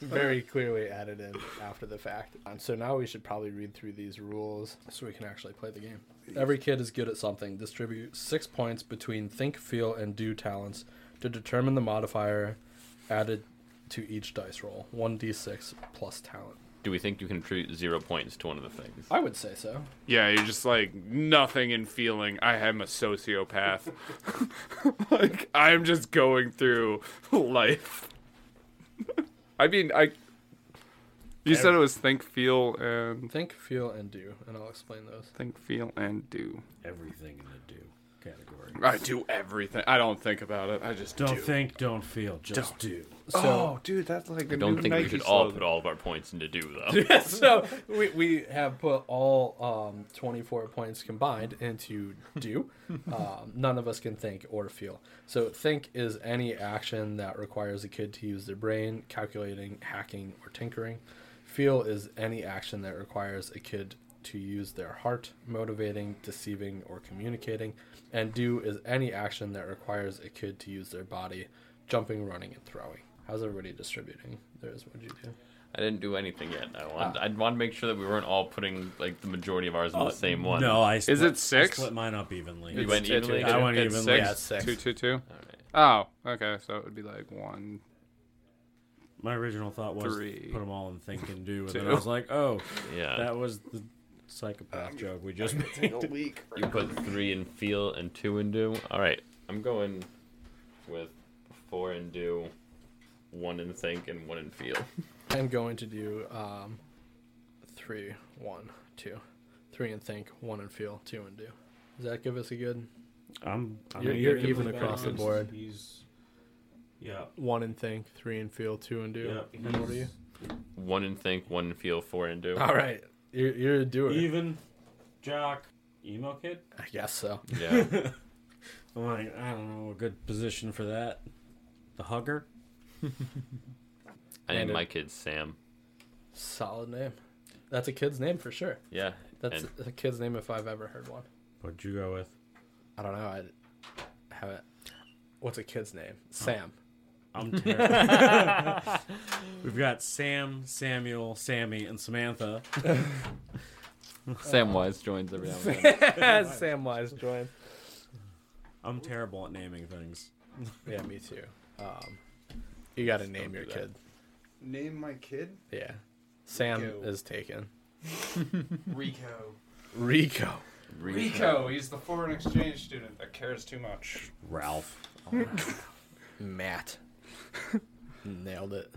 very clearly added in after the fact. And so now we should probably read through these rules so we can actually play the game. Every kid is good at something. Distribute six points between think, feel, and do talents to determine the modifier added to each dice roll. 1d6 plus talent. do we think you can attribute zero points to one of the things? I would say so. Yeah, you're just like nothing in feeling. I am a sociopath. like I'm just going through life. I mean, I. You said it was think, feel, and Think, feel, and do, and I'll explain those. think, feel, and do. Everything in the do category. I do everything. I don't think about it. I just Don't do. think, don't feel, just do. So- Oh, dude, that's like I a don't new think we Nike should all slogan. put all of our points into do though. Yeah, so we, we have put all um, 24 points combined into do. Um, none of us can think or feel. So think is any action that requires a kid to use their brain, calculating, hacking, or tinkering. Feel is any action that requires a kid to use their heart, motivating, deceiving, or communicating. And do is any action that requires a kid to use their body, jumping, running, and throwing. How's everybody distributing? There's what you do. I didn't do anything yet. I want. I'd want to make sure that we weren't all putting like the majority of ours in Uh, the same one. no, I Is it six? I split mine up evenly. You went It's- evenly? it's- I went it's evenly. Six, Yeah, it's six. Two, two, two. Oh, okay. So it would be like one. My original thought was Three. put them all in think and do, and then I Two. was like, oh, Yeah. that was the psychopath joke we just made. You put three in feel and two in do. All right, I'm going with four in do, one in think, and one in feel. I'm going to do um, three, one, two, three and think, one and feel, two and do. Does that give us a good? I'm- I'm you're, gonna you're give even him a across the balance. board. He's yeah. One and think, three and feel, two and do. Yeah, and what are you? One in think, one in feel, four in do. All right, you're you're a doer. Even jock emo kid. I guess so. Yeah. I'm like, I don't know a good position for that. The hugger. I named Landon. my kid Sam. Solid name. That's a kid's name for sure. Yeah, That's a kid's name if I've ever heard one. What'd you go with? I don't know. I have it. What's a kid's name? Sam. I'm terrified. We've got Sam, Samuel, Sammy, and Samantha. Sam Wise joins every now and then. Sam Wise joins. I'm terrible at naming things. Yeah, me too. Um, you got to name your kid. Name my kid Yeah. Sam Go. is taken. Rico. Rico. Rico, he's the foreign exchange student that cares too much. Ralph. Matt. Nailed it.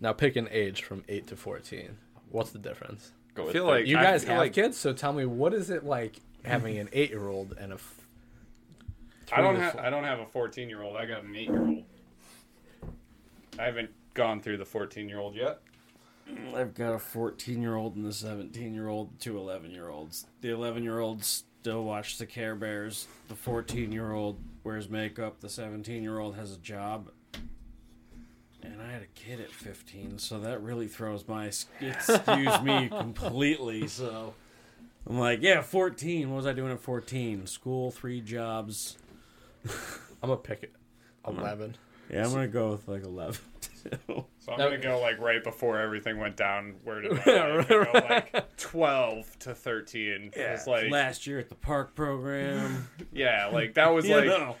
Now pick an age from 8 to 14. What's the difference? Go Go with I feel thirteen. like- you I guys feel have like- kids, so tell me what is it like having an 8-year-old and a f- I don't three to have. I don't have a 14 year old. I got an 8 year old. I haven't gone through the 14 year old yet. I've got a 14 year old and a 17 year old, two 11 year olds. The 11 year old still watches the Care Bears. The 14 year old wears makeup. The 17 year old has a job. And I had a kid at 15, so that really throws my. It skews me completely, so. I'm like, yeah, 14. What was I doing at 14? School, three jobs. I'm going to pick it. I'm gonna- 11. Yeah, I'm going to go with like 11. So I'm No. gonna go like right before everything went down. Where did I go? Like 12 to 13. It was like last year at the park program. Yeah, like that was You like. know.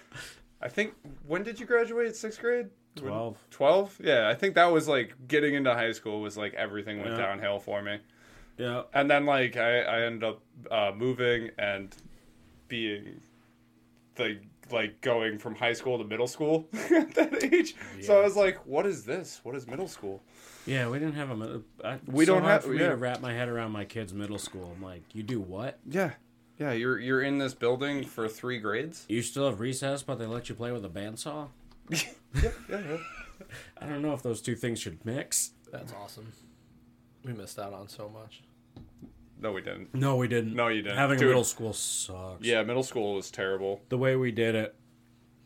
I think when did you graduate? Sixth grade. 12. Twelve? Yeah, I think that was like getting into high school was like everything went Yeah. downhill for me. Yeah. And then like I, I ended up uh, moving and being the like going from high school to middle school at that age. So I was like, what is this? What is middle school? Yeah, we didn't have a. mid- I, We so don't hard have- for me yeah. to wrap my head around my kids' middle school. I'm like, you do what? Yeah. Yeah, you're you're in this building for three grades. You still have recess, but they let you play with a bandsaw. I don't know if those two things should mix. That's awesome. We missed out on so much. No, we didn't. No, we didn't. No, you didn't. Having Dude. a middle school sucks. Yeah, middle school was terrible. The way we did it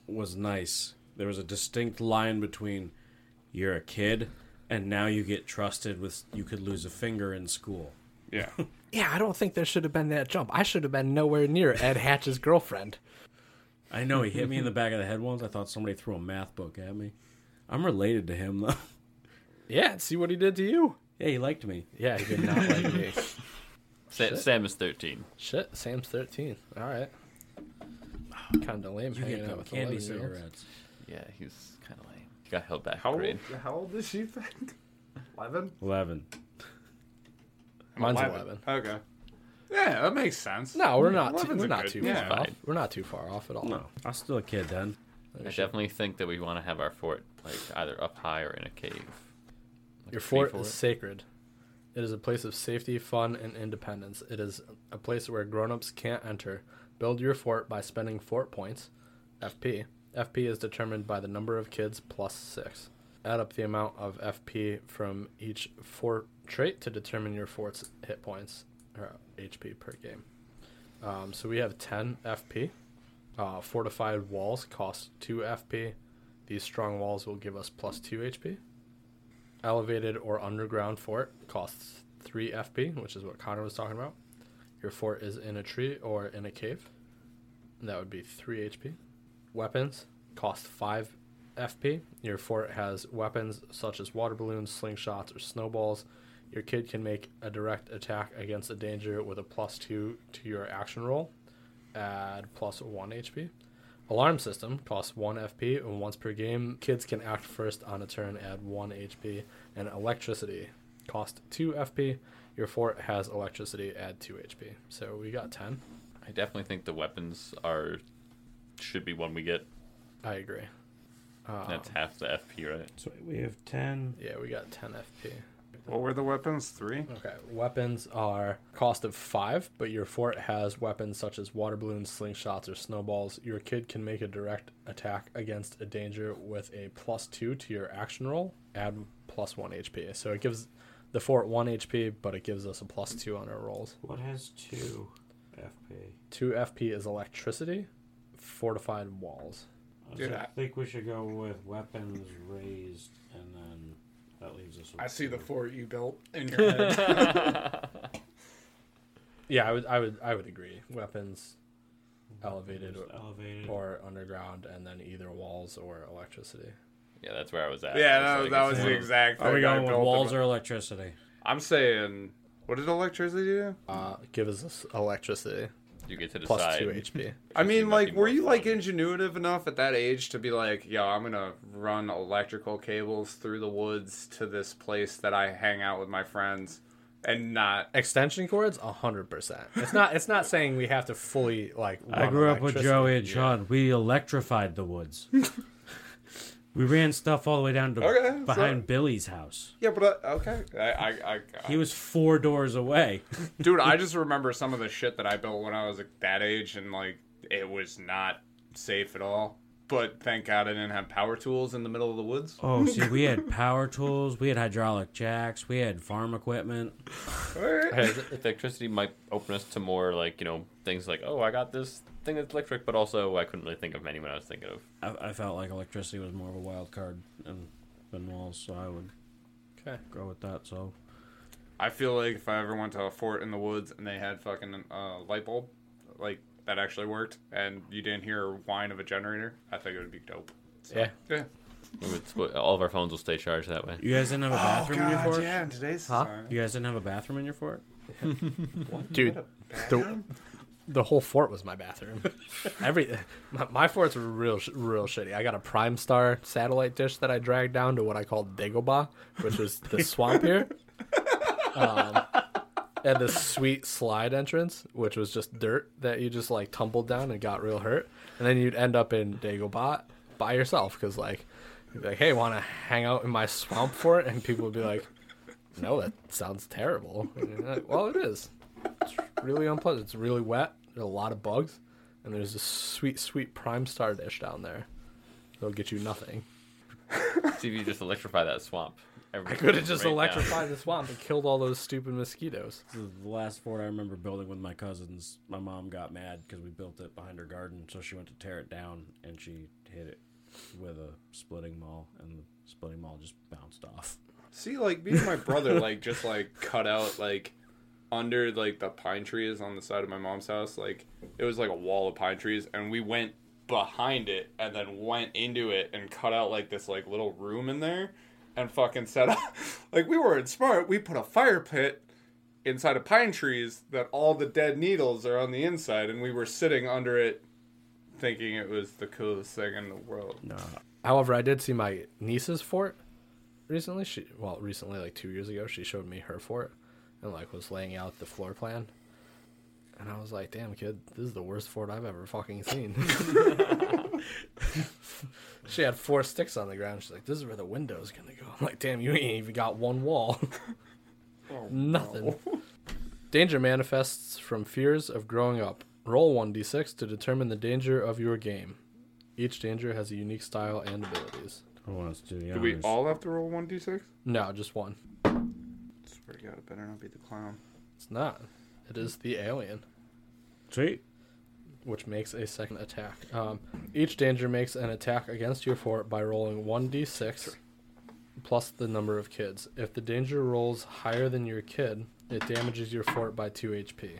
was nice. There was a distinct line between you're a kid and now you get trusted with you could lose a finger in school. Yeah. Yeah, I don't think there should have been that jump. I should have been nowhere near Ed Hatch's girlfriend. I know he hit me in the back of the head once. I thought somebody threw a math book at me. I'm related to him though. Yeah, see what he did to you. Yeah, he liked me. Yeah, he did not like me. Sa- Sam is thirteen. Shit, Sam's 13. All right. Kind of lame You hanging get out them with candy 11 year olds. cigarettes. Yeah, he's kind of lame. He got held back. How grade. old, how old is she? Eleven. Eleven. Mine's 11. 11. Okay. Yeah, that makes sense. No, we're not. Too, 11's we're a not good- too yeah. far off. We're not too far off at all. No. I'm still a kid then. I definitely think that we want to have our fort like either up high or in a cave. Like Your a tree fort is sacred. It is a place of safety, fun, and independence. It is a place where grown-ups can't enter. Build your fort by spending fort points, FP. FP is determined by the number of kids plus 6. Add up the amount of FP from each fort trait to determine your fort's hit points or HP per game. Um, so we have 10 FP. Uh, fortified walls cost 2 FP. These strong walls will give us plus 2 HP elevated or underground fort costs 3 FP, which is what Connor was talking about. Your fort is in a tree or in a cave. and That would be 3 HP. Weapons cost 5 FP. Your fort has weapons such as water balloons, slingshots, or snowballs. Your kid can make a direct attack against a danger with a plus 2 to your action roll. Add plus 1 HP. Alarm system costs 1 FP and once per game. Kids can act first on a turn, add 1 HP. And electricity cost 2 FP. Your fort has electricity, add 2 HP. So we got 10. I definitely think the weapons are should be one we get. I agree. Um, That's half the FP, right? So we have 10. Yeah, we got 10 FP. What were the weapons? Three? Okay. Weapons are cost of 5, but your fort has weapons such as water balloons, slingshots, or snowballs. Your kid can make a direct attack against a danger with a plus 2 to your action roll, add plus 1 HP. So it gives the fort 1 HP, but it gives us a plus 2 on our rolls. What has two FP? 2 FP is electricity, fortified walls. I think we should go with weapons raised, and then that leaves us. With I see the two. fort you built in your head. Yeah, I would, I would, I would agree. Weapons, elevated, or, elevated, or underground, and then either walls or electricity. Yeah, that's where I was at. Yeah, I that, was- that was the exact. Are Oh, we thing I going with built walls about- or electricity? I'm saying, what did electricity do? Uh, gives us electricity. You get to Plus decide. two HP. I mean, like, were you like ingenuitive enough at that age to be like, yo, I'm gonna run electrical cables through the woods to this place that I hang out with my friends, and not Extension cords, hundred percent. It's not. It's not saying we have to fully like. I run grew up with electricity. Joey and Sean. We electrified the woods. we ran stuff all the way down to Okay, so- behind Billy's house. Yeah, but uh, okay, I, I, I, He was four doors away. dude, I just remember some of the shit that I built when I was like, that age, and like, it was not safe at all. But thank God I didn't have power tools in the middle of the woods. Oh, see, we had power tools, we had hydraulic jacks, we had farm equipment. Hey, the- the electricity might open us to more like you know things like oh I got this thing that's electric, but also I couldn't really think of many when I was thinking of. I, I felt like electricity was more of a wild card than, than walls, so I would okay. go with that. So I feel like if I ever went to a fort in the woods and they had fucking uh, light bulb, like that actually worked, and you didn't hear a whine of a generator, I think it would be dope. So, Yeah. yeah. We would split- all of our phones will stay charged that way. you guys didn't have a bathroom in your fort? Oh, yeah, in today's You guys didn't have a bathroom in your fort? Dude, the, the whole fort was my bathroom. Every my, my forts were real sh- real shitty. I got a Prime Star satellite dish that I dragged down to what I called Dagobah, which was the swamp here. Um, and the sweet slide entrance, which was just dirt that you just like tumbled down and got real hurt, and then you'd end up in Dagobah by yourself because like, you'd be like, hey, want to hang out in my swamp fort? And people would be like, no, that sounds terrible. And you're like, well, it is. It's really unpleasant. It's really wet. There's a lot of bugs, and there's this sweet, sweet prime star dish down there. It'll get you nothing. See if you just electrify that swamp. I could have just electrified the swamp and killed all those stupid mosquitoes. The the last fort I remember building with my cousins, my mom got mad because we built it behind her garden, so she went to tear it down and she hit it with a splitting maul, and the splitting maul just bounced off. See, like me and my brother, like just like cut out like under like the pine trees on the side of my mom's house. Like it was like a wall of pine trees, and we went behind it and then went into it and cut out like this like little room in there and fucking set up. Like we weren't smart. We put a fire pit inside of pine trees that all the dead needles are on the inside, and we were sitting under it thinking it was the coolest thing in the world. However, I did see my niece's fort recently. She well, recently like two years ago, she showed me her fort, and like was laying out the floor plan. And I was like, damn, kid, this is the worst fort I've ever fucking seen. she had four sticks on the ground. She's like, this is where the window's going to go. I'm like, damn, you ain't even got one wall. Nothing. danger manifests from fears of growing up. Roll 1d6 to determine the danger of your game. Each danger has a unique style and abilities. I want us to do the Do we honors. all have to roll one d six? No, just one. Swear to God, it better not be the clown. It's not. It is the alien. Sweet. Which makes a second attack. Um, each danger makes an attack against your fort by rolling 1d6 plus the number of kids. If the danger rolls higher than your kid, it damages your fort by 2 HP.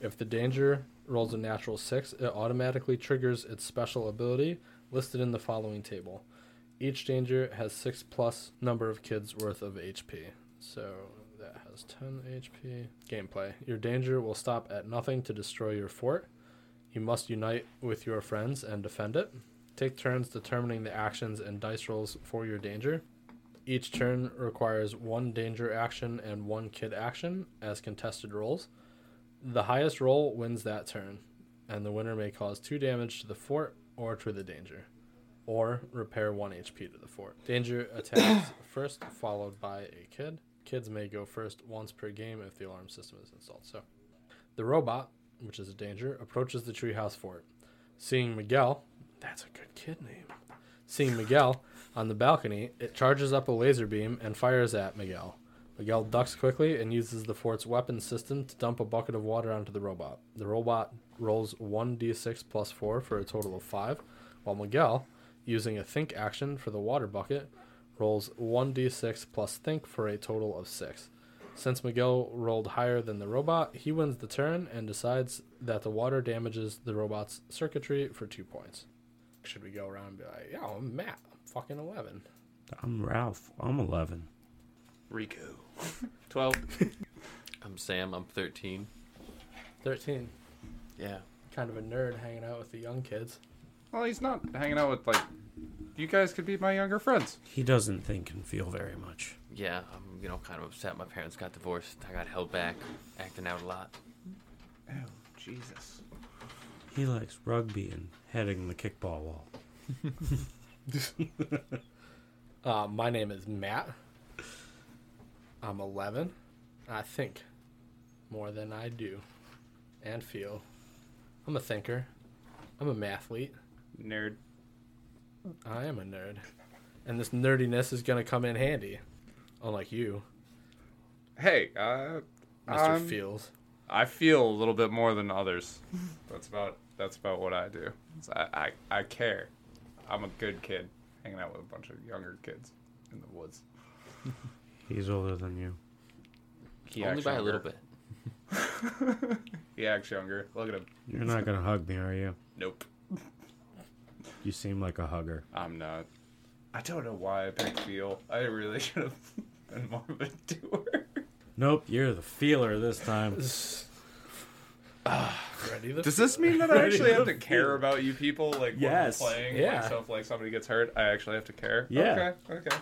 If the danger rolls a natural 6, it automatically triggers its special ability listed in the following table. Each danger has 6 plus number of kids worth of HP. So that has 10 HP. Gameplay. Your danger will stop at nothing to destroy your fort. You must unite with your friends and defend it. Take turns determining the actions and dice rolls for your danger. Each turn requires one danger action and one kid action as contested rolls. The highest roll wins that turn, and the winner may cause two damage to the fort or to the danger, or repair one HP to the fort. Danger attacks first, followed by a kid. Kids may go first once per game if the alarm system is installed. So, the robot, which is a danger, approaches the treehouse fort. Seeing Miguel, that's a good kid name. Seeing Miguel on the balcony, it charges up a laser beam and fires at Miguel. Miguel ducks quickly and uses the fort's weapon system to dump a bucket of water onto the robot. The robot rolls 1d6 plus 4 for a total of 5, while Miguel, using a think action for the water bucket, rolls 1d6 plus think for a total of 6. Since Miguel rolled higher than the robot, he wins the turn and decides that the water damages the robot's circuitry for 2 points. Should we go around and be like, yeah, I'm Matt, I'm fucking 11. I'm Ralph. I'm 11. Rico. 12. I'm Sam. I'm 13. 13. Yeah. Kind of a nerd hanging out with the young kids. Well, he's not hanging out with like. You guys could be my younger friends. He doesn't think and feel very much. Yeah, I'm you know kind of upset. My parents got divorced. I got held back, acting out a lot. Oh Jesus. He likes rugby and heading the kickball wall. Uh, my name is Matt. I'm 11. I think more than I do and feel. I'm a thinker. I'm a mathlete. Nerd. I am a nerd. And this nerdiness is going to come in handy. Unlike you, Hey, uh, Mr. I'm- Fields. I feel a little bit more than others. That's about that's about what I do. It's- I, I I care. I'm a good kid, hanging out with a bunch of younger kids in the woods. He's older than you. He Only acts by a younger. little bit. He acts younger. Look at him. You're not going to hug me, are you? Nope. You seem like a hugger. I'm not. I don't know why I picked feel. I really should have been more of a doer. Nope, you're the feeler this time. Ah, Ready the Does this mean that I actually have to care about you people? Like Yes. when I'm playing, Yeah. like stuff like somebody gets hurt, I actually have to care. Yeah. Okay. Okay.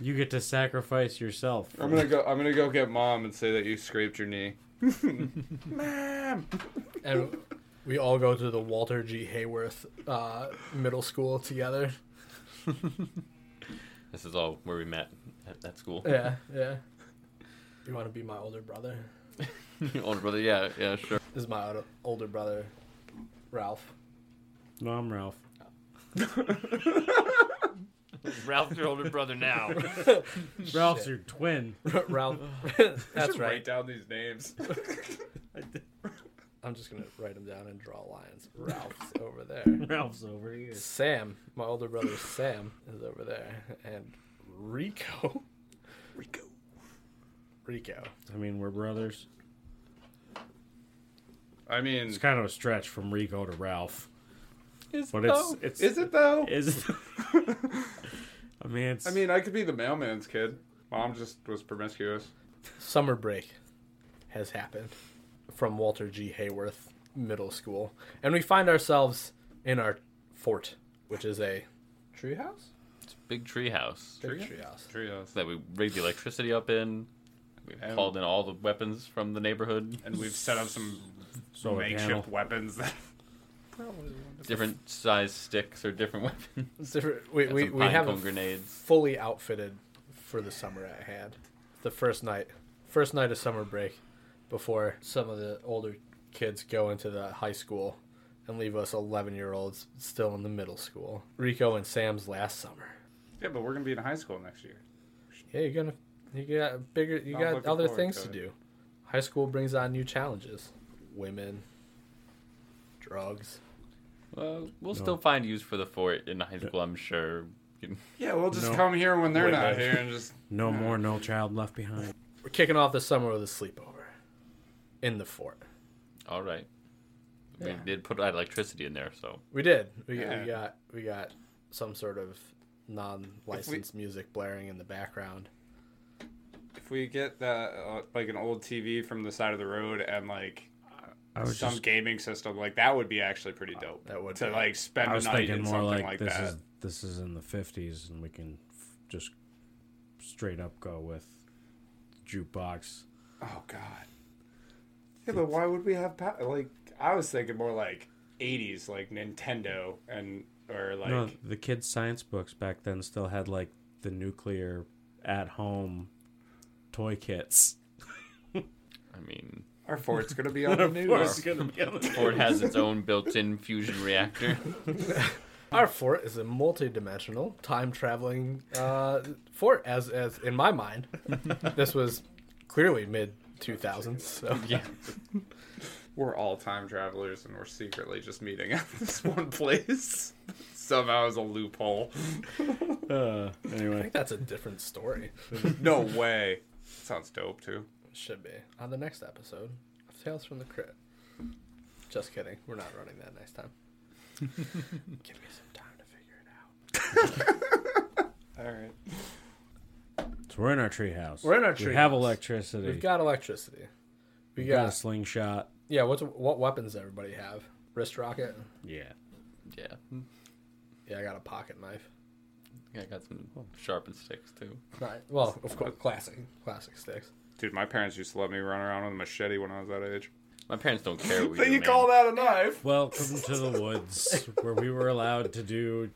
You get to sacrifice yourself. I'm gonna go. I'm gonna go get mom and say that you scraped your knee. Ma'am! and we all go to the Walter G. Hayworth uh, middle school together. This is all where we met at that school. Yeah, yeah. You want to be my older brother? Older brother. Yeah, yeah, sure. This is my older- older brother, Ralph. No, I'm Ralph. Ralph's your older brother now. Ralph's your twin. Ralph. That's Just right. Write down these names. I'm just gonna write them down and draw lines. Ralph's over there. Ralph's over here. Sam, my older brother Sam, is over there, and Rico. Rico. Rico. I mean, we're brothers. I mean, It's kind of a stretch from Rico to Ralph. Is it but it's, though? it's Is it though? Is I mean, it's, I mean, I could be the mailman's kid. Mom just was promiscuous. Summer break has happened from Walter G. Hayworth Middle School, and we find ourselves in our fort, which is a treehouse. Big treehouse. Big treehouse. Treehouse. That we rigged the electricity up in. We have- called in all the weapons from the neighborhood, and we've set up some Solar makeshift panel. weapons. that- different size sticks or different weapons. It's different. We, Got we, some we have pinecone them grenades. fully outfitted for the summer at hand. The first night, first night of summer break, before some of the older kids go into the high school, and leave us eleven year olds still in the middle school. Rico and Sam's last summer. yeah, but we're gonna be in high school next year. Yeah, you're gonna you got bigger you I'm got looking other forward things to to it. do. High school brings on new challenges. Women, drugs. Well, we'll still find use for the fort in high school, I'm sure. Yeah, we'll just come here when they're Wait, not guys. here and just No more, no child left behind. We're kicking off the summer with a sleepover in the fort. All right. Yeah. We did put electricity in there, so We did. We, Yeah. we got we got some sort of non-licensed music blaring in the background. if we get that uh, like an old TV from the side of the road and like I was some just- gaming system, like that would be actually pretty dope. That would to like spend I a was night thinking in more something like, like, this that. is this is in the fifties, and we can f- just straight up go with jukebox. Oh God. Yeah, but why would we have pa- like? I was thinking more like '80s, like Nintendo and or like no, the kids' science books back then still had like the nuclear at home toy kits. I mean, our fort's gonna be on the news. Fort has its own built-in fusion reactor. Our fort is a multi-dimensional time traveling uh, fort, as as in my mind, this was clearly mid two thousands. So Yeah. We're all time travelers and we're secretly just meeting at this one place. Somehow is a loophole. Uh, I anyway, think that's a different story. no way. Sounds dope too. Should be on the next episode of Tales from the Crypt. Just kidding. We're not running that next time. Give me some time to figure it out. All right. so we're in our treehouse. We're in our We have treehouse. electricity. We've got electricity. We We've got, got a slingshot. yeah. What's what weapons does everybody have? Wrist rocket. Yeah. Yeah. Yeah, I got a pocket knife. Yeah, I got some sharpened sticks too. Right. Well, of course, classic, classic sticks. Dude, my parents used to let me run around with a machete when I was that age. My parents don't care what you call that a knife. Welcome to the woods, where we were allowed to do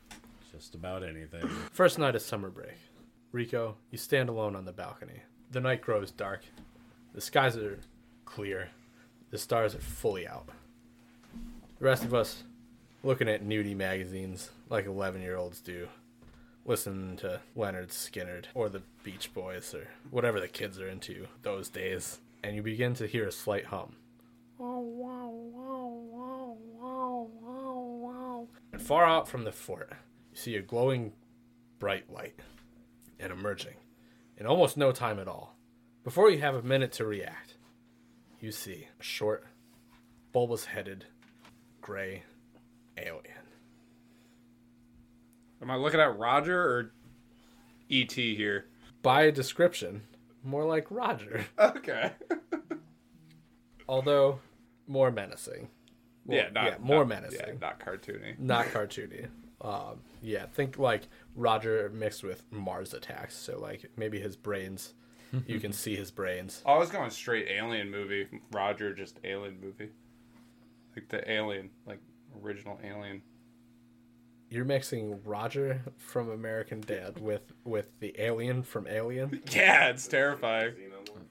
just about anything. First night of summer break. Rico, you stand alone on the balcony. The night grows dark. The skies are clear. The stars are fully out. The rest of us looking at nudie magazines like 11 year olds do, listening to Leonard Skinner or the Beach Boys or whatever the kids are into those days. And you begin to hear a slight hum. And far out from the fort, you see a glowing bright light and emerging in almost no time at all. Before you have a minute to react, you see a short, bulbous headed, gray alien. Am I looking at Roger or E.T. here? By description, more like Roger. Okay. Although more menacing. Well, yeah, not, more not- menacing. Yeah, not cartoony. not cartoony. Um, yeah, think like Roger mixed with Mars attacks. So like maybe his brains, you can see his brains. I was going straight alien movie. Roger, just alien movie. Like the alien, like original alien. You're mixing Roger from American Dad with with the alien from Alien. Yeah, it's terrifying.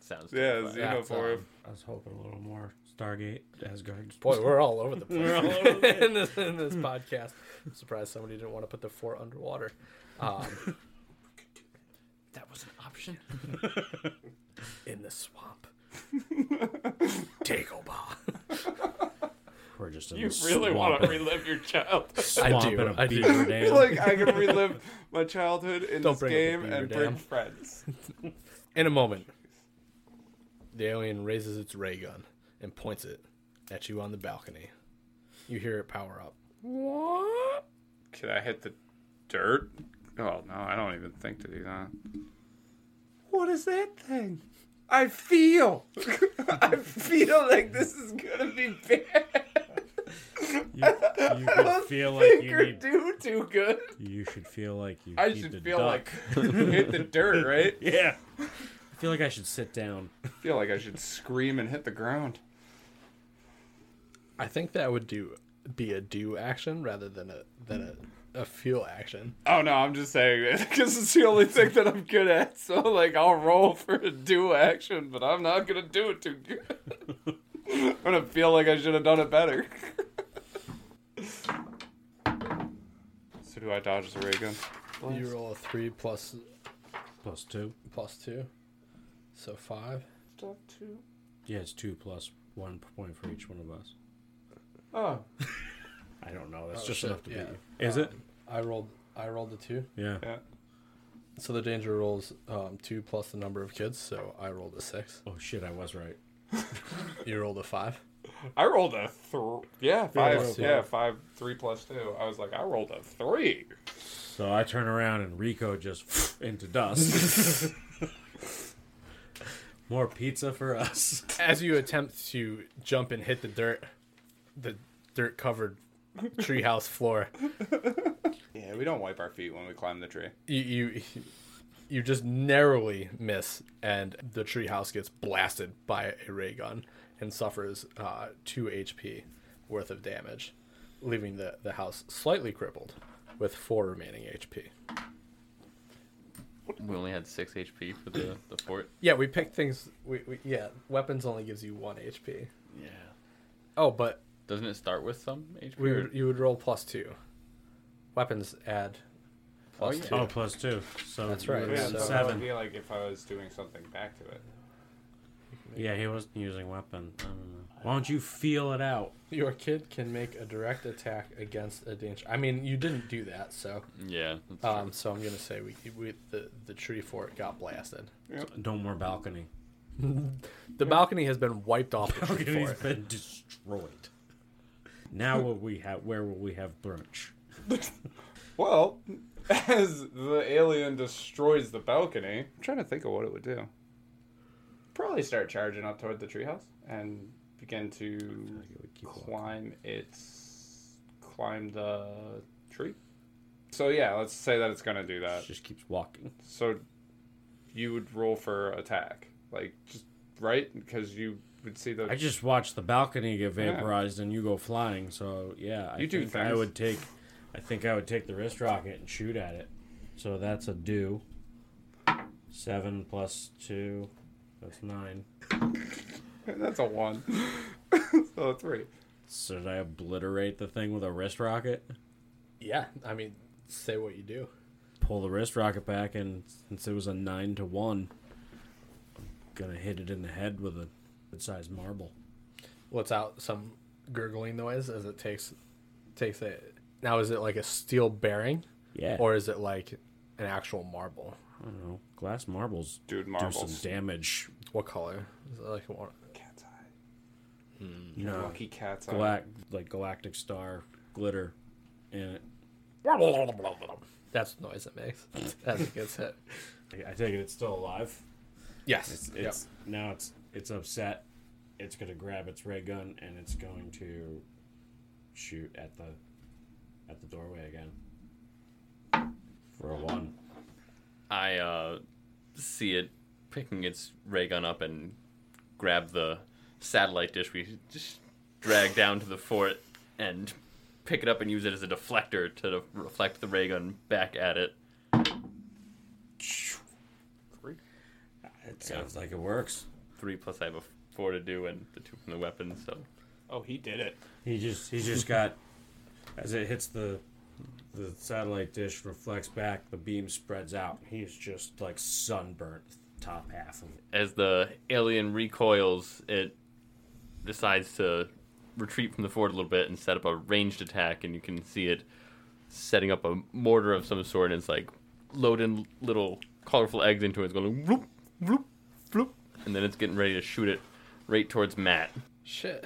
Sounds Yeah, terrifying. xenophobe. I was hoping a little more Stargate, Asgard. Boy, we're all over the place We're all over the place. in, this, in this podcast. I'm surprised somebody didn't want to put the fort underwater. Um, That was an option. in the swamp. Dagobah. We're just in You the really swamp want to and- relive your childhood. Swamp I do, and a I do. beaver dam. like I can relive my childhood in Don't this bring up game the beaver and dam. bring friends. In a moment, the alien raises its ray gun and points it at you on the balcony. You hear it power up. What? Can I hit the dirt? Oh no, I don't even think to do that. What is that thing? I feel. I feel like this is gonna be bad. You, you could feel like you need. do too good. You should feel like you. I need should to feel duck. like hit the dirt, right? yeah. I feel like I should sit down. I feel like I should scream and hit the ground. I think that would do be a do action rather than a than a, a feel action. Oh no, I'm just saying it because it's the only thing that I'm good at. So like, I'll roll for a do action, but I'm not gonna do it too good. I'm gonna feel like I should have done it better. so do I dodge the ray gun? You roll a three plus Plus two. plus two, so five. Stuff too. Yeah, it's two plus one point for each one of us. Oh, I don't know. That's Oh, just shit, enough to yeah. beat you. Is it? Um, I rolled. I rolled a two. Yeah. Yeah. So the danger rolls um, two plus the number of kids. So I rolled a six. Oh shit! I was right. You rolled a five. I rolled a three. Yeah, plus five. two. Yeah, five. Three plus two. I was like, I rolled a three. So I turn around and Rico just into dust. More pizza for us. As you attempt to jump and hit the dirt, the dirt covered treehouse floor, Yeah, we don't wipe our feet when we climb the tree. you, you you just narrowly miss, and the treehouse gets blasted by a ray gun and suffers uh, two HP worth of damage, leaving the, the house slightly crippled with four remaining HP. We only had six HP for the the fort. Yeah, we picked things. We, we yeah, weapons only gives you one HP. Yeah. Oh, but Doesn't it start with some HP? we would, you would roll plus two. Weapons add plus yeah. two. Oh, plus two. So That's right. Yeah, it's so that would seven. be like if I was doing something back to it. Yeah, he wasn't using weapon. I don't know. Why don't you feel it out? Your kid can make a direct attack against a danger. I mean, you didn't do that, so. Yeah. that's true. Um, so I'm gonna say we, we the the tree fort got blasted. No more balcony. The balcony has been wiped off the tree Balcony's fort. been destroyed. Now will we have? Where will we have brunch? Well, as the alien destroys the balcony, I'm trying to think of what it would do. Probably start charging up toward the treehouse and begin to climb its climb the tree. So yeah, let's say that it's gonna do that. Just keeps walking. So you would roll for attack, like just right because you would see the. I just watched the balcony get Yeah. vaporized and you go flying. So yeah, I You do think I things. would take. I think I would take the wrist rocket and shoot at it. So that's a do. Seven plus two, that's nine. that's a one. so a three. So did I obliterate the thing with a wrist rocket? Yeah, I mean, say what you do. Pull the wrist rocket back, and since it was a nine to one, I'm gonna hit it in the head with a good-sized marble. lets out some gurgling noise as it takes takes it. Now is it like a steel bearing? Yeah. Or is it like an actual marble? I don't know. Glass marbles Dude, do marbles. some damage. What color? Is it like a mar- Cat's eye. No. Lucky cat's eye. Galac- like galactic star glitter in it. That's the noise it makes as it gets hit. I- I take it it's still alive. Yes. It's, Yep. it's now it's it's upset. It's gonna grab its ray gun and it's going to shoot at the at the doorway again for a one. I uh, see it picking its ray gun up and grab the satellite dish we just drag down to the fort and pick it up and use it as a deflector to de- reflect the ray gun back at it. It sounds like it works. Three plus I have a four to do and the two from the weapon, so Oh, he did it. He just he just got as it hits the the satellite dish reflects back. The beam spreads out. He's just like sunburnt top half of it. as the alien recoils, it decides to retreat from the fort a little bit and set up a ranged attack, and you can see it setting up a mortar of some sort, and it's like loading little colorful eggs into it. It's going whoop, whoop, whoop, and then it's getting ready to shoot it right towards Matt. Shit.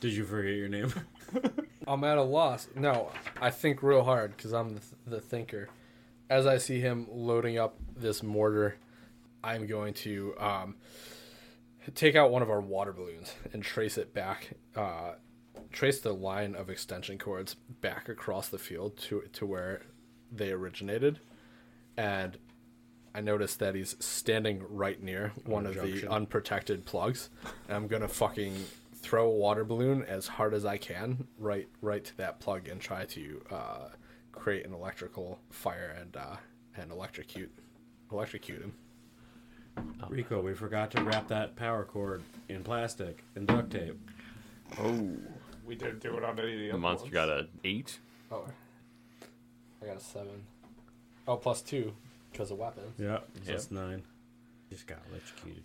Did you forget your name? I'm at a loss. No, I think real hard because I'm the, the thinker. As I see him loading up this mortar, I'm going to um, take out one of our water balloons and trace it back. Uh, trace the line of extension cords back across the field to to where they originated, and I notice that he's standing right near one of the Injunction. unprotected plugs. And I'm gonna fucking throw a water balloon as hard as I can right right to that plug and try to uh, create an electrical fire and uh, and electrocute electrocute him. Oh. Rico, we forgot to wrap that power cord in plastic and duct tape. Oh. We didn't do it on any of the The other monster ones. got a eight. Oh, I got a seven. Oh, plus two because of weapons. Yeah, Yep. that's nine. Just got electrocuted.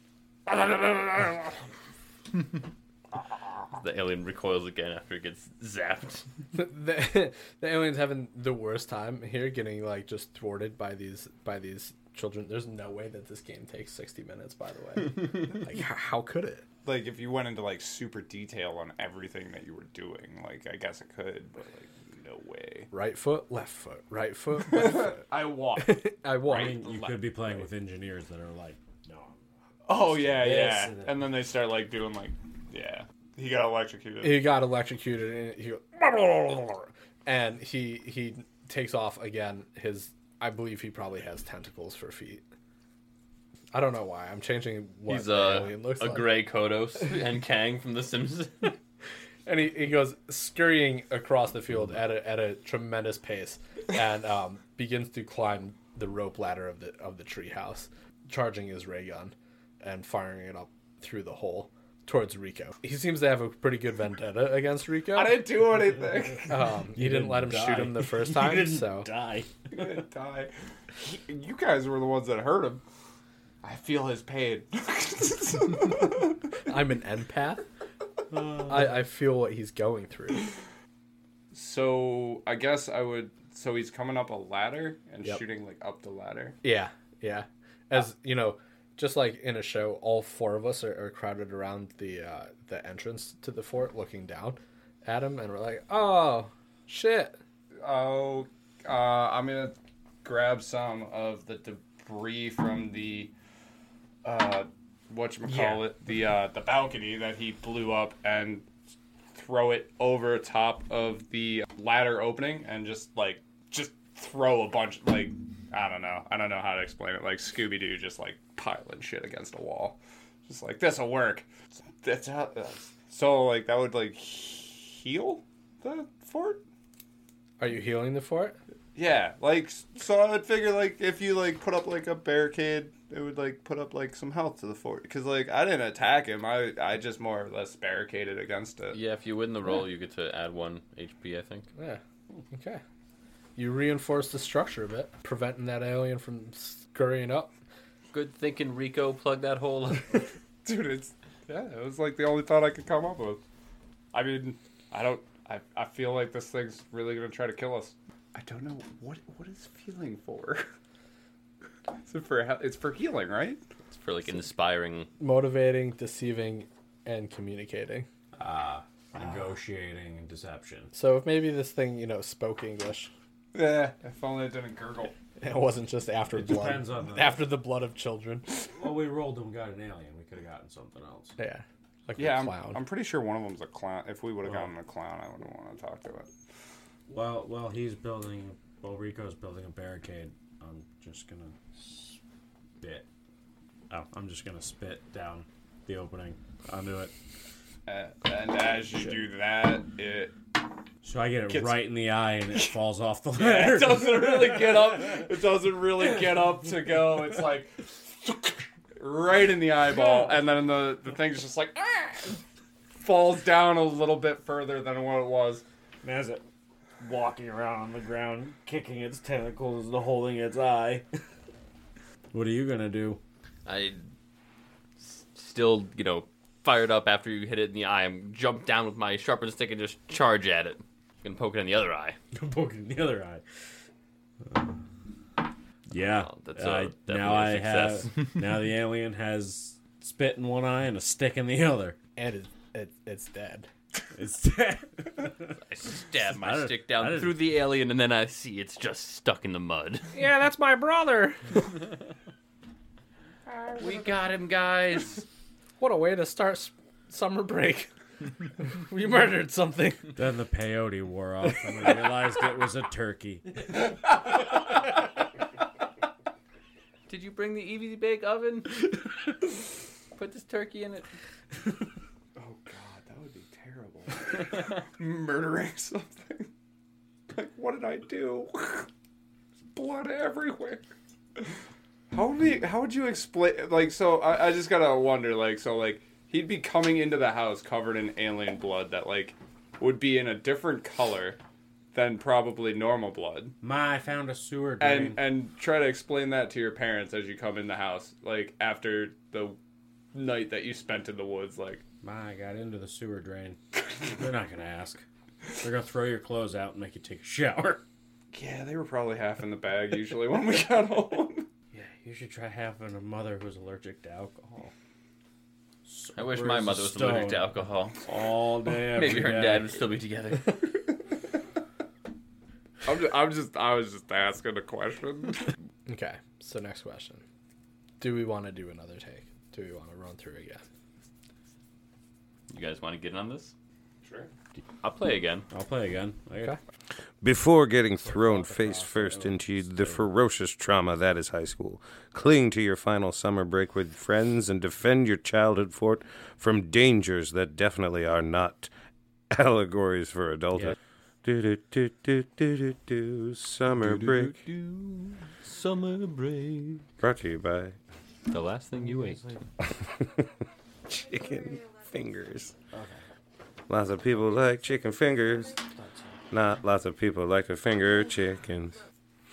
The alien recoils again after it gets zapped. the, the aliens having the worst time here, getting like just thwarted by these by these children. There's no way that this game takes sixty minutes. By the way, like h- how could it? Like if you went into like super detail on everything that you were doing, like I guess it could, but like no way. Right foot, left foot, right foot, left foot. I walk. I walk. I mean, you could be playing with engineers that are like, no. Oh yeah, Yes, yeah. and then- And then they start like doing like yeah. He got electrocuted. He got electrocuted and he and he he takes off again. His I believe he probably has tentacles for feet. I don't know why. I'm changing what He's the a, uh, alien looks a like. gray Kodos and Kang from The Simpsons. and he, he goes scurrying across the field at a, at a tremendous pace and um, begins to climb the rope ladder of the of the treehouse, charging his ray gun and firing it up through the hole towards Rico. He seems to have a pretty good vendetta against Rico. I didn't do anything. Um, you, didn't, let him shoot him the first time, so die. He didn't die. He- You guys were the ones that hurt him. I feel his pain. I'm an empath. I, I feel what he's going through. So I guess I would. So he's coming up a ladder and Yep. shooting like up the ladder. Yeah, yeah. As you know, just like in a show, all four of us are, are crowded around the uh, the entrance to the fort, looking down at him, and we're like, "Oh shit!" Oh, uh, I'm gonna grab some of the debris from the uh, what you call it, the uh, the balcony that he blew up, and throw it over top of the ladder opening, and just like just throw a bunch like I don't know, I don't know how to explain it. Like Scooby Doo, just like piling shit against a wall, just like this'll work. That's how. so like that would like heal the fort. Are you healing the fort? Yeah, like so I would figure like if you like put up like a barricade, it would like put up like some health to the fort because like I didn't attack him. I I just more or less barricaded against it. yeah, if you win the roll, you get to add one HP, I think. Yeah. Okay. You reinforce the structure of it, preventing that alien from scurrying up. Good thinking, Rico. Plug that hole. up. Dude, it's yeah, it was like the only thought I could come up with. I mean, I don't. I I feel like this thing's really gonna try to kill us. I don't know what what is feeling for. Is it for he- it's for healing, right? It's for like inspiring. Motivating, deceiving, and communicating. Ah, negotiating and deception. So if maybe this thing, you know, spoke English, Yeah, if only it didn't gurgle. it wasn't just after It blood, depends Uh-huh. on the- after the blood of children. Well, we rolled and got an alien. We could have gotten something else. Yeah. Like yeah, a I'm, clown. I'm pretty sure one of them's a clown. If we would have Well. gotten a clown, I wouldn't want to talk to it. Well, while he's building, while Rico's building a barricade, I'm just gonna spit. Oh, I'm just gonna spit down the opening onto it. Uh, and as you do that, it So I get it Gets- right in the eye and it falls off the Yeah, ladder. it doesn't really get up. It doesn't really get up to go. It's like right in the eyeball, and then the the thing's just like "Ah!" falls down a little bit further than what it was. And as it walking around on the ground, kicking its tentacles, and holding its eye. What are you gonna do? I s- still, you know, fired up after you hit it in the eye. I'm jump down with my sharpened stick and just charge at it and poke it in the other eye. I'm poking the other eye. Uh, Yeah, that's I- a- definitely now a I success. have. Now the alien has spit in one eye and a stick in the other. and it, it, it's dead. It's dead. I stab I my didn't- stick I down didn't- through the alien, and then I see it's just stuck in the mud. Yeah, that's my brother. we got him, guys. What a way to start s- summer break. we murdered something. Then the peyote wore off, and I realized it was a turkey. Did you bring the easy bake oven? Put this turkey in it. Oh god, that would be terrible. Murdering something. Like, what did I do? Blood everywhere. How would he, how would you explain? Like, so I, I just gotta wonder. Like, so like he'd be coming into the house covered in alien blood that like would be in a different color than probably normal blood. My, I found a sewer drain. And and try to explain that to your parents as you come in the house, like after the night that you spent in the woods. Like, My, I got into the sewer drain. They're not gonna ask. They're gonna throw your clothes out and make you take a shower. yeah, they were probably half in the bag usually when we got home. Yeah, you should try having a mother who's allergic to alcohol. I wish my mother was allergic to alcohol. All day. Maybe every her and day. dad would still be together. I'm just, I'm just, I was just asking a question. Okay, so next question. Do we want to do another take? Do we want to run through again? You guys want to get in on this? Sure. I'll play again. I'll play again. Okay. Before getting thrown face first into the ferocious trauma that is high school, cling to your final summer break with friends and defend your childhood fort from dangers that definitely are not allegories for adulthood. Do do do do do do do summer break. Summer break. Brought to you by The last thing you ate. chicken fingers. Lots of people like chicken fingers. Not lots of people like to finger chickens.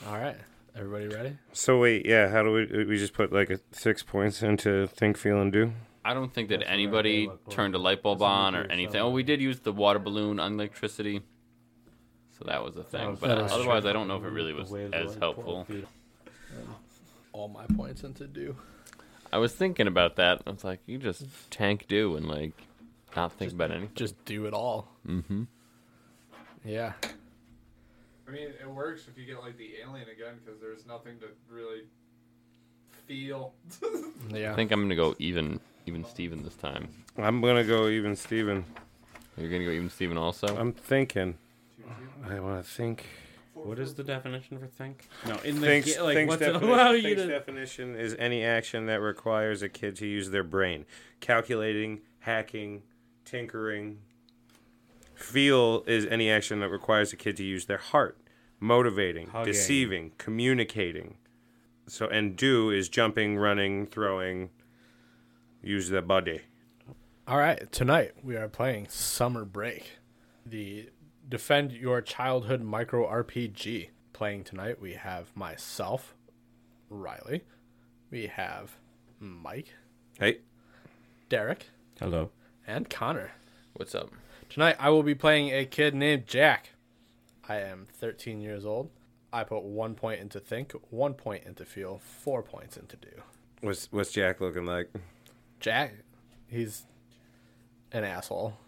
All right. Everybody ready? So wait, yeah. How do we? We just put like a six points into think, feel, and do. I don't think that anybody turned a light bulb on or anything. Oh, we did use the water balloon on electricity. So that was a thing. Oh, but that is otherwise, true. I don't know if it really was The way the as light bulb helpful. All my points into do. I was thinking about that. I was like, you just tank do and like not think about anything. Just do it all. Mm-hmm. Yeah. I mean, it works if you get like the alien again because there's nothing to really feel. I think I'm gonna go even even Steven this time. I'm gonna go even Steven. You're gonna go even Steven also. I'm thinking. I want to think. What is the definition for think? No, in the Thinks, ga- like thinks what's defini- it allow you thinks to? definition is any action that requires a kid to use their brain, calculating, hacking, tinkering. Feel is any action that requires a kid to use their heart, motivating, Hugging. deceiving, communicating. So and do is jumping, running, throwing. Use the body. All right, tonight we are playing Summer Break, the Defend Your Childhood Micro RPG. Playing tonight, we have myself, Riley, we have Mike, Hey. Derek, Hello. and Connor. What's up? Tonight I will be playing a kid named Jack. I am 13 years old. I put one point into think, one point into feel, four points into do. What's what's Jack looking like? Jack, he's an asshole.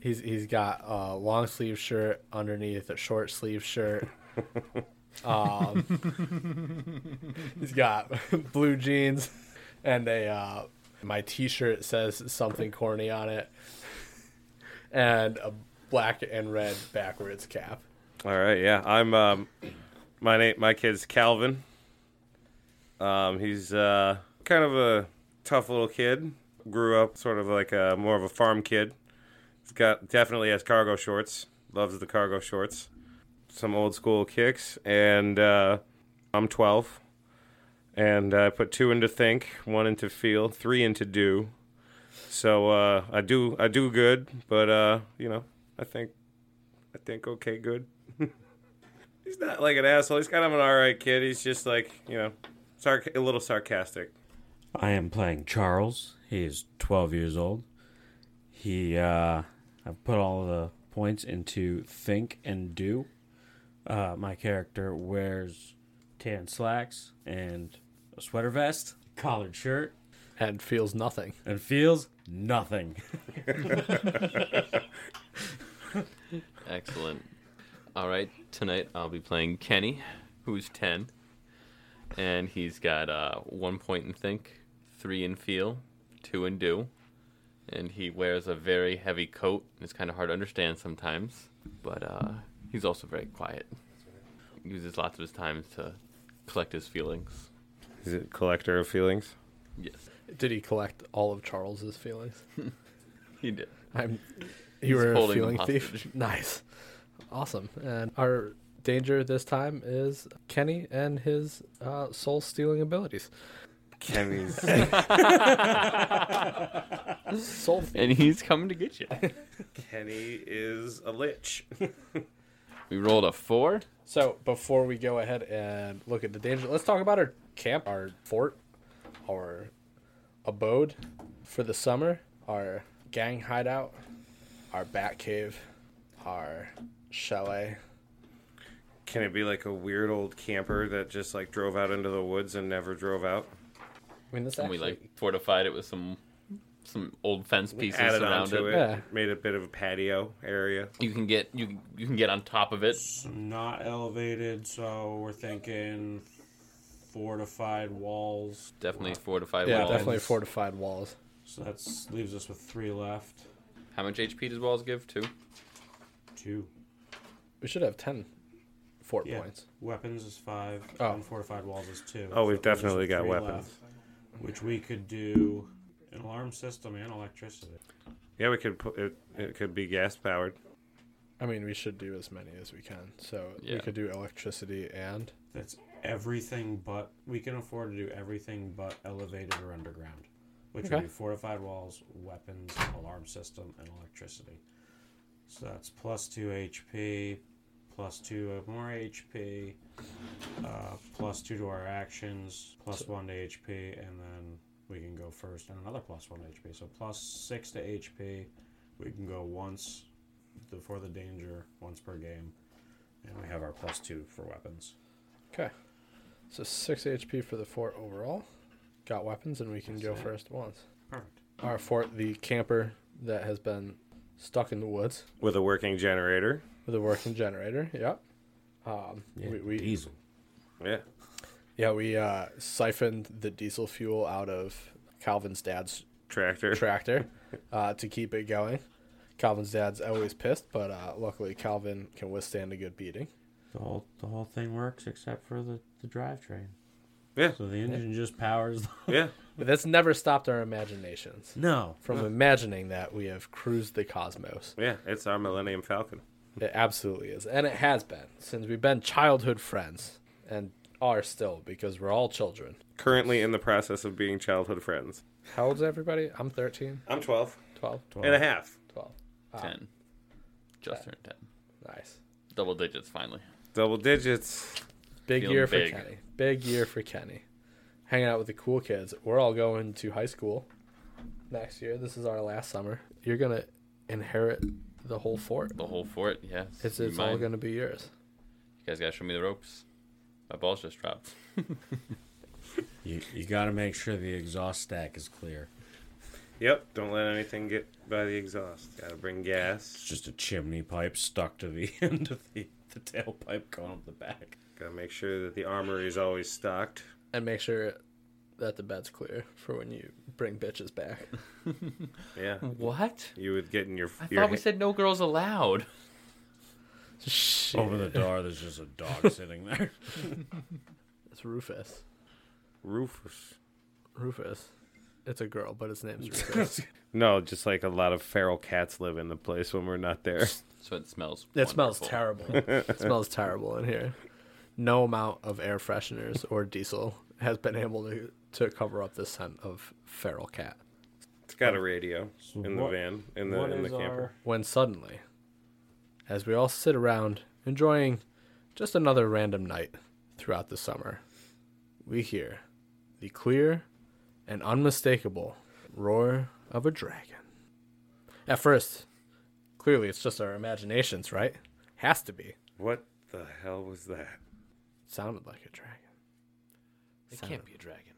He's he's got a long sleeve shirt underneath a short sleeve shirt. Um, he's got blue jeans and a uh, my T-shirt says something corny on it, and a black and red backwards cap. All right, yeah. I'm um my name my kid's Calvin. Um he's uh kind of a tough little kid. Grew up sort of like a more of a farm kid. He's got definitely has cargo shorts. Loves the cargo shorts. Some old school kicks and uh I'm 12. And I put two into think, one into feel, three into do. So uh I do I do good, but uh you know, I think I think okay good. He's not like an asshole. He's kind of an alright kid. He's just like you know, sarc- a little sarcastic. I am playing Charles. He is 12 years old. He, uh, I've put all the points into think and do. Uh, my character wears tan slacks and a sweater vest, collared shirt, and feels nothing. And feels nothing. Excellent. All right, tonight I'll be playing Kenny, who's 10, and he's got uh, one point in think, three in feel, two in do, and he wears a very heavy coat. It's kind of hard to understand sometimes, but uh, he's also very quiet. He uses lots of his time to collect his feelings. He's a collector of feelings. Yes. Did he collect all of Charles's feelings? he did. I'm. He's You were a holding them feeling thief. Nice, awesome. And our danger this time is Kenny and his uh, soul stealing abilities. Kenny's soul, thief. And he's coming to get you. Kenny is a lich. We rolled a four. So before we go ahead and look at the danger, let's talk about our camp, our fort, our abode for the summer, our gang hideout, our bat cave, our chalet. Can it be like a weird old camper that just like drove out into the woods and never drove out? I mean, this and actually, we like fortified it with some some old fence pieces Added around onto it, it. made a bit of a patio area. You can get you you can get on top of it. Not elevated, so we're thinking fortified walls. Definitely fortified yeah, walls. definitely fortified walls. So that leaves us with three left. How much HP does walls give? Two. Two. We should have ten fort Yeah. points. Weapons is five. And fortified walls is two. Oh, we've So there's definitely got three weapons. left, which we could do an alarm system and electricity. Yeah, we could put it. It could be gas powered. I mean, we should do as many as we can. So we Yeah. could do electricity and That's everything but we can afford to do everything but elevated or underground, which Okay. would be fortified walls, weapons, alarm system, and electricity. So that's plus two HP, plus two more HP, uh, plus two to our actions, plus one to HP, and then we can go first and another plus one to HP. So plus six to HP. We can go once before the danger, once per game, and we have our plus two for weapons. Okay. So six HP for the fort overall. Got weapons, and we can go it. first once. Perfect. Our fort, the camper that has been stuck in the woods with a working generator. with a working generator. Yep. Um, we, we, diesel. Yeah. Yeah, we uh, siphoned the diesel fuel out of Calvin's dad's tractor tractor uh, to keep it going. Calvin's dad's always pissed, but uh, luckily Calvin can withstand a good beating. The whole the whole thing works except for the, the drivetrain. Yeah. So the engine just powers. The Yeah. But that's never stopped our imaginations. No. From No. imagining that we have cruised the cosmos. Yeah, it's our Millennium Falcon. It absolutely is. And it has been since we've been childhood friends and are still because we're all children. Currently in the process of being childhood friends. How old's everybody? I'm 13. I'm 12. 12. And a half. 12. Ah, Ten. Just turned ten. Nice. Double digits finally. Double digits. Big Feeling year for big. Kenny. Big year for Kenny. Hanging out with the cool kids. We're all going to high school next year. This is our last summer. You're going to inherit the whole fort. The whole fort, yeah. It's, You it's all mind? going to be yours. You guys gotta show me the ropes. My balls just dropped. You you got to make sure the exhaust stack is clear. Yep. Don't let anything get by the exhaust. Gotta bring gas. It's just a chimney pipe stuck to the end of the, the tailpipe going up the back. Gotta make sure that the armory is always stocked. And make sure that the bed's clear for when you bring bitches back. Yeah. What? You would get in your. I your thought we said no girls allowed. Over the door, there's just a dog sitting there. It's Rufus. Rufus. Rufus. It's a girl, but its name's Rufus. No, just like a lot of feral cats live in the place when we're not there. So it smells. it smells terrible. it smells terrible in here. No amount of air fresheners or diesel has been able to, to cover up the scent of feral cat. It's got a radio in the what- van, in the what in the is camper. When suddenly, as we all sit around enjoying just another random night throughout the summer, we hear the clear and unmistakable roar of a dragon. At first, clearly it's just our imaginations, right? Has to be. What the hell was that? Sounded like a dragon. It Son can't of- be a dragon.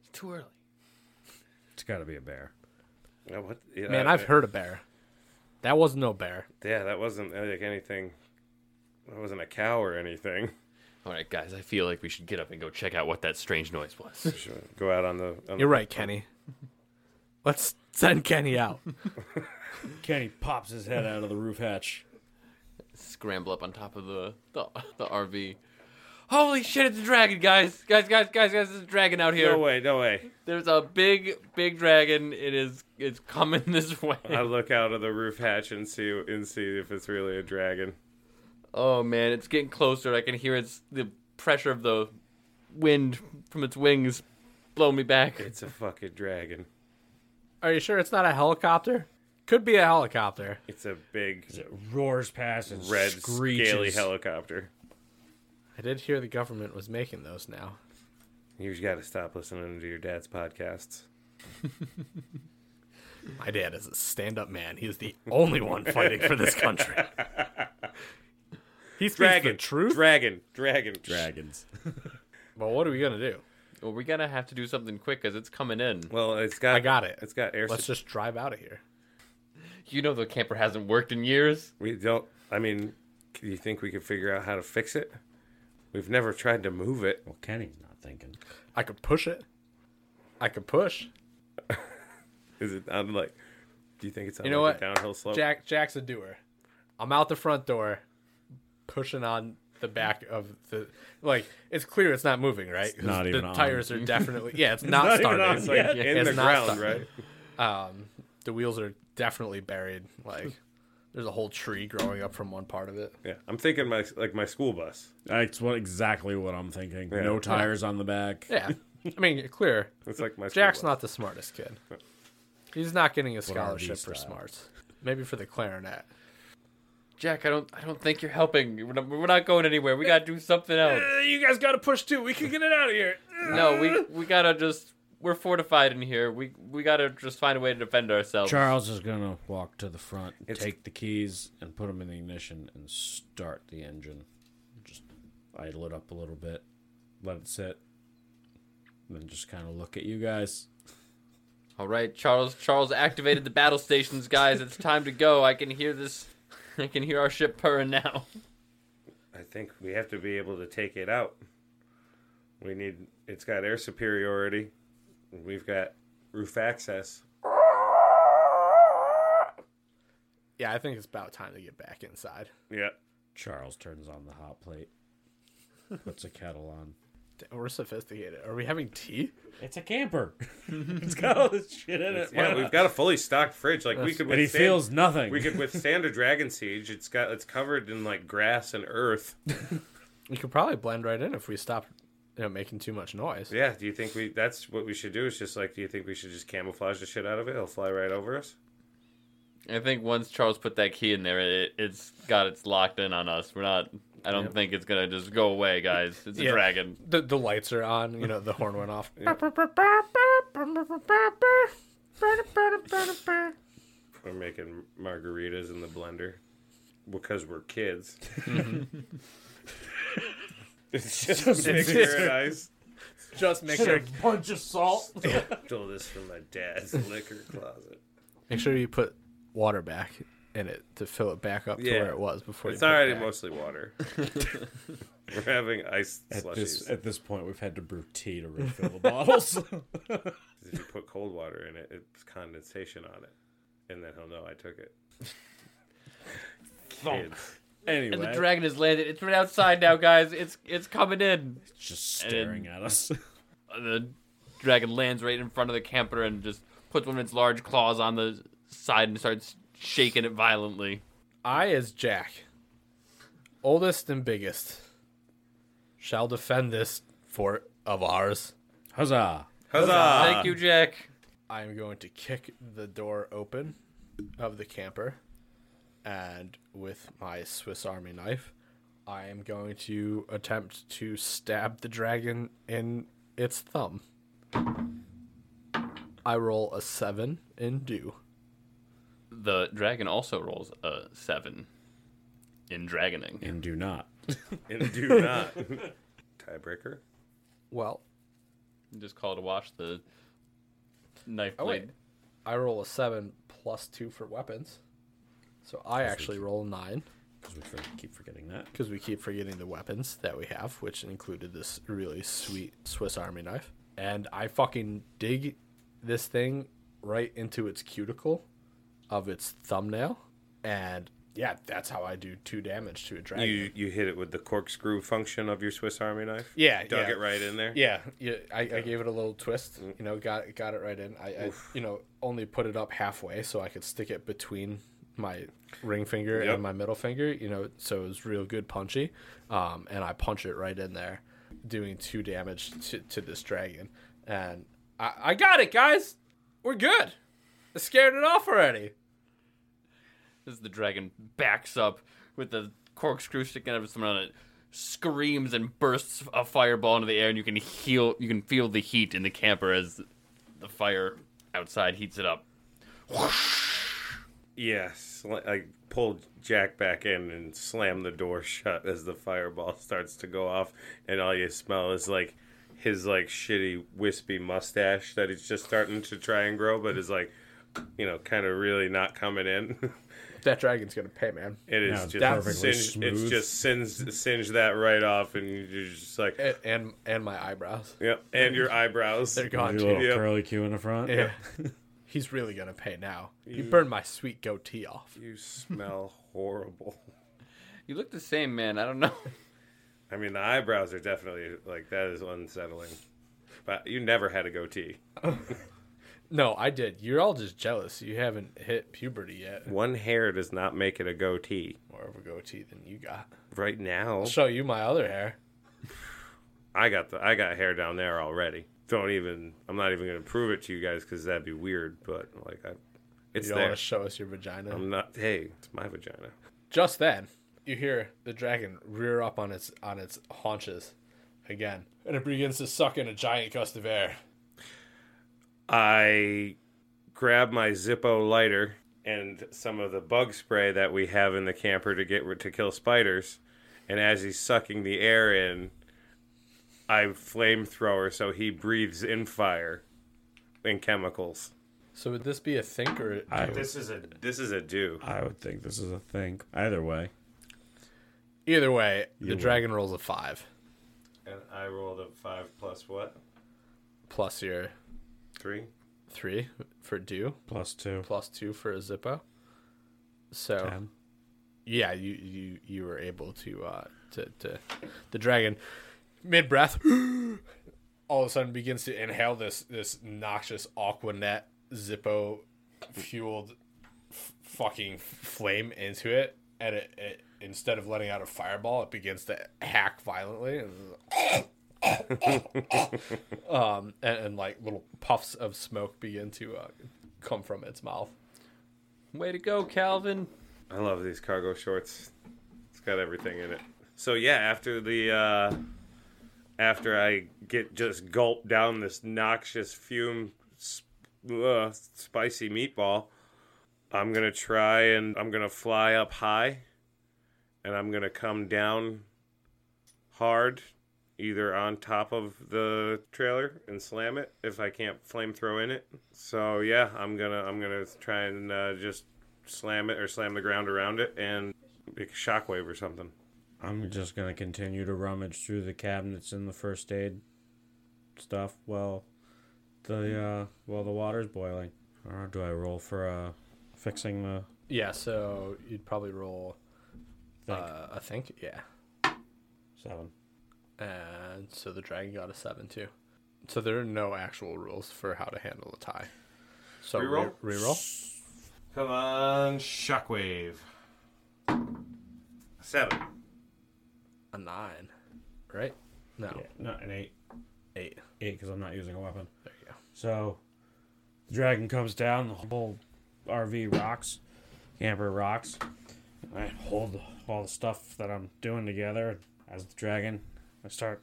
It's too early. It's got to be a bear. Yeah, what? yeah, Man, I- I've heard a bear. That was no bear. Yeah, that wasn't uh, like anything. That wasn't a cow or anything. All right, guys. I feel like we should get up and go check out what that strange noise was. Go out on the. On You're right, Kenny. Let's send Kenny out. Kenny pops his head out of the roof hatch. Scramble up on top of the the, the RV. Holy shit, it's a dragon, guys. Guys, guys, guys, guys, there's a dragon out here. No way, no way. There's a big, big dragon. It is it's coming this way. I look out of the roof hatch and see and see if it's really a dragon. Oh man, it's getting closer. I can hear it's the pressure of the wind from its wings blowing me back. It's a fucking dragon. Are you sure it's not a helicopter? Could be a helicopter. It's a big it roars past and red screeches. scaly helicopter. I did hear the government was making those now. You just got to stop listening to your dad's podcasts. My dad is a stand-up man. He is the only one fighting for this country. He speaks dragon, the truth. Dragon, dragon, dragons. well, what are we gonna do? Well, we gotta have to do something quick because it's coming in. Well, it's got. I got it. It's got air. Let's just drive out of here. You know the camper hasn't worked in years. We don't. I mean, do you think we could figure out how to fix it? We've never tried to move it. Well, Kenny's not thinking. I could push it. I could push. Is it? I'm like, do you think it's on You know like what? a downhill slope? Jack Jack's a doer. I'm out the front door, pushing on the back of the like. It's clear it's not moving, right? 'Cause not the even on. tires are definitely yeah. It's It's not, not even started. on, it's like Yeah, in the ground, right? Um, the wheels are definitely buried. Like there's a whole tree growing up from one part of it. yeah, I'm thinking my like my school bus. That's what exactly what I'm thinking. Yeah. No tires on the back. Yeah, I mean clear. It's like my school Jack's bus. not the smartest kid. He's not getting a What R&D scholarship for style. smarts. Maybe for the clarinet. Jack, I don't, I don't think you're helping. We're not, we're not going anywhere. We gotta do something else. you guys got to push too. We can get it out of here. No, we, we gotta just. We're fortified in here. We, we gotta just find a way to defend ourselves. Charles is going to walk to the front, It's- take the keys, and put them in the ignition and start the engine. Just idle it up a little bit, let it sit, then just kind of look at you guys. All right, Charles. Charles activated the battle stations, guys. It's time to go. I can hear this. I can hear our ship purring now. I think we have to be able to take it out. We need. It's got air superiority. We've got roof access. Yeah, I think it's about time to get back inside. Yeah. Charles turns on the hot plate, puts a kettle on. Damn, Oh, We're sophisticated. Are we having tea? It's a camper. it's got all this shit in it. Yeah, we've got a fully stocked fridge. Like we That's- could. And he withstand- feels nothing. We could withstand a dragon siege. It's got. It's covered in like grass and earth. We could probably blend right in if we stop, you know, making too much noise. Yeah. Do you think we? That's what we should do. Is just like. Do you think we should just camouflage the shit out of it? It'll fly right over us. I think once Charles put that key in there, it, it's got it's locked in on us. We're not. I don't Yep. think it's gonna just go away, guys. It's a Yeah. dragon. The the lights are on. You know, the horn went off. We're making margaritas in the blender because we're kids. it's just, Just mixture mixture. and ice. Just Just a bunch of salt. Stole this from my dad's liquor closet. Make sure you put water back in it to fill it back up to where it was before. It's you put it already back. mostly water. we're having ice At this, slushies. at this point, we've had to brew tea to refill the bottles. If you put cold water in it, it's condensation on it, and then he'll know I took it. Thump. Kids. anyway, And the dragon has landed. It's right outside now, guys. It's it's coming in. It's just staring at us. Uh, The dragon lands right in front of the camper and just puts one of its large claws on the side and starts shaking it violently. I as Jack, oldest and biggest, shall defend this fort of ours. Huzzah! Huzzah! Thank you, Jack. I am going to kick the door open of the camper, and with my Swiss Army knife, I am going to attempt to stab the dragon in its thumb. I roll a seven in do. The dragon also rolls a seven in dragoning. and do not. And do not tiebreaker. Well, Just call it a wash. The knife oh wait, blade. I roll a seven plus two for weapons, so I actually roll a nine. Because we for- keep forgetting that. because we keep forgetting the weapons that we have, which included this really sweet Swiss Army knife. And I fucking dig this thing right into its cuticle of its thumbnail, and yeah, that's how I do two damage to a dragon. You you hit it with the corkscrew function of your Swiss Army knife. Yeah, dug yeah. it right in there. Yeah, yeah. I, I gave it a little twist. You know, got got it right in. I, I Oof. you know only put it up halfway so I could stick it between my ring finger Yep. and my middle finger. You know, so it was real good punchy. Um, and I punch it right in there, doing two damage to, to this dragon. And I, I got it, guys. We're good. I scared it off already. As the dragon backs up with the corkscrew sticking out of someone on it, screams and bursts a fireball into the air, and you can heal. You can feel the heat in the camper as the fire outside heats it up. Yes, li- I pulled Jack back in and slammed the door shut as the fireball starts to go off, and all you smell is like his like shitty wispy mustache that is just starting to try and grow, but is like, you know, kind of really not coming in. That dragon's gonna pay, man. It is just singed, it's just singed, singed that right off, and you're just like and and, and my eyebrows. Yep, and your eyebrows. They're gone. Your too. little Yep. curly Q in the front. Yeah. He's really gonna pay now. You You- burned my sweet goatee off. You smell horrible. You look the same, man. I don't know. I mean, the eyebrows are definitely like that is unsettling. But you never had a goatee. No, I did. You're all just jealous. You haven't hit puberty yet. One hair does not make it a goatee. More of a goatee than you got. Right now, I'll show you my other hair. I got the I got hair down there already. Don't even. I'm not even going to prove it to you guys because that'd be weird. But like, I, it's you don't there. Um, want to show us your vagina. I'm not. Hey, it's my vagina. Just then, you hear the dragon rear up on its on its haunches again, and it begins to suck in a giant gust of air. I grab my Zippo lighter and some of the bug spray that we have in the camper to get rid- to kill spiders, and as he's sucking the air in, I flamethrower so he breathes in fire and chemicals. So would this be a think or? I- this is a this is a do. I would think this is a thing. Either way, Either way, the Either way. dragon rolls a five And I rolled a five plus what? plus your Three. three for do plus two. plus two for a zippo. So Ten. yeah, you you you were able to uh to, to the dragon mid breath all of a sudden begins to inhale this this noxious aquanet zippo fueled f- fucking flame into it and it, it instead of letting out a fireball it begins to hack violently um, and, and like little puffs of smoke begin to uh, come from its mouth Way to go, Calvin. I love these cargo shorts. It's got everything in it. So yeah, after the uh after I get just gulped down this noxious fume sp- uh, spicy meatball, I'm going to try and I'm going to fly up high and I'm going to come down hard either on top of the trailer and slam it if I can't flamethrow in it. So yeah, I'm gonna I'm gonna try and uh, just slam it or slam the ground around it and make a shockwave or something. I'm just gonna continue to rummage through the cabinets and the first aid stuff while the uh, while the water's boiling. Or do I roll for uh, fixing the? yeah so you'd probably roll uh, i think yeah Seven. And so the dragon got a seven too. So there are no actual rules for how to handle a tie. So Reroll? Re- reroll. Come on, shockwave. Seven. A nine, right? No. Yeah, not an eight. Eight. Eight because I'm not using a weapon. There you go. So the dragon comes down, the whole RV rocks, camper rocks. I hold all the stuff that I'm doing together as the dragon. I start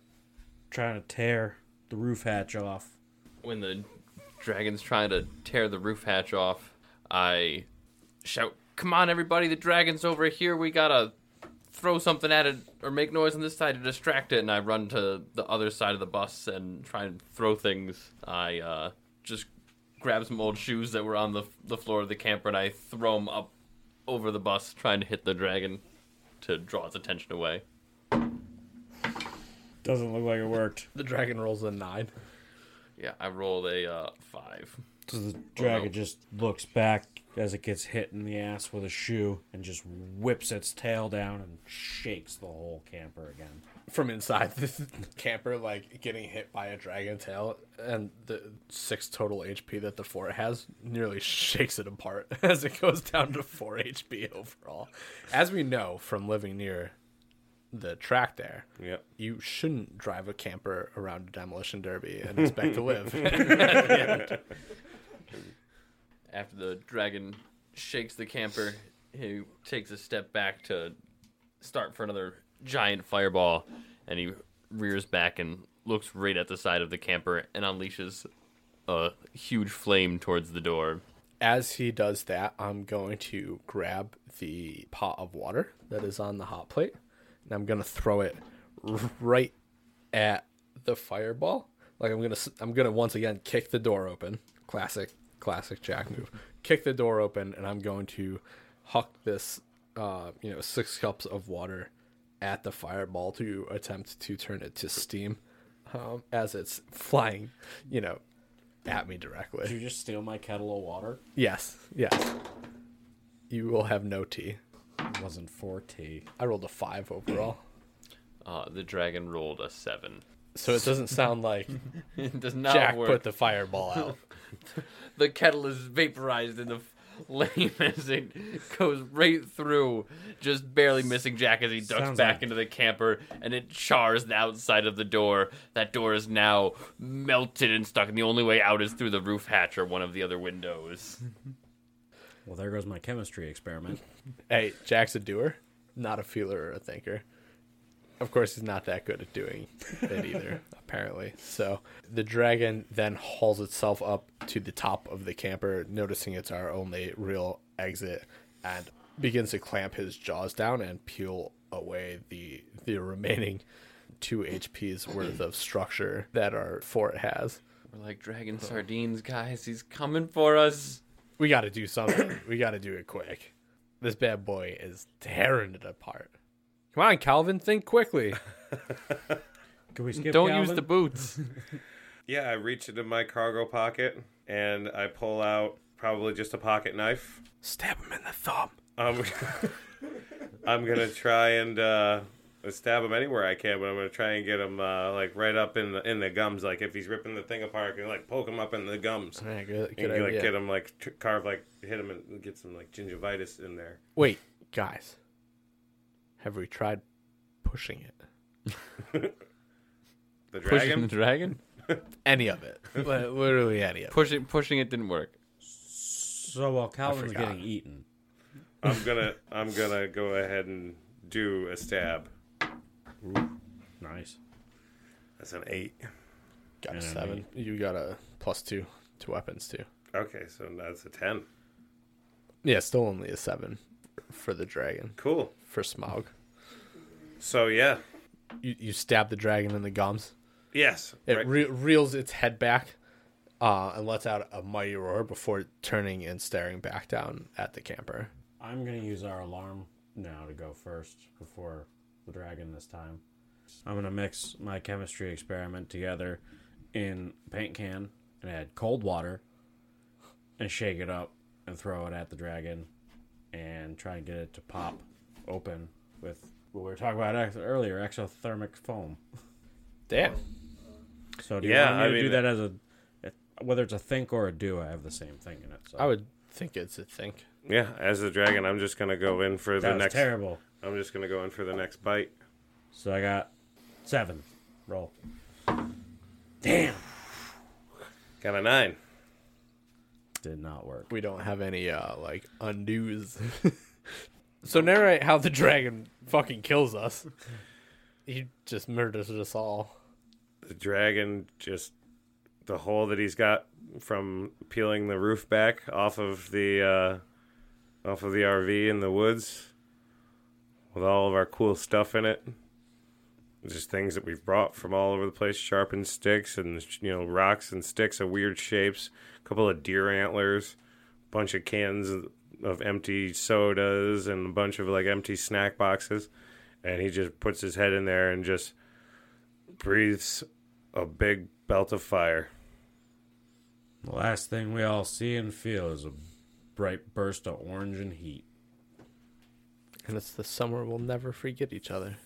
trying to tear the roof hatch off. when the dragon's trying to tear the roof hatch off, I shout, "Come on, everybody! The dragon's over here. We gotta throw something at it or make noise on this side to distract it." And I run to the other side of the bus and try and throw things. I uh, just grab some old shoes that were on the the floor of the camper and I throw them up over the bus, trying to hit the dragon to draw its attention away. Doesn't look like it worked. The dragon rolls a nine. Yeah, I rolled a uh, five. Oh, So the dragon just looks back, as it gets hit in the ass with a shoe and just whips its tail down and shakes the whole camper again. From inside the camper, like getting hit by a dragon tail, and the six total HP that the fort has nearly shakes it apart as it goes down to four HP overall. As we know from living near the track there, Yep. you shouldn't drive a camper around a demolition derby and expect to live. At the end. After the dragon shakes the camper, he takes a step back to start for another giant fireball, and he rears back and looks right at the side of the camper and unleashes a huge flame towards the door. As he does that, I'm going to grab the pot of water that is on the hot plate and I'm going to throw it r- right at the fireball. Like I'm going to I'm going to once again kick the door open. Classic classic jack move. Kick the door open and I'm going to huck this uh, you know, 6 cups of water at the fireball to attempt to turn it to steam um, as it's flying, you know, at me directly. Did you just steal my kettle of water? Yes, yes. You will have no tea. It wasn't for tea. I rolled a five overall. Uh, the dragon rolled a seven. So it doesn't sound like It does not Jack work. put the fireball out. the kettle is vaporized in the flame as it goes right through, just barely missing Jack as he ducks Sounds back like- into the camper, and it chars the outside of the door. That door is now melted and stuck, and the only way out is through the roof hatch or one of the other windows. Well, there goes my chemistry experiment. hey, Jack's a doer, not a feeler or a thinker. Of course, he's not that good at doing it either, apparently. So the dragon then hauls itself up to the top of the camper, noticing it's our only real exit, and begins to clamp his jaws down and peel away the the remaining two HP's worth of structure that our fort has. We're like dragon sardines, guys. He's coming for us. We got to do something. we got to do it quick. This bad boy is tearing it apart. Come on, Calvin, think quickly. Can we skip Don't use Calvin? the boots. Yeah, I reach into my cargo pocket and I pull out probably just a pocket knife. Stab him in the thumb. Um, I'm gonna try and uh, stab him anywhere I can, but I'm gonna try and get him uh, like right up in the in the gums. Like if he's ripping the thing apart, I can like poke him up in the gums. Yeah, good- and good like idea. get him like tr- carve like hit him and get some like gingivitis in there. Wait, guys. Have we tried pushing it? The Pushing dragon. the dragon? any of it. Li- Literally any of it. Pushing, pushing it didn't work. So while Calvin's forgot. getting eaten, I'm gonna I'm gonna go ahead and do a stab. nice. That's an eight. Got a seven. You got a plus two to weapons, too. Okay, so that's a ten. Yeah, still only a seven for the dragon. Cool. For Smog. So yeah, You, you stab the dragon in the gums. yes. It right. re- reels its head back uh, and lets out a mighty roar before turning and staring back down at the camper. I'm gonna use our alarm now to go first before the dragon this time. I'm gonna mix my chemistry experiment together in a paint can and add cold water and shake it up and throw it at the dragon and try and get it to pop open with what we were talking about ex- earlier, exothermic foam. Damn. So do you Yeah, want me I to do mean- that as a whether it's a think or a do? I have the same thing in it. So I would think it's a think. Yeah, as the dragon, I'm just gonna go in for the That was next. terrible. I'm just gonna go in for the next bite. So I got seven. Roll. Damn. Got a nine. Did not work. We don't have any uh like undoes. so narrate how the dragon fucking kills us. He just murders us all. The dragon just the hole that he's got from peeling the roof back off of the uh, off of the RV in the woods, with all of our cool stuff in it. Just things that we've brought from all over the place: sharpened sticks and you know rocks and sticks of weird shapes, a couple of deer antlers, bunch of cans of- of empty sodas, and a bunch of like empty snack boxes. And he just puts his head in there and just breathes a big belt of fire. The last thing we all see and feel is a bright burst of orange and heat. And it's the summer we'll never forget each other.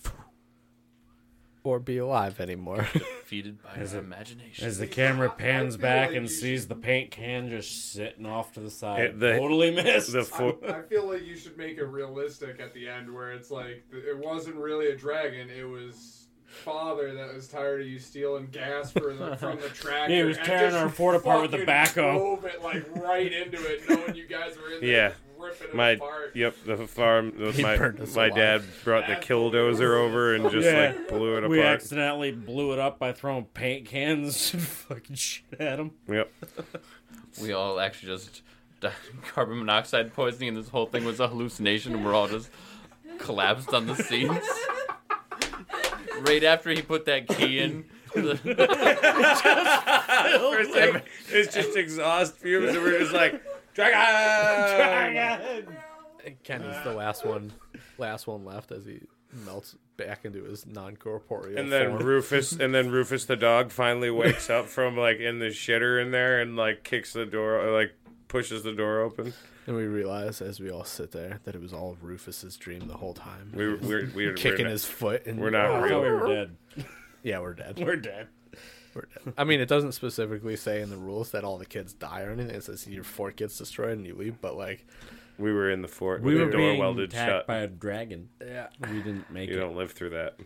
Or be alive anymore. Defeated by As our it- imagination. As the camera pans feel back like and you sees the paint can just sitting off to the side, It- the- totally missed. the fo- I, I feel like you should make it realistic at the end, where it's like th- it wasn't really a dragon; it was father that was tired of you stealing gas for the, from the tractor. He was and tearing just our Ford apart with the fucking backhoe. Drove it like right into it, knowing you guys were in there Yeah. ripping it My apart. yep, the farm. the- He my burned us my alive. dad brought the killdozer over and just Yeah. like blew it We apart. accidentally blew it up by throwing paint cans and fucking shit at him. Yep. We all actually just died of carbon monoxide poisoning, and this whole thing was a hallucination, and we're all just collapsed on the seats. Right after he put that key in, First time, it's just exhaust fumes, and we're just like dragon. And Ken is the last one, last one left as he melts back into his non-corporeal. And then form. Rufus, and then Rufus the dog finally wakes up from like in the shitter in there and like kicks the door, or, like pushes the door open. And we realize as we all sit there that it was all Rufus's dream the whole time. We- He was we're- we're- we're kicking not- his foot, and we're not I thought we real. were dead. Yeah, we're dead. We're dead. We're dead. I mean, it doesn't specifically say in the rules that all the kids die or anything. It says your fort gets destroyed and you leave, but like We were in the fort. We with were the door being welded attacked shut. by a dragon. Yeah. We didn't make you it. don't live through that.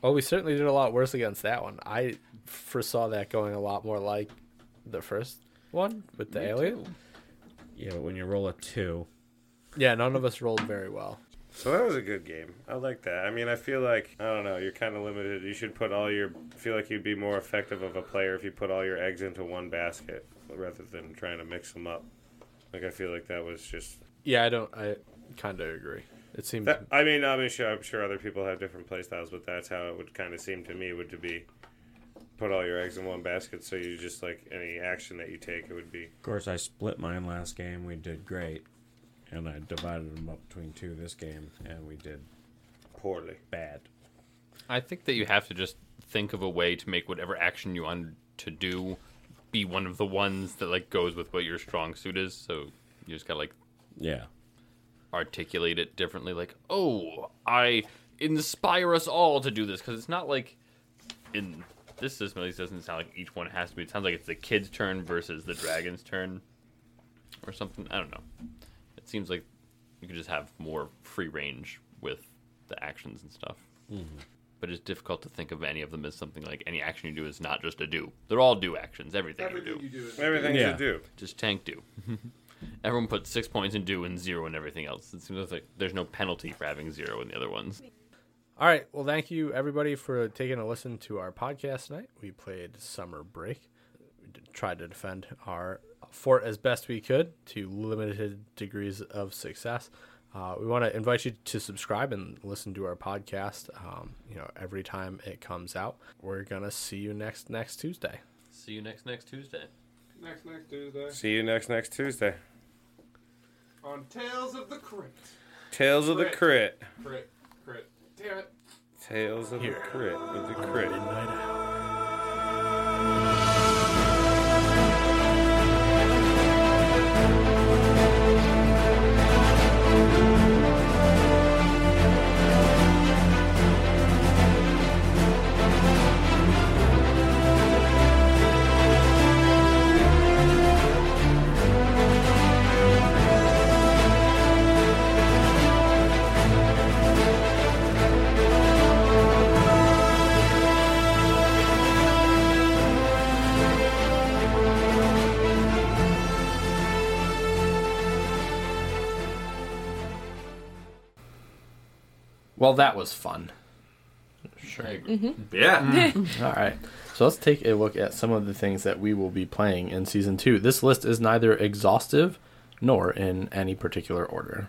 Well, we certainly did a lot worse against that one. I foresaw that going a lot more like the first one with the alien. Yeah, but when you roll a two, Yeah, none of us rolled very well. So that was a good game. I like that. I mean, I feel like I don't know. You're kind of limited. You should put all your. Feel like you'd be more effective of a player if you put all your eggs into one basket rather than trying to mix them up. Like I feel like that was just. Yeah, I don't. I kind of agree. It seemed That, I mean, I mean, sure, I'm sure other people have different play styles, but that's how it would kind of seem to me would to be. Put all your eggs in one basket, so you just like any action that you take, it would be. of course, I split mine last game. We did great, and I divided them up between two this game, and we did poorly, bad. I think that you have to just think of a way to make whatever action you want to do be one of the ones that like goes with what your strong suit is. So you just gotta like Yeah. articulate it differently. Like, oh, I inspire us all to do this because it's not like in this system at least it doesn't sound like each one has to be. It sounds like it's the kid's turn versus the dragon's turn or something. I don't know. It seems like you could just have more free range with the actions and stuff. Mhm. But it's difficult to think of any of them as something like any action you do is not just a do. They're all do actions. Everything, Everything you you do do. is a do. Everything's a Yeah. do. Just tank do. Everyone puts six points in do and zero in everything else. It seems like there's no penalty for having zero in the other ones. All right. Well, thank you everybody for taking a listen to our podcast tonight. We played Summer Break. We d- tried to defend our fort as best we could to limited degrees of success. Uh, we want to invite you to subscribe and listen to our podcast. Um, you know, every time it comes out, we're gonna see you next next Tuesday. See you next next Tuesday. Next next Tuesday See you next next Tuesday. on Tales of the Crypt. Tales of the crit. Crypt. Crypt. Damn it. Tales of the crit. Of the crit. Well, that was fun. Sure. Yeah. All right. So let's take a look at some of the things that we will be playing in season two. This list is neither exhaustive nor in any particular order.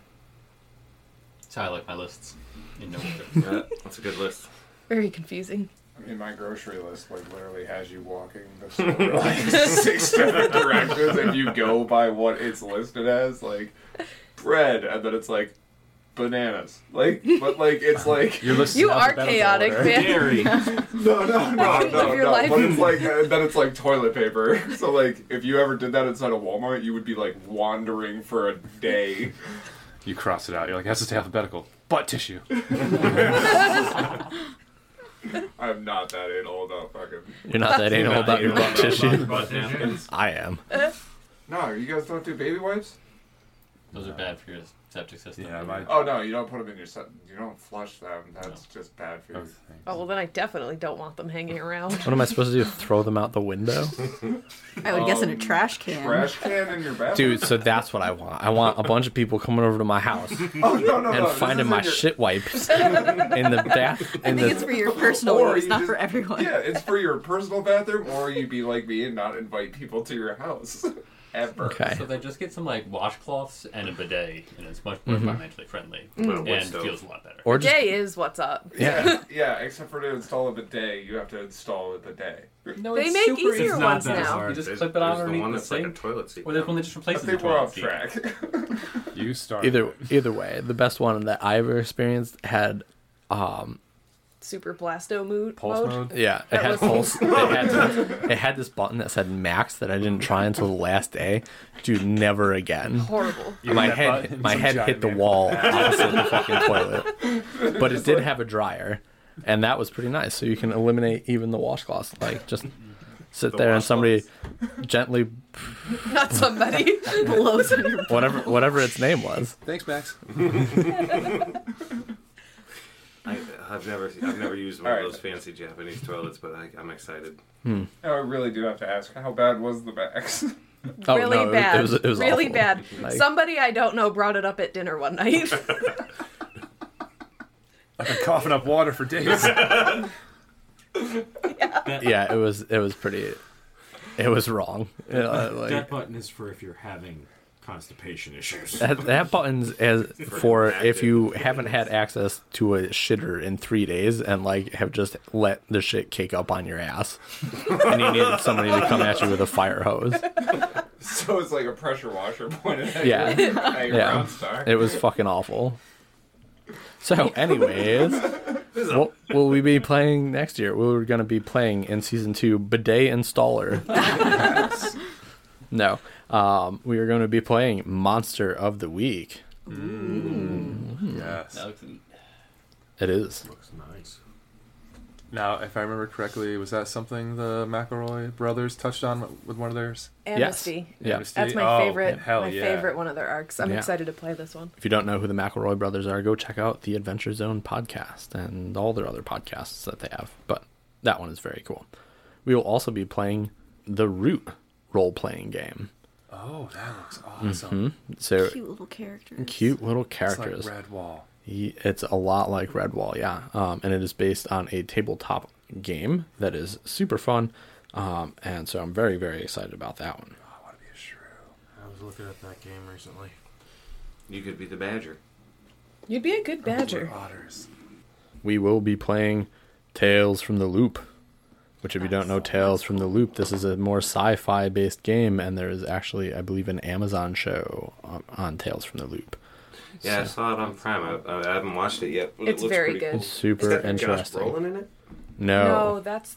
That's how I like my lists. In no order. that's a good list. Very confusing. I mean, my grocery list like literally has you walking the store like six different directions, and you go by what it's listed as, like bread, and then it's like bananas. Like, but like it's like You're listing You out are the medical chaotic, order. man. Dairy. no, no, no, couldn't live no, your no. life. But it's like uh, then it's like toilet paper. So like if you ever did that inside of Walmart, you would be like wandering for a day. You cross it out. You're like, that's just alphabetical. Butt tissue. I'm not that anal about fucking. You're not that anal about your butt tissue. Butt napkins. I am. No, you guys don't do baby wipes. Those are bad for your septic system. Yeah, Oh no, you don't put them in your set. You don't flush them. That's just bad for you. Oh well, then I definitely don't want them hanging around. What am I supposed to do? Throw them out the window? I would guess in a Um, trash can. Trash can in your bathroom. Dude, so that's what I want. I want a bunch of people coming over to my house Oh, no, no, and no, this finding is my in your- shit wipes in the bath. I In think the, it's for your personal Or use, you not just- for everyone. Yeah, it's for your personal bathroom, or you'd be like me and not invite people to your house ever. So they just get some like washcloths and a bidet, and it's much more Mhm. environmentally friendly Mm. Well, and what's the- feels a lot better. Or just- Day is what's up. Yeah, yeah. Except for to install a bidet, you have to install a bidet. No, They it's make super easier It's not ones that now. hard. You just There's- clip it on there's the underneath one the, that's like sink. a toilet seat. Or there's one that just replaces I think the we're toilet off seat. track. you start. either either way, the best one that I ever experienced had um Super blasto mood. Yeah, it That had was- pulse. It had, it had this button that said max that I didn't try until the last day. Dude, never again. Horrible. And my head, my head hit the wall opposite the fucking toilet. But it did have a dryer, and that was pretty nice. So you can eliminate even the washcloths. Like just sit The there and somebody gently, Not somebody blows in your whatever whatever its name was. Thanks, Max. I, I've never, I've never used one All of right. those fancy Japanese toilets, but I, I'm excited. Hmm. Now I really do have to ask, how bad was the backs? really bad. really awful. bad. Like- Somebody I don't know brought it up at dinner one night. I've been coughing up water for days. Yeah, it was it was pretty. It was wrong. You know, That- like- that button is for if you're having constipation issues. that, that button's as for if you haven't had access to a shitter in three days and like have just let the shit cake up on your ass and you needed somebody to come at you with a fire hose so it's like a pressure washer pointed at yeah you. Like a yeah round star. it was fucking awful so anyways This is a- what will we be playing next year we were going to be playing in season two bidet installer no um, we are going to be playing monster of the week Mm. Yes. it is nice. Now, if I remember correctly, was that something the McElroy brothers touched on with one of theirs? Amnesty. Amnesty? That's my Oh, favorite. Hell my yeah. favorite one of their arcs. I'm Yeah. excited to play this one. If you don't know who the McElroy brothers are, go check out the Adventure Zone podcast and all their other podcasts that they have. But that one is very cool. We will also be playing the Root role playing game. Oh, that looks awesome. Mhm. So Cute little characters. Cute little It's like characters. Redwall. Ye- It's a lot like Redwall, yeah. Um, and it is based on a tabletop game that is super fun. Um, and so I'm very, very excited about that one. I was looking at that game recently. You could be the badger. You'd be a good badger. we will be playing Tales from the Loop. Which, if you don't know Tales from the Loop, this is a more sci fi based game, and there is actually, I believe, an Amazon show on, on Tales from the Loop. Yeah, I saw it on Prime. I, I haven't watched it yet. But It's it looks very pretty good. Cool. It's super Is that interesting. Josh Brolin in it? No, No, that's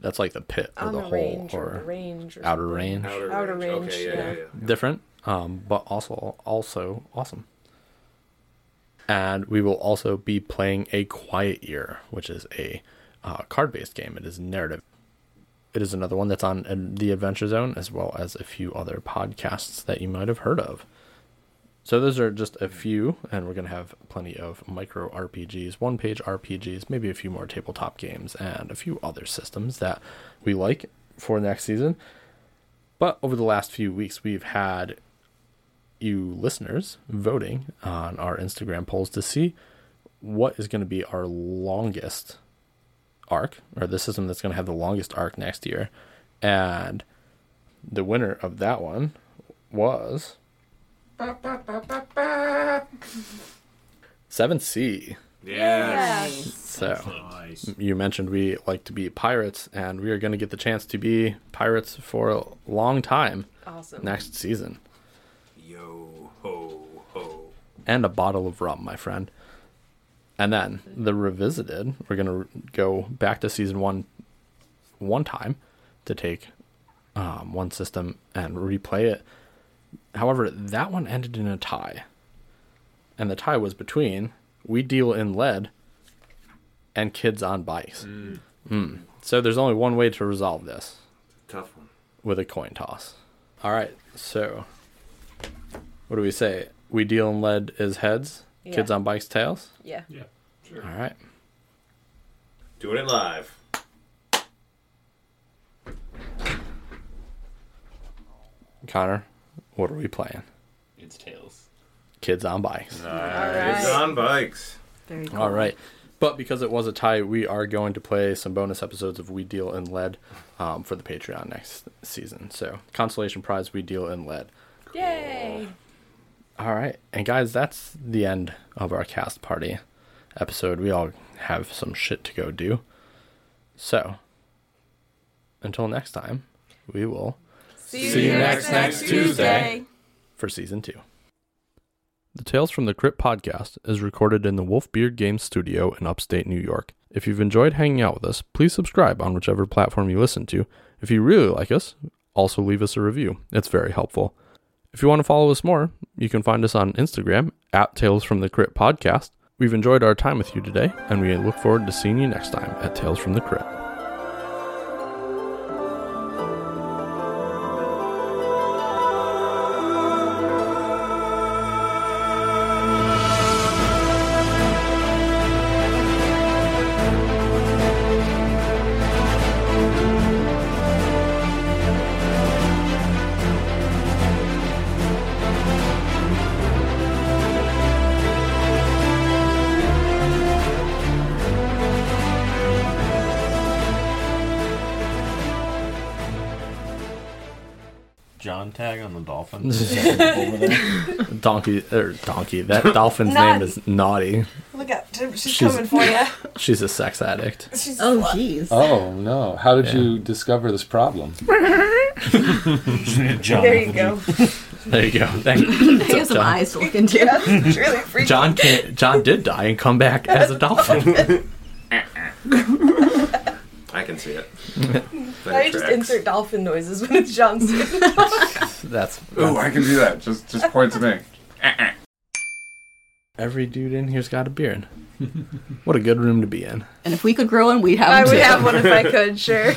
that's like the pit or On the, the hole Range or or, The Range or outer something. range. Outer Outer Range, Range, okay, yeah, yeah. yeah, yeah. Different, um, but also also awesome. And we will also be playing a Quiet Year, which is a uh, card-based game. It is narrative. It is another one that's on uh, the Adventure Zone as well as a few other podcasts that you might have heard of. So those are just a few, and we're gonna have plenty of micro RPGs, one-page RPGs, maybe a few more tabletop games, and a few other systems that we like for next season. But over the last few weeks, we've had you listeners voting on our Instagram polls to see what is going to be our longest arc, or the system that's going to have the longest arc next year. And the winner of that one was Ba, ba, ba, ba, ba. 7C. Yes. Yes. So you mentioned we like to be pirates, and we are going to get the chance to be pirates for a long time. Awesome. Next season. Yo ho ho. and a bottle of rum, my friend. And then the revisited, we're gonna go back to season one, one time, to take um, one system and replay it. However, that one ended in a tie, and the tie was between we deal in lead and kids on bikes. Mm. Mm. So there's only one way to resolve this Tough one. with a coin toss. All right, so what do we say? We deal in lead is heads, kids Yeah. on bikes tails. Yeah. Yeah. Sure. All right. Doing it live. Connor, what are we playing? It's tails. Kids on bikes. Nice. Kids on bikes. Very All right. But because it was a tie, we are going to play some bonus episodes of We Deal in Lead um, for the Patreon next season. So, consolation prize, We Deal in Lead. Yay! All right. And, guys, that's the end of our cast party episode. We all have some shit to go do. So, until next time, we will See you See you next- next next Tuesday. Tuesday. for season two. The Tales from the Crypt podcast is recorded in the Wolfbeard Games studio in upstate New York. If you've enjoyed hanging out with us, please subscribe on whichever platform you listen to. If you really like us, also leave us a review. It's very helpful. If you want to follow us more, you can find us on Instagram at Tales from the Crypt podcast. We've enjoyed our time with you today, and we look forward to seeing you next time at Tales from the Crypt. John tag on the dolphin over there. donkey or donkey. That dolphin's Not- name is Naughty. Look out, she's, coming for you. She's a sex addict. She's Oh, jeez. Oh no! How did Yeah. you discover this problem? there you go. There you go. Thank I have some eyes to look into. That's really freaky. John can't, John did die and come back as a dolphin. I can see it. I just insert dolphin noises when it's John's. That's Ooh, I can do that. Just just point to me. Every dude in here's got a beard. What a good room to be in. And if we could grow one, we'd have I them would too. have one if I could, sure.